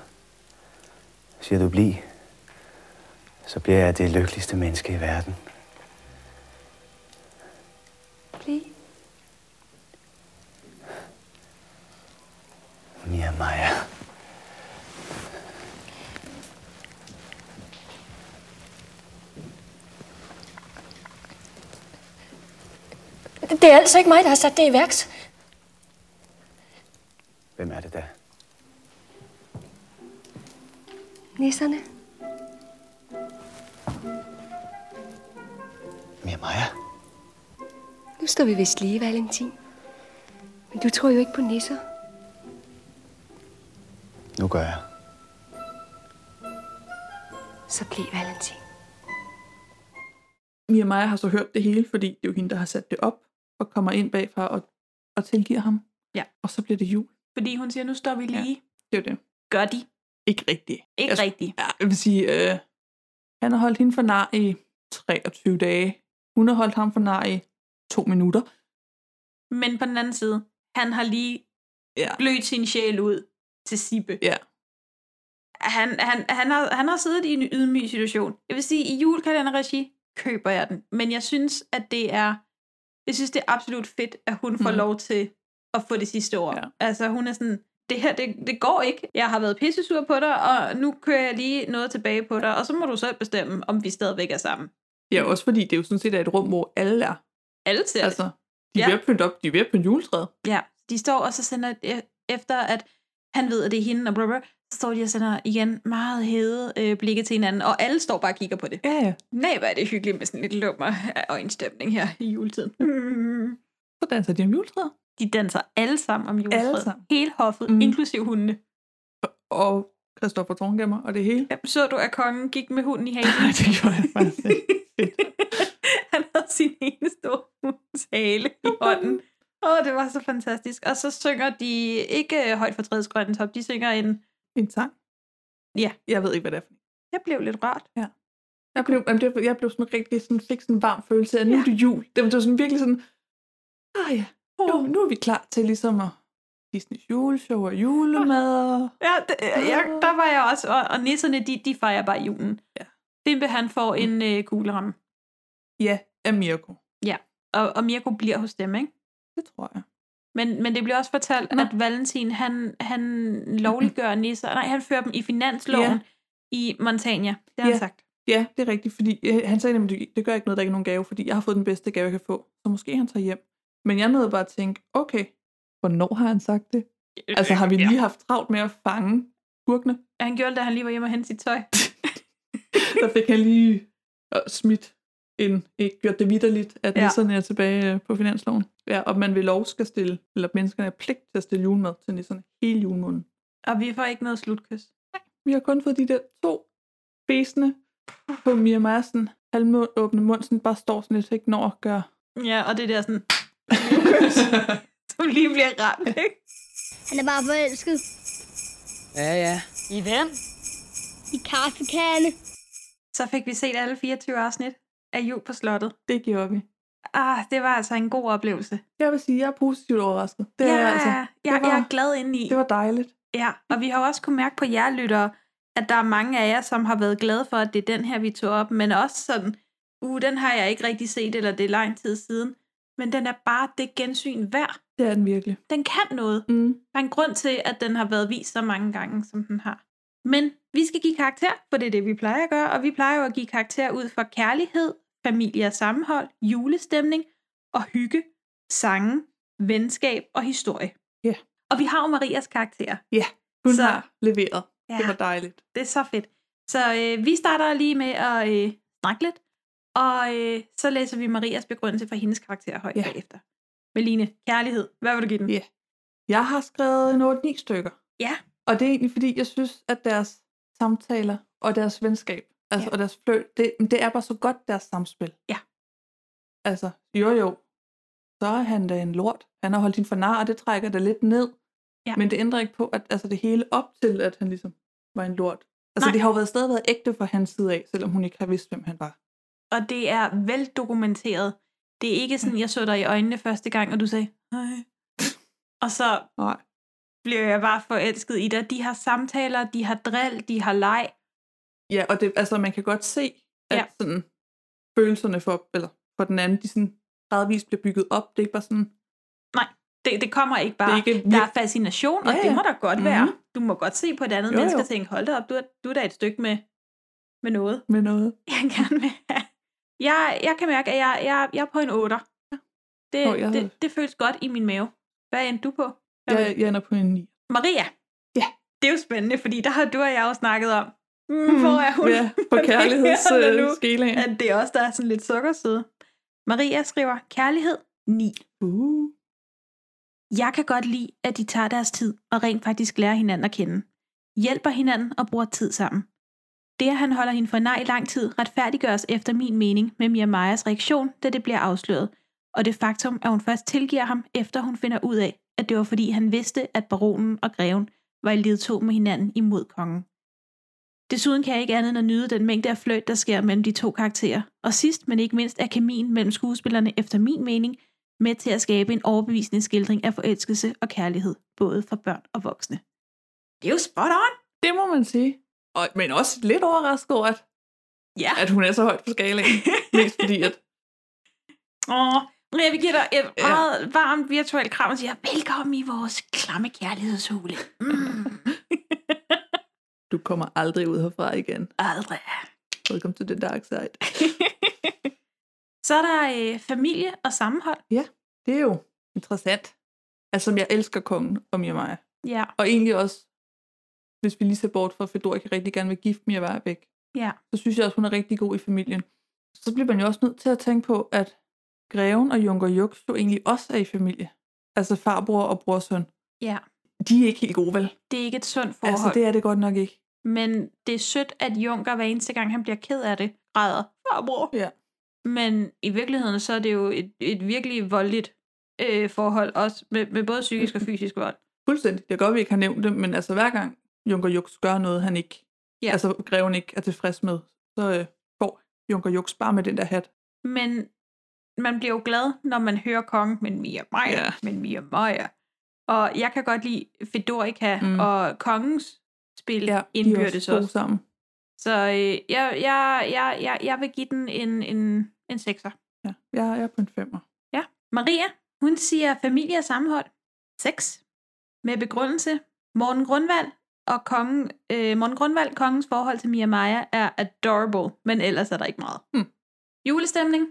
Speaker 10: Siger du bliv, så bliver jeg det lykkeligste menneske i verden.
Speaker 12: Bliv.
Speaker 10: Mia Maja.
Speaker 15: Det er altså ikke mig, der har sat det i værks.
Speaker 10: Hvem er det da?
Speaker 12: Nisserne.
Speaker 10: Mia Maja?
Speaker 12: Nu står vi vist lige, Valentin. Men du tror jo ikke på nisser.
Speaker 10: Nu gør jeg.
Speaker 12: Så bliv, Valentin.
Speaker 8: Mia Maja har så hørt det hele, fordi det er jo hende, der har sat det op, og kommer ind bagfra og, og tilgiver ham.
Speaker 9: Ja.
Speaker 8: Og så bliver det jul.
Speaker 9: Fordi hun siger, nu står vi lige. Ja.
Speaker 8: Det er jo det.
Speaker 9: Gør de?
Speaker 8: Ikke rigtigt.
Speaker 9: Ikke
Speaker 8: Jeg-
Speaker 9: rigtigt.
Speaker 8: Ja, jeg vil sige, øh, han har holdt hende for nar i 23 dage. Hun har holdt ham for nar i to minutter.
Speaker 9: Men på den anden side, han har lige
Speaker 8: ja.
Speaker 9: blødt sin sjæl ud til Sibbe.
Speaker 8: Ja.
Speaker 9: Han, han, han, har, han har siddet i en ydmyg situation. Jeg vil sige, i julekalenderregi køber jeg den. Men jeg synes, at det er... Jeg synes, det er absolut fedt, at hun får
Speaker 6: Mm.
Speaker 9: lov til at få det sidste år. Ja. Altså, hun er sådan, det her, det, det går ikke. Jeg har været pissesur på dig, og nu kører jeg lige noget tilbage på dig, og så må du selv bestemme, om vi stadigvæk er sammen.
Speaker 8: Ja, også fordi det jo sådan set er et rum, hvor alle er.
Speaker 9: Alle ser Mm. det.
Speaker 8: altså, de er
Speaker 9: Ja.
Speaker 8: ved at pynte op, de er ved at pynte juletræet.
Speaker 9: Ja, de står og så sender, et- efter at han ved, at det er hende og blablabla, så står de og sender igen meget hede øh, blikke til hinanden, og alle står bare og kigger på det.
Speaker 8: Ja, ja.
Speaker 9: Nej, hvor er det hyggeligt med sådan lidt lummer af øjenstemning her i juletiden. Mm.
Speaker 8: Så danser de om juletræet.
Speaker 9: De danser alle sammen om juletræet.
Speaker 8: Alle sammen.
Speaker 9: Hele hoffet, mm. inklusiv hundene.
Speaker 8: Og Christoffer Trungemmer og det hele.
Speaker 9: Ja, Så du, at kongen gik med hunden i haven?
Speaker 8: Nej, det gjorde jeg faktisk ikke.
Speaker 9: han havde sin ene store hunds hale i hånden. Åh, det var så fantastisk. Og så synger de ikke øh, højt for træets grønne top, de synger en...
Speaker 8: En sang?
Speaker 9: Ja.
Speaker 8: Jeg ved ikke, hvad det er for en.
Speaker 9: Jeg blev lidt rørt.
Speaker 8: Ja. Jeg blev, jamen, det, jeg blev sådan rigtig sådan, fik sådan en varm følelse af, nu er det jul. Det var, det var sådan virkelig sådan, ah ja, nu, nu er vi klar til ligesom at Disney's juleshow og julemad. Og...
Speaker 9: Ja, det, jeg, der var jeg også, og, og nisserne, de, de fejrer bare julen.
Speaker 8: Ja.
Speaker 9: Fimpe, han får en øh, kugleramme.
Speaker 8: Ja, af Mirko.
Speaker 9: Ja, og, og Mirko bliver hos dem, ikke?
Speaker 8: Det tror jeg.
Speaker 9: Men, men det bliver også fortalt, Nå. at Valentin, han, han lovliggør nisser. Nej, han fører dem i finansloven
Speaker 8: Ja.
Speaker 9: ja. i Montagna. Det har ja. han sagt.
Speaker 8: Ja, det er rigtigt, fordi øh, han sagde nemlig, det- det gør ikke noget, der ikke er nogen gave, fordi jeg har fået den bedste gave, jeg kan få. Så måske han tager hjem. Men jeg nåede bare at tænke, okay, hvornår har han sagt det? Altså har vi lige haft travlt med at fange gurkene?
Speaker 9: Han gjorde det, da han lige var hjemme og hente sit tøj.
Speaker 8: Der fik han lige øh, smidt en, ikke gjort det vidderligt, at
Speaker 9: Ja.
Speaker 8: ja. nisserne er tilbage øh, på finansloven. Ja, og man vil lov skal stille, eller menneskerne er pligt til at stille julemad til nisserne hele julemåneden.
Speaker 9: Og vi får ikke noget slutkys.
Speaker 8: Vi har kun fået de der to besende på Mia Maja, sådan halvmund, åbne mund, sådan bare står sådan lidt, ikke når at gøre.
Speaker 9: Ja, og det der sådan... som lige bliver ramt, ikke?
Speaker 16: Han er bare forelsket.
Speaker 6: Ja, ja.
Speaker 16: I hvem? I kaffekande.
Speaker 9: Så fik vi set alle 24 afsnit af Jul på Slottet.
Speaker 8: Det gjorde vi.
Speaker 9: Ah, det var altså en god oplevelse.
Speaker 8: Jeg vil sige, jeg er positivt overrasket. Det
Speaker 9: ja,
Speaker 8: er jeg altså.
Speaker 9: jeg,
Speaker 8: det var,
Speaker 9: jeg er glad indeni.
Speaker 8: Det var dejligt.
Speaker 9: Ja, og vi har jo også kunne mærke på jer lyttere, at der er mange af jer, som har været glade for, at det er den her, vi tog op, men også sådan, uh, den har jeg ikke rigtig set, eller det er lang tid siden. Men den er bare det gensyn værd.
Speaker 8: Det er den virkelig.
Speaker 9: Den kan noget.
Speaker 8: Mm.
Speaker 9: Der er en grund til, at den har været vist så mange gange, som den har. Men vi skal give karakter, for det er det, vi plejer at gøre, og vi plejer jo at give karakter ud for kærlighed, familie og sammenhold, julestemning og hygge, sange, venskab og historie.
Speaker 8: Ja.
Speaker 9: Og vi har jo Marias karakterer.
Speaker 8: Ja, hun
Speaker 9: Så-
Speaker 8: så. har leveret.
Speaker 9: Ja.
Speaker 8: Ja. Det var dejligt.
Speaker 9: Det er så fedt. Så øh, vi starter lige med at øh, snakke lidt, og øh, så læser vi Marias begrundelse for hendes karakter højt ja.
Speaker 8: Ja.
Speaker 9: bagefter. Meline, kærlighed. Hvad vil du give den?
Speaker 8: Ja. Jeg har skrevet en 8-9 stykker.
Speaker 9: Ja.
Speaker 8: Og det er egentlig fordi, jeg synes, at deres samtaler og deres venskab, altså, ja. og deres fløjt, det, men det er bare så godt deres samspil.
Speaker 9: Ja.
Speaker 8: Altså, jo jo, så er han da en lort. Han har holdt din for nar, og det trækker da lidt ned.
Speaker 9: Ja.
Speaker 8: Men det ændrer ikke på, at altså, det hele op til, at han ligesom var en lort. Altså,
Speaker 9: Nej.
Speaker 8: Nej. det har jo været stadig været ægte fra hans side af, selvom hun ikke har vidst, hvem han var.
Speaker 9: Og det er veldokumenteret. Det er ikke
Speaker 8: Mm.
Speaker 9: sådan, jeg så dig i øjnene første gang, og du sagde, hej. Og så
Speaker 8: Nej.
Speaker 9: blev jeg bare forelsket i dig. De har samtaler, de har drill, de har leg.
Speaker 8: Ja, og det, altså, man kan godt se, at
Speaker 9: Ja.
Speaker 8: ja. sådan, følelserne for, eller for den anden, de sådan gradvist bliver bygget op. Det er ikke bare sådan,
Speaker 9: Det, det kommer ikke bare.
Speaker 8: Det er ikke-
Speaker 9: der er fascination, og
Speaker 8: Ja,
Speaker 9: det
Speaker 8: ja.
Speaker 9: må der godt være. Du må godt se på et andet
Speaker 8: Jo,
Speaker 9: menneske
Speaker 8: jo.
Speaker 9: og tænke, hold da op, du er, du er da et stykke med, med noget.
Speaker 8: med noget.
Speaker 9: Jeg gerne vil have. Jeg, jeg kan mærke, at jeg, jeg, jeg er på en 8'er. Det,
Speaker 8: Åh, jeg havde-
Speaker 9: det, det føles godt i min mave. Hvad endte du på? Hvad med-
Speaker 8: Jeg, jeg ender på en 9.
Speaker 9: Maria.
Speaker 8: Ja.
Speaker 9: Det er jo spændende, fordi der har du og jeg jo snakket om, mm,
Speaker 8: Mm,
Speaker 9: hvor er hun?
Speaker 8: ja, på
Speaker 9: Maria, når nu-
Speaker 8: kærlighedsskalaen.
Speaker 9: At det er også der er sådan lidt sukkersøde. Maria skriver, kærlighed 9.
Speaker 8: Uh.
Speaker 9: Jeg kan godt lide, at de tager deres tid og rent faktisk lærer hinanden at kende. Hjælper hinanden og bruger tid sammen. Det, at han holder hende for nej i lang tid, retfærdiggøres efter min mening med Mia Majas reaktion, da det bliver afsløret. Og det faktum, at hun først tilgiver ham, efter hun finder ud af, at det var fordi han vidste, at baronen og greven var i ledtog med hinanden imod kongen. Desuden kan jeg ikke andet end at nyde den mængde af fløjt, der sker mellem de to karakterer. Og sidst, men ikke mindst, er kemien mellem skuespillerne efter min mening med til at skabe en overbevisende skildring af forelskelse og kærlighed, både for børn og voksne. Det er jo spot on!
Speaker 8: Det må man sige. Og, men også lidt overrasket over, at,
Speaker 9: Ja.
Speaker 8: at hun er så højt på skalaen. Mest fordi, at
Speaker 9: Åh, Maria, vi giver dig et meget varmt virtuelt kram og siger, velkommen i vores klamme kærlighedshule. Mm,
Speaker 8: du kommer aldrig ud herfra igen.
Speaker 9: Aldrig.
Speaker 8: Welcome to the dark side.
Speaker 9: Så er der øh, familie og sammenhold.
Speaker 8: Ja, det er jo interessant. Altså, jeg elsker kongen og Mia Maja.
Speaker 9: Ja,
Speaker 8: Og egentlig også, hvis vi lige ser bort fra, at Fedora ikke rigtig gerne vil gifte Mia Maja væk,
Speaker 9: ja,
Speaker 8: så synes jeg også, hun er rigtig god i familien. Så bliver man jo også nødt til at tænke på, at Greven og Junker Jux jo egentlig også er i familie. Altså farbror og brorsøn.
Speaker 9: ja.
Speaker 8: De er ikke helt gode, vel?
Speaker 9: Det er ikke et sundt forhold.
Speaker 8: Altså, det er det godt nok ikke.
Speaker 9: Men det er sødt, at Junker hver eneste gang, han bliver ked af det, græder. Farbror.
Speaker 8: Ja.
Speaker 9: Men i virkeligheden, så er det jo et, et virkelig voldeligt øh, forhold, også med, med både psykisk og fysisk vold.
Speaker 8: Fuldstændig. Det er godt, vi ikke har nævnt det, men altså hver gang Junker Jux gør noget, han ikke,
Speaker 9: Ja.
Speaker 8: altså greven ikke er tilfreds med, så øh, går Junker Jux bare med den der hat.
Speaker 9: Men man bliver jo glad, når man hører kongen, men Mia Maja,
Speaker 8: Ja.
Speaker 9: men Mia Maja. Og jeg kan godt lide Fedorika mm.
Speaker 8: Mm.
Speaker 9: og kongens spil ja,
Speaker 8: De er
Speaker 9: indbyrdes
Speaker 8: også gode
Speaker 9: også.
Speaker 8: sammen.
Speaker 9: Så øh, jeg, jeg, jeg, jeg, jeg vil give den en, en, en sekser.
Speaker 8: Ja, jeg jeg er på en femmer.
Speaker 9: Ja. Maria, hun siger familie og sammenhold. 6. Med begrundelse. Morten Grundvald og kongen, øh, Morten Grundvald, kongens forhold til Mia Maja er adorable, men ellers er der ikke meget.
Speaker 8: Hmm.
Speaker 9: Julestemning.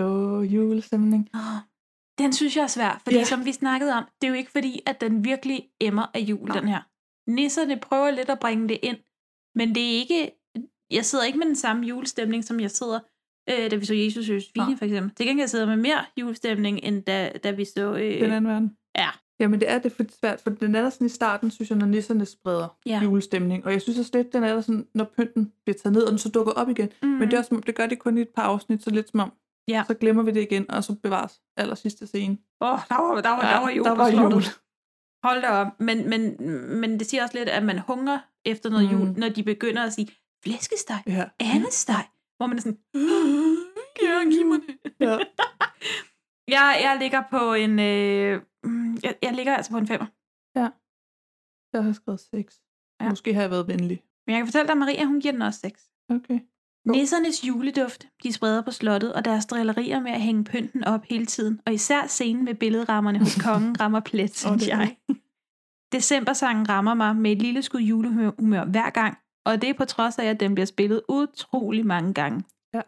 Speaker 8: Åh, julestemning.
Speaker 9: Oh, den synes jeg er svær, fordi
Speaker 8: Ja.
Speaker 9: som vi snakkede om, det er jo ikke fordi, at den virkelig emmer af jul, den her. Nisserne prøver lidt at bringe det ind, men det er ikke, jeg sidder ikke med den samme julestemning, som jeg sidder, øh, da vi så Jesus Josefine for eksempel. Til gengæld sidder jeg med mere julestemning, end da, da vi så... Øh,
Speaker 8: Den anden verden.
Speaker 9: Ja,
Speaker 8: Jamen det er det for svært, for den er der sådan i starten, synes jeg, når nisserne spreder
Speaker 9: Ja.
Speaker 8: ja. julestemning. Og jeg synes også lidt, den er der sådan, når pynten bliver taget ned, og den så dukker op igen. Mm. Men det er også som om, det gør det kun i et par afsnit, så lidt som om,
Speaker 9: Mhm. ja.
Speaker 8: så glemmer vi det igen, og så bevares aller sidste scene.
Speaker 9: Åh, oh, der var, der var,
Speaker 8: Ja,
Speaker 9: der var jul.
Speaker 8: der var
Speaker 9: på slottet.
Speaker 8: jul.
Speaker 9: Hold da op. Men, men, men det siger også lidt, at man hungrer efter noget mm. jul, når de begynder at sige, flæskesteg,
Speaker 8: ja.
Speaker 9: andesteg, hvor man er sådan, ja, giv mig det.
Speaker 8: Mm. Ja.
Speaker 9: jeg, jeg ligger på en, øh, mm, jeg, jeg ligger altså på en femmer.
Speaker 8: Jeg har skrevet 6. Ja. Måske har jeg været venlig.
Speaker 9: Men jeg kan fortælle dig, at Maria, hun giver den også 6.
Speaker 8: Okay.
Speaker 9: Nissernes juleduft, de spreder på slottet, og deres drillerier med at hænge pynten op hele tiden, og især scenen med billedrammerne hos kongen rammer plet,
Speaker 8: Åh,
Speaker 9: synes
Speaker 8: det er
Speaker 9: jeg. Decembersangen rammer mig med et lille skud julehumør hver gang, og det er på trods af, at den bliver spillet utrolig mange gange.
Speaker 8: Ja.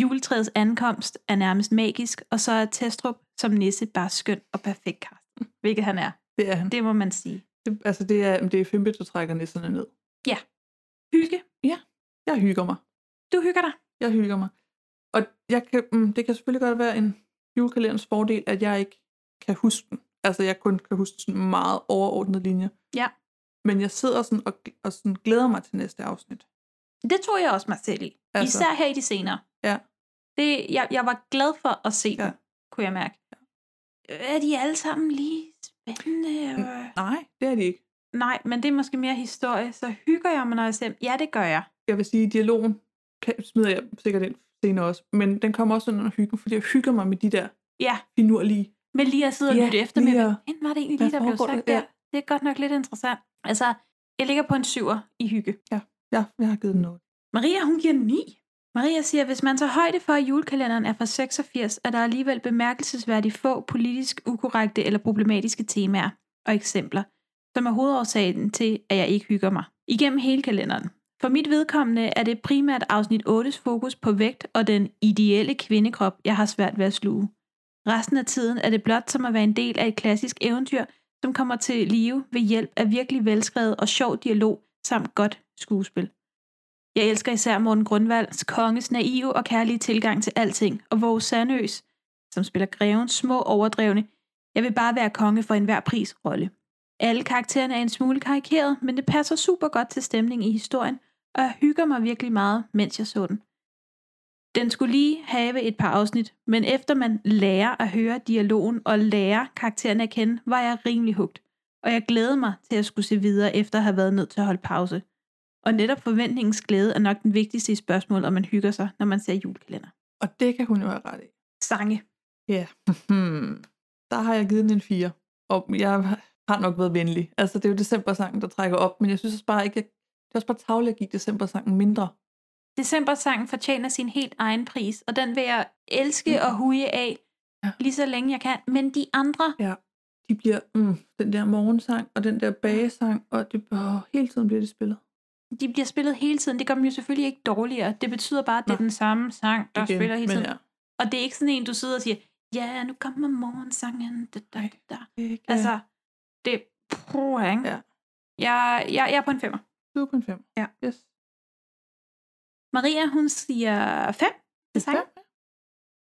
Speaker 9: Juletræets ankomst er nærmest magisk, og så er Testrup som nisse bare skøn og perfekt Karsten, hvilket han er.
Speaker 8: Det er han.
Speaker 9: Det må man sige.
Speaker 8: Det, altså det er, det er Fimpe, der trækker nisserne ned.
Speaker 9: Ja. Hygge.
Speaker 8: Ja, jeg hygger mig.
Speaker 9: Du hygger dig.
Speaker 8: Jeg hygger mig. Og jeg kan, mm, det kan selvfølgelig godt være en julekalenders fordel, at jeg ikke kan huske den. Altså jeg kun kan huske sådan meget overordnede linjer.
Speaker 9: Ja,
Speaker 8: Men jeg sidder sådan og, og sådan glæder mig til næste afsnit.
Speaker 9: det tror jeg også mig selv i. Altså.
Speaker 8: Altså.
Speaker 9: Især her i de senere.
Speaker 8: Ja.
Speaker 9: Det, jeg, jeg var glad for at se ja. dem, kunne jeg mærke. Øh, Er de alle sammen lige spændende? og-
Speaker 8: Nej, det er de ikke.
Speaker 9: Nej, men det er måske mere historie, så hygger jeg mig, når jeg ser dem. Ja, det gør jeg.
Speaker 8: Jeg vil sige, at dialogen kan, smider jeg sikkert ind senere også. Men den kommer også under hyggen, fordi jeg hygger mig med de der
Speaker 9: Ja,
Speaker 8: finurlige.
Speaker 9: men lige at sidde og
Speaker 8: Ja,
Speaker 9: lytte efter med,
Speaker 8: lige
Speaker 9: hvad
Speaker 8: at-
Speaker 9: fanden var det egentlig
Speaker 8: hvad
Speaker 9: lige, der blev
Speaker 8: foregår
Speaker 9: sagt
Speaker 8: der?
Speaker 9: der?
Speaker 8: Ja.
Speaker 9: Det er godt nok lidt interessant. Altså, jeg ligger på en syver i hygge.
Speaker 8: Ja, jeg, jeg har givet den noget.
Speaker 9: Maria, hun giver 9. Maria siger, at hvis man tager højde for, at julekalenderen er fra 86, er der alligevel bemærkelsesværdigt få politisk ukorrekte eller problematiske temaer og eksempler, som er hovedårsagen til, at jeg ikke hygger mig. Igennem hele kalenderen. For mit vedkommende er det primært afsnit 8's fokus på vægt og den ideelle kvindekrop, jeg har svært ved at sluge. Resten af tiden er det blot som at være en del af et klassisk eventyr, som kommer til live ved hjælp af virkelig velskrevet og sjov dialog samt godt skuespil. Jeg elsker især Morten Grundvalds konges naive og kærlige tilgang til alting, og Våge Sandøs, som spiller greven små overdrevne, jeg vil bare være konge for enhver pris rolle. Alle karaktererne er en smule karikeret, men det passer super godt til stemningen i historien, og jeg hygger mig virkelig meget, mens jeg så den. Den skulle lige have et par afsnit, men efter man lærer at høre dialogen og lærer karaktererne at kende, var jeg rimelig hugt, og jeg glædede mig til at skulle se videre efter at have været nødt til at holde pause. Og netop forventningens glæde er nok den vigtigste i spørgsmålet, om man hygger sig, når man ser julekalender.
Speaker 8: Og det kan hun jo have ret i.
Speaker 9: Sange.
Speaker 8: Ja. Hmm. Der har jeg givet den en 4. Og jeg har nok været venlig. Altså, det er jo decembersangen, der trækker op, men jeg synes også bare ikke, jeg, det er også bare tavligt at give decembersangen mindre.
Speaker 9: Decembersangen fortjener sin helt egen pris, og den vil jeg elske og huge af, lige så længe jeg kan. Men de andre,
Speaker 8: Ja. De bliver, mm, den der morgensang, og den der bagesang, og det, åh, hele tiden bliver det spillet.
Speaker 9: de bliver spillet hele tiden. Det gør dem jo selvfølgelig ikke dårligere. Det betyder bare, at det er den samme sang, der
Speaker 8: Igen,
Speaker 9: spiller hele
Speaker 8: men
Speaker 9: tiden.
Speaker 8: ja.
Speaker 9: Og det er ikke sådan en, du sidder og siger, ja, nu kommer morgensangen. Da, da, da.
Speaker 8: Ikke,
Speaker 9: Altså, det puha, ikke?
Speaker 8: Ja.
Speaker 9: Jeg, jeg, jeg er på en femmer.
Speaker 8: Du er på en 5.
Speaker 9: Ja.
Speaker 8: Yes.
Speaker 9: Maria, hun siger 5 til sangen.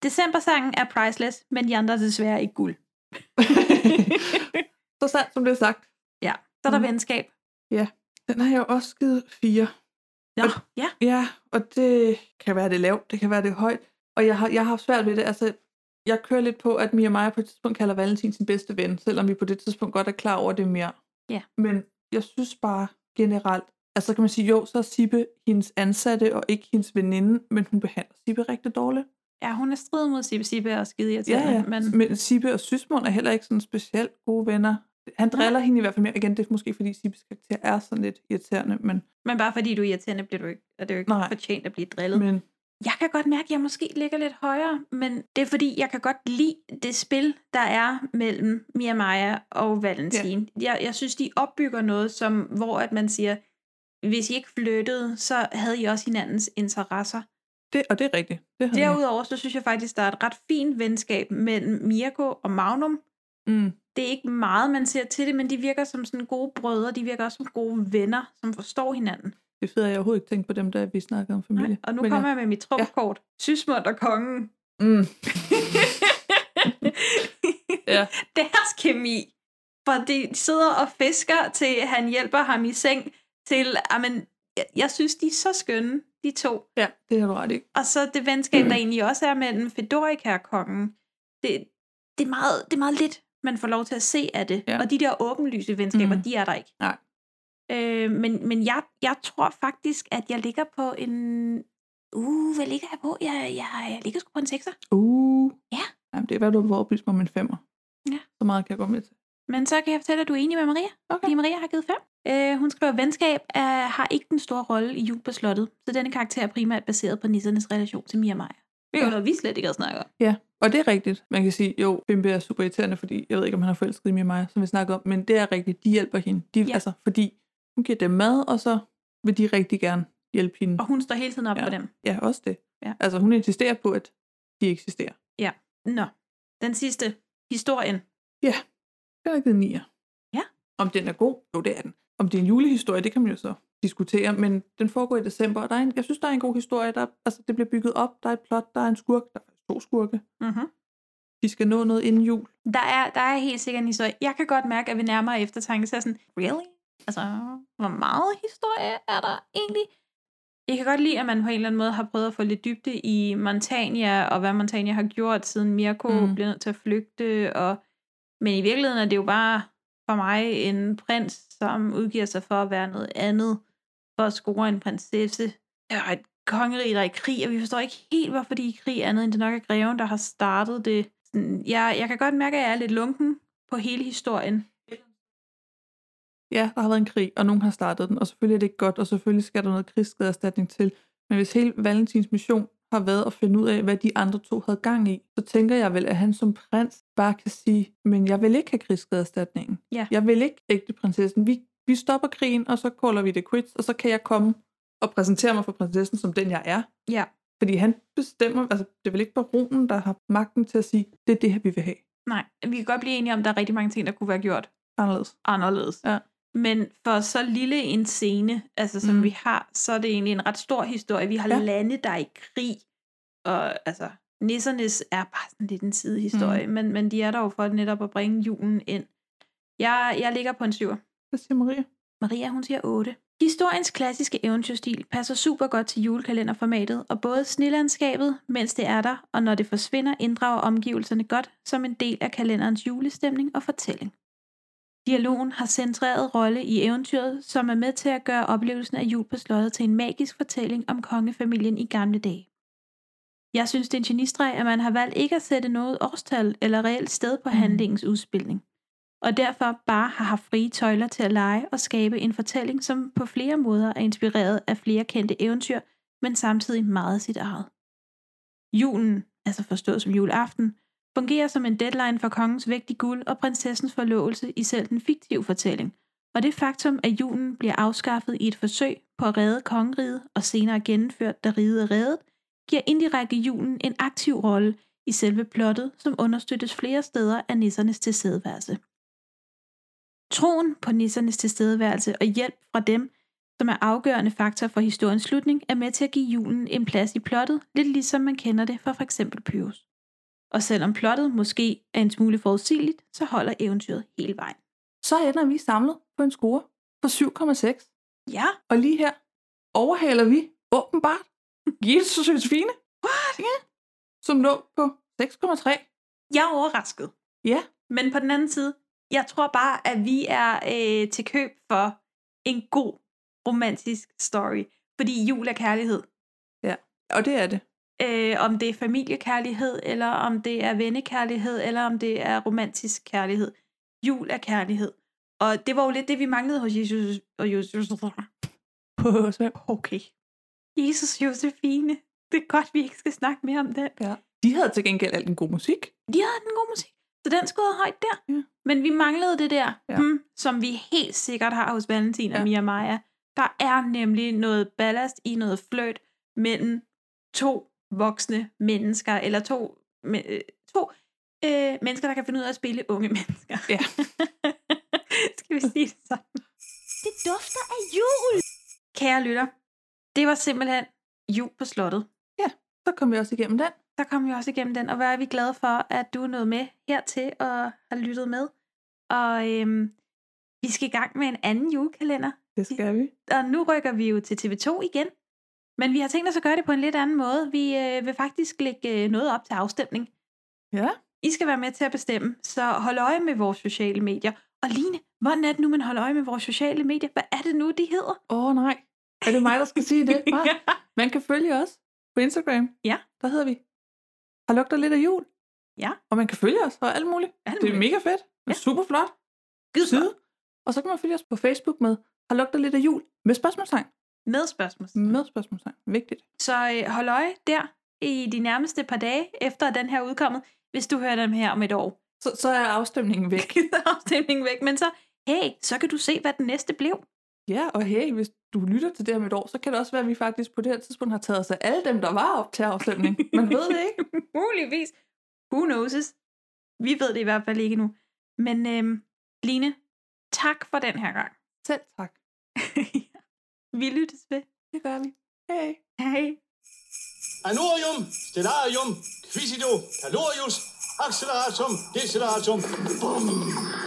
Speaker 9: Decembersangen er priceless, men de andre er desværre ikke guld.
Speaker 8: Så sandt, som det er sagt.
Speaker 9: Ja, så er der
Speaker 8: Mm.
Speaker 9: venskab.
Speaker 8: Ja. Den har jeg også givet 4.
Speaker 9: Nå,
Speaker 8: og,
Speaker 9: ja.
Speaker 8: Ja, og det kan være det er lavt, det kan være det er højt. Og jeg har, jeg har haft svært ved det. Altså, jeg kører lidt på, at Mia Maja på et tidspunkt kalder Valentin sin bedste ven, selvom vi på det tidspunkt godt er klar over det mere.
Speaker 9: Ja.
Speaker 8: Men jeg synes bare generelt, altså kan man sige, jo, så er Sibbe hendes ansatte og ikke hendes veninde, men hun behandler Sibbe rigtig dårligt.
Speaker 9: Ja, hun er strid mod Sibbe Sibbe er også skide irriterende.
Speaker 8: Ja, ja.
Speaker 9: Men,
Speaker 8: Men, men Sibbe og Sysmund er heller ikke sådan specielt gode venner. Han driller hende i hvert fald mere. Igen, det er måske fordi Sibbes karakter er sådan lidt irriterende, men,
Speaker 9: men bare fordi du er irriterende, bliver du ikke, er det jo ikke Nej.
Speaker 8: Nej.
Speaker 9: fortjent at blive drillet.
Speaker 8: men
Speaker 9: Jeg kan godt mærke, at jeg måske ligger lidt højere, men det er fordi, jeg kan godt lide det spil, der er mellem Mia Maja og Valentin. Ja. Jeg, jeg synes, de opbygger noget, som, hvor at man siger, hvis I ikke flyttede, så havde I også hinandens interesser.
Speaker 8: det, og det er rigtigt. Det har jeg.
Speaker 9: Derudover, så synes jeg faktisk, der er et ret fint venskab mellem Mirko og Magnum.
Speaker 8: Mm.
Speaker 9: Det er ikke meget, man ser til det, men de virker som sådan gode brødre. De virker også som gode venner, som forstår hinanden.
Speaker 8: Det er fedt, at jeg overhovedet ikke tænkte på dem, da vi snakkede om familie.
Speaker 9: Og nu Men kommer
Speaker 8: ja.
Speaker 9: jeg med mit trumfkort. Ja. Sysmund og kongen.
Speaker 8: Mm.
Speaker 9: Deres kemi. For de sidder og fisker, til han hjælper ham i seng, til, amen, jeg, jeg synes, de er så skønne, de to.
Speaker 8: Ja, det har du ret i.
Speaker 9: Og så det venskab, der egentlig også er mellem Fedorika og kongen. Det, det, er meget, det er meget lidt, man får lov til at se af det. Ja. Og de der åbenlyse venskaber, mm. de er der ikke.
Speaker 8: Nej.
Speaker 9: Øh, men men jeg, jeg tror faktisk, at jeg ligger på en... Uh, hvad ligger jeg på? Jeg, jeg, jeg ligger sgu på en sekser.
Speaker 8: Uh.
Speaker 9: Ja.
Speaker 8: Jamen, det er, hvad du har overbevist mig om en femmer.
Speaker 9: Ja.
Speaker 8: Så meget kan jeg gå med til.
Speaker 9: Men så kan jeg fortælle, at du er enig med Maria. Okay. Fordi Maria har givet fem. Øh, hun skriver, at venskab er, har ikke den store rolle i jul på slottet, så denne karakter er primært baseret på nissernes relation til Mia Maja. Det er jo noget, vi slet ikke har snakket om.
Speaker 8: Ja, og det er rigtigt. Man kan sige, jo, Bimbe er super irriterende, fordi jeg ved ikke, om han har forelsket i mig, som vi snakker om, men det er rigtigt. De hjælper hende. De, ja. Altså, fordi hun giver dem mad, og så vil de rigtig gerne hjælpe hende.
Speaker 9: Og hun står hele tiden op
Speaker 8: ja.
Speaker 9: ja. for dem.
Speaker 8: Ja, også det.
Speaker 9: Ja.
Speaker 8: Altså, hun insisterer på, at de eksisterer.
Speaker 9: Ja. Nå. Den sidste. Historien.
Speaker 8: Ja, den er givet nier.
Speaker 9: Ja.
Speaker 8: Om den er god? Jo, det er den. Om det er en julehistorie, det kan man jo så diskutere, men den foregår i december, og der er en, jeg synes, der er en god historie. Der, er- altså, det bliver bygget op, der er et plot, der er en skurk, der er to skurke.
Speaker 9: Mm-hmm.
Speaker 8: De skal nå noget inden jul.
Speaker 9: Der, er, der er helt sikkert en historie. Jeg kan godt mærke, at ved nærmere eftertanke, så er jeg sådan, really? Altså, hvor meget historie er der egentlig? Jeg kan godt lide, at man på en eller anden måde har prøvet at få lidt dybde i Montania, og hvad Montania har gjort, siden Mirko
Speaker 8: Mm.
Speaker 9: mm. blev nødt til at flygte. Og... Men i virkeligheden er det jo bare for mig en prins, som udgiver sig for at være noget andet, for at score en prinsesse. Og et kongerige, der er i krig, og vi forstår ikke helt, hvorfor de er i krig, andet end det nok er greven, der har startet det. Sådan, jeg, jeg kan godt mærke, at jeg er lidt lunken på hele historien.
Speaker 8: Ja, der har været en krig, og nogen har startet den, og selvfølgelig er det ikke godt, og selvfølgelig skal der noget krigsskadeerstatning til. Men hvis hele Valentins mission har været at finde ud af, hvad de andre to havde gang i, så tænker jeg vel, at han som prins bare kan sige, men jeg vil ikke have krigsskadeerstatningen.
Speaker 9: Ja.
Speaker 8: Jeg vil ikke ægte prinsessen. Vi, vi stopper krigen, og så kolder vi det quits, og så kan jeg komme og præsentere mig for prinsessen som den, jeg er.
Speaker 9: Ja.
Speaker 8: Fordi han bestemmer, altså det er vel ikke baronen, der har magten til at sige, det er det her, vi vil have.
Speaker 9: Nej, vi kan godt blive enige om, at der er rigtig mange ting, der kunne være gjort
Speaker 8: Anderledes.
Speaker 9: anderledes.
Speaker 8: Ja.
Speaker 9: Men for så lille en scene, altså som
Speaker 8: Mm.
Speaker 9: mm. vi har, så er det egentlig en ret stor historie. Vi har
Speaker 8: Ja.
Speaker 9: ja. lande, der er i krig, og altså, nissernes er bare sådan lidt en sidehistorie,
Speaker 8: Mm.
Speaker 9: mm. men, men de er der jo for netop at bringe julen ind. Jeg, jeg ligger på en syver.
Speaker 8: Hvad siger Maria?
Speaker 9: Maria, hun siger 8. Historiens klassiske eventyrstil passer super godt til julekalenderformatet, og både snelandskabet, mens det er der, og når det forsvinder, inddrager omgivelserne godt som en del af kalenderens julestemning og fortælling. Dialogen har centreret rolle i eventyret, som er med til at gøre oplevelsen af jul på slottet til en magisk fortælling om kongefamilien i gamle dage. Jeg synes, det er en genistreg, at man har valgt ikke at sætte noget årstal eller reelt sted på handlingens udspilning og derfor bare har haft frie tøjler til at lege og skabe en fortælling, som på flere måder er inspireret af flere kendte eventyr, men samtidig meget sit eget. Julen, altså forstået som juleaften, fungerer som en deadline for kongens vægt i guld og prinsessens forlovelse i selv den fiktive fortælling, og det faktum, at julen bliver afskaffet i et forsøg på at redde kongeriget og senere gennemført, da riget er reddet, giver indirekte julen en aktiv rolle i selve plottet, som understøttes flere steder af nissernes tilstedeværelse. Troen på nissernes tilstedeværelse og hjælp fra dem, som er afgørende faktor for historiens slutning, er med til at give julen en plads i plottet, lidt ligesom man kender det fra f.eks. Pyrus. Og selvom plottet måske er en smule forudsigeligt, så holder eventyret hele vejen.
Speaker 8: Så ender vi samlet på en score på 7,6.
Speaker 9: Ja,
Speaker 8: Og lige her overhaler vi åbenbart Jesus og Josefine. What? Ja. Som lå på 6,3.
Speaker 9: jeg er overrasket.
Speaker 8: Ja.
Speaker 9: Men på den anden side, jeg tror bare, at vi er øh, til køb for en god romantisk story. Fordi jul er kærlighed.
Speaker 8: Ja, og det er det.
Speaker 9: Øh, om det er familiekærlighed, eller om det er vennekærlighed, eller om det er romantisk kærlighed. Jul er kærlighed. Og det var jo lidt det, vi manglede hos Jesus og Jesus.
Speaker 8: På Svend.
Speaker 9: Okay. Jesus Josefine. Det er godt, vi ikke skal snakke mere om den.
Speaker 8: Ja. De havde til gengæld alt en god musik.
Speaker 9: De havde den gode musik, så den skulle have højt der.
Speaker 8: Ja.
Speaker 9: Men vi manglede det der,
Speaker 8: Ja.
Speaker 9: ja. hmm, som vi helt sikkert har hos Valentin og
Speaker 8: Ja.
Speaker 9: ja. Mia Maja. Der er nemlig noget ballast i noget fløjt mellem to voksne mennesker, eller to, me- øh, to øh, mennesker, der kan finde ud af at spille unge mennesker.
Speaker 8: Ja.
Speaker 9: Skal vi sige det sådan?
Speaker 16: Det dufter af jul.
Speaker 9: Kære lytter, det var simpelthen jul på slottet.
Speaker 8: Så kom vi også igennem den.
Speaker 9: Der kom vi også igennem den, og hvor er vi glade for, at du er nået med hertil og har lyttet med. Og øhm, vi skal i gang med en anden julekalender.
Speaker 8: Det skal vi.
Speaker 9: Og nu rykker vi jo til TV2 igen. Men vi har tænkt os at gøre det på en lidt anden måde. Vi øh, vil faktisk lægge øh, noget op til afstemning.
Speaker 8: Ja.
Speaker 9: I skal være med til at bestemme, så hold øje med vores sociale medier. Og Line, hvordan er det nu, man holder øje med vores sociale medier? Hvad er det nu, de hedder?
Speaker 8: Åh oh, nej. Er det mig, der skal sige det? Nej. Man kan følge os på Instagram.
Speaker 9: Ja.
Speaker 8: Der hedder vi. Har lugter lidt af jul.
Speaker 9: Ja.
Speaker 8: Og man kan følge os og alt muligt.
Speaker 9: Alt
Speaker 8: Det er mega fedt. Ja. Super flot.
Speaker 9: Gid
Speaker 8: side. Og så kan man følge os på Facebook med Har lugter lidt af jul med spørgsmålstegn.
Speaker 9: Med spørgsmål.
Speaker 8: Med spørgsmålstegn. Vigtigt.
Speaker 9: Så øh, hold øje der i de nærmeste par dage efter at den her er udkommet, hvis du hører dem her om et år.
Speaker 8: Så, så er afstemningen væk.
Speaker 9: afstemningen væk, men så, hey, så kan du se, hvad den næste blev.
Speaker 8: Ja, og hey, hvis du lytter til det om et år, så kan det også være, at vi faktisk på det her tidspunkt har taget os af alle dem, der var op til afstemning. Man ved det ikke.
Speaker 9: Muligvis. Who knows? Vi ved det i hvert fald ikke nu. Men øhm, Line, tak for den her gang.
Speaker 8: Selv tak.
Speaker 9: Vi lyttes ved.
Speaker 8: Det gør vi. Hej.
Speaker 9: Hej.
Speaker 17: Anorium, stellarium, quisido, calorius, acceleratum, deceleratum. Bum.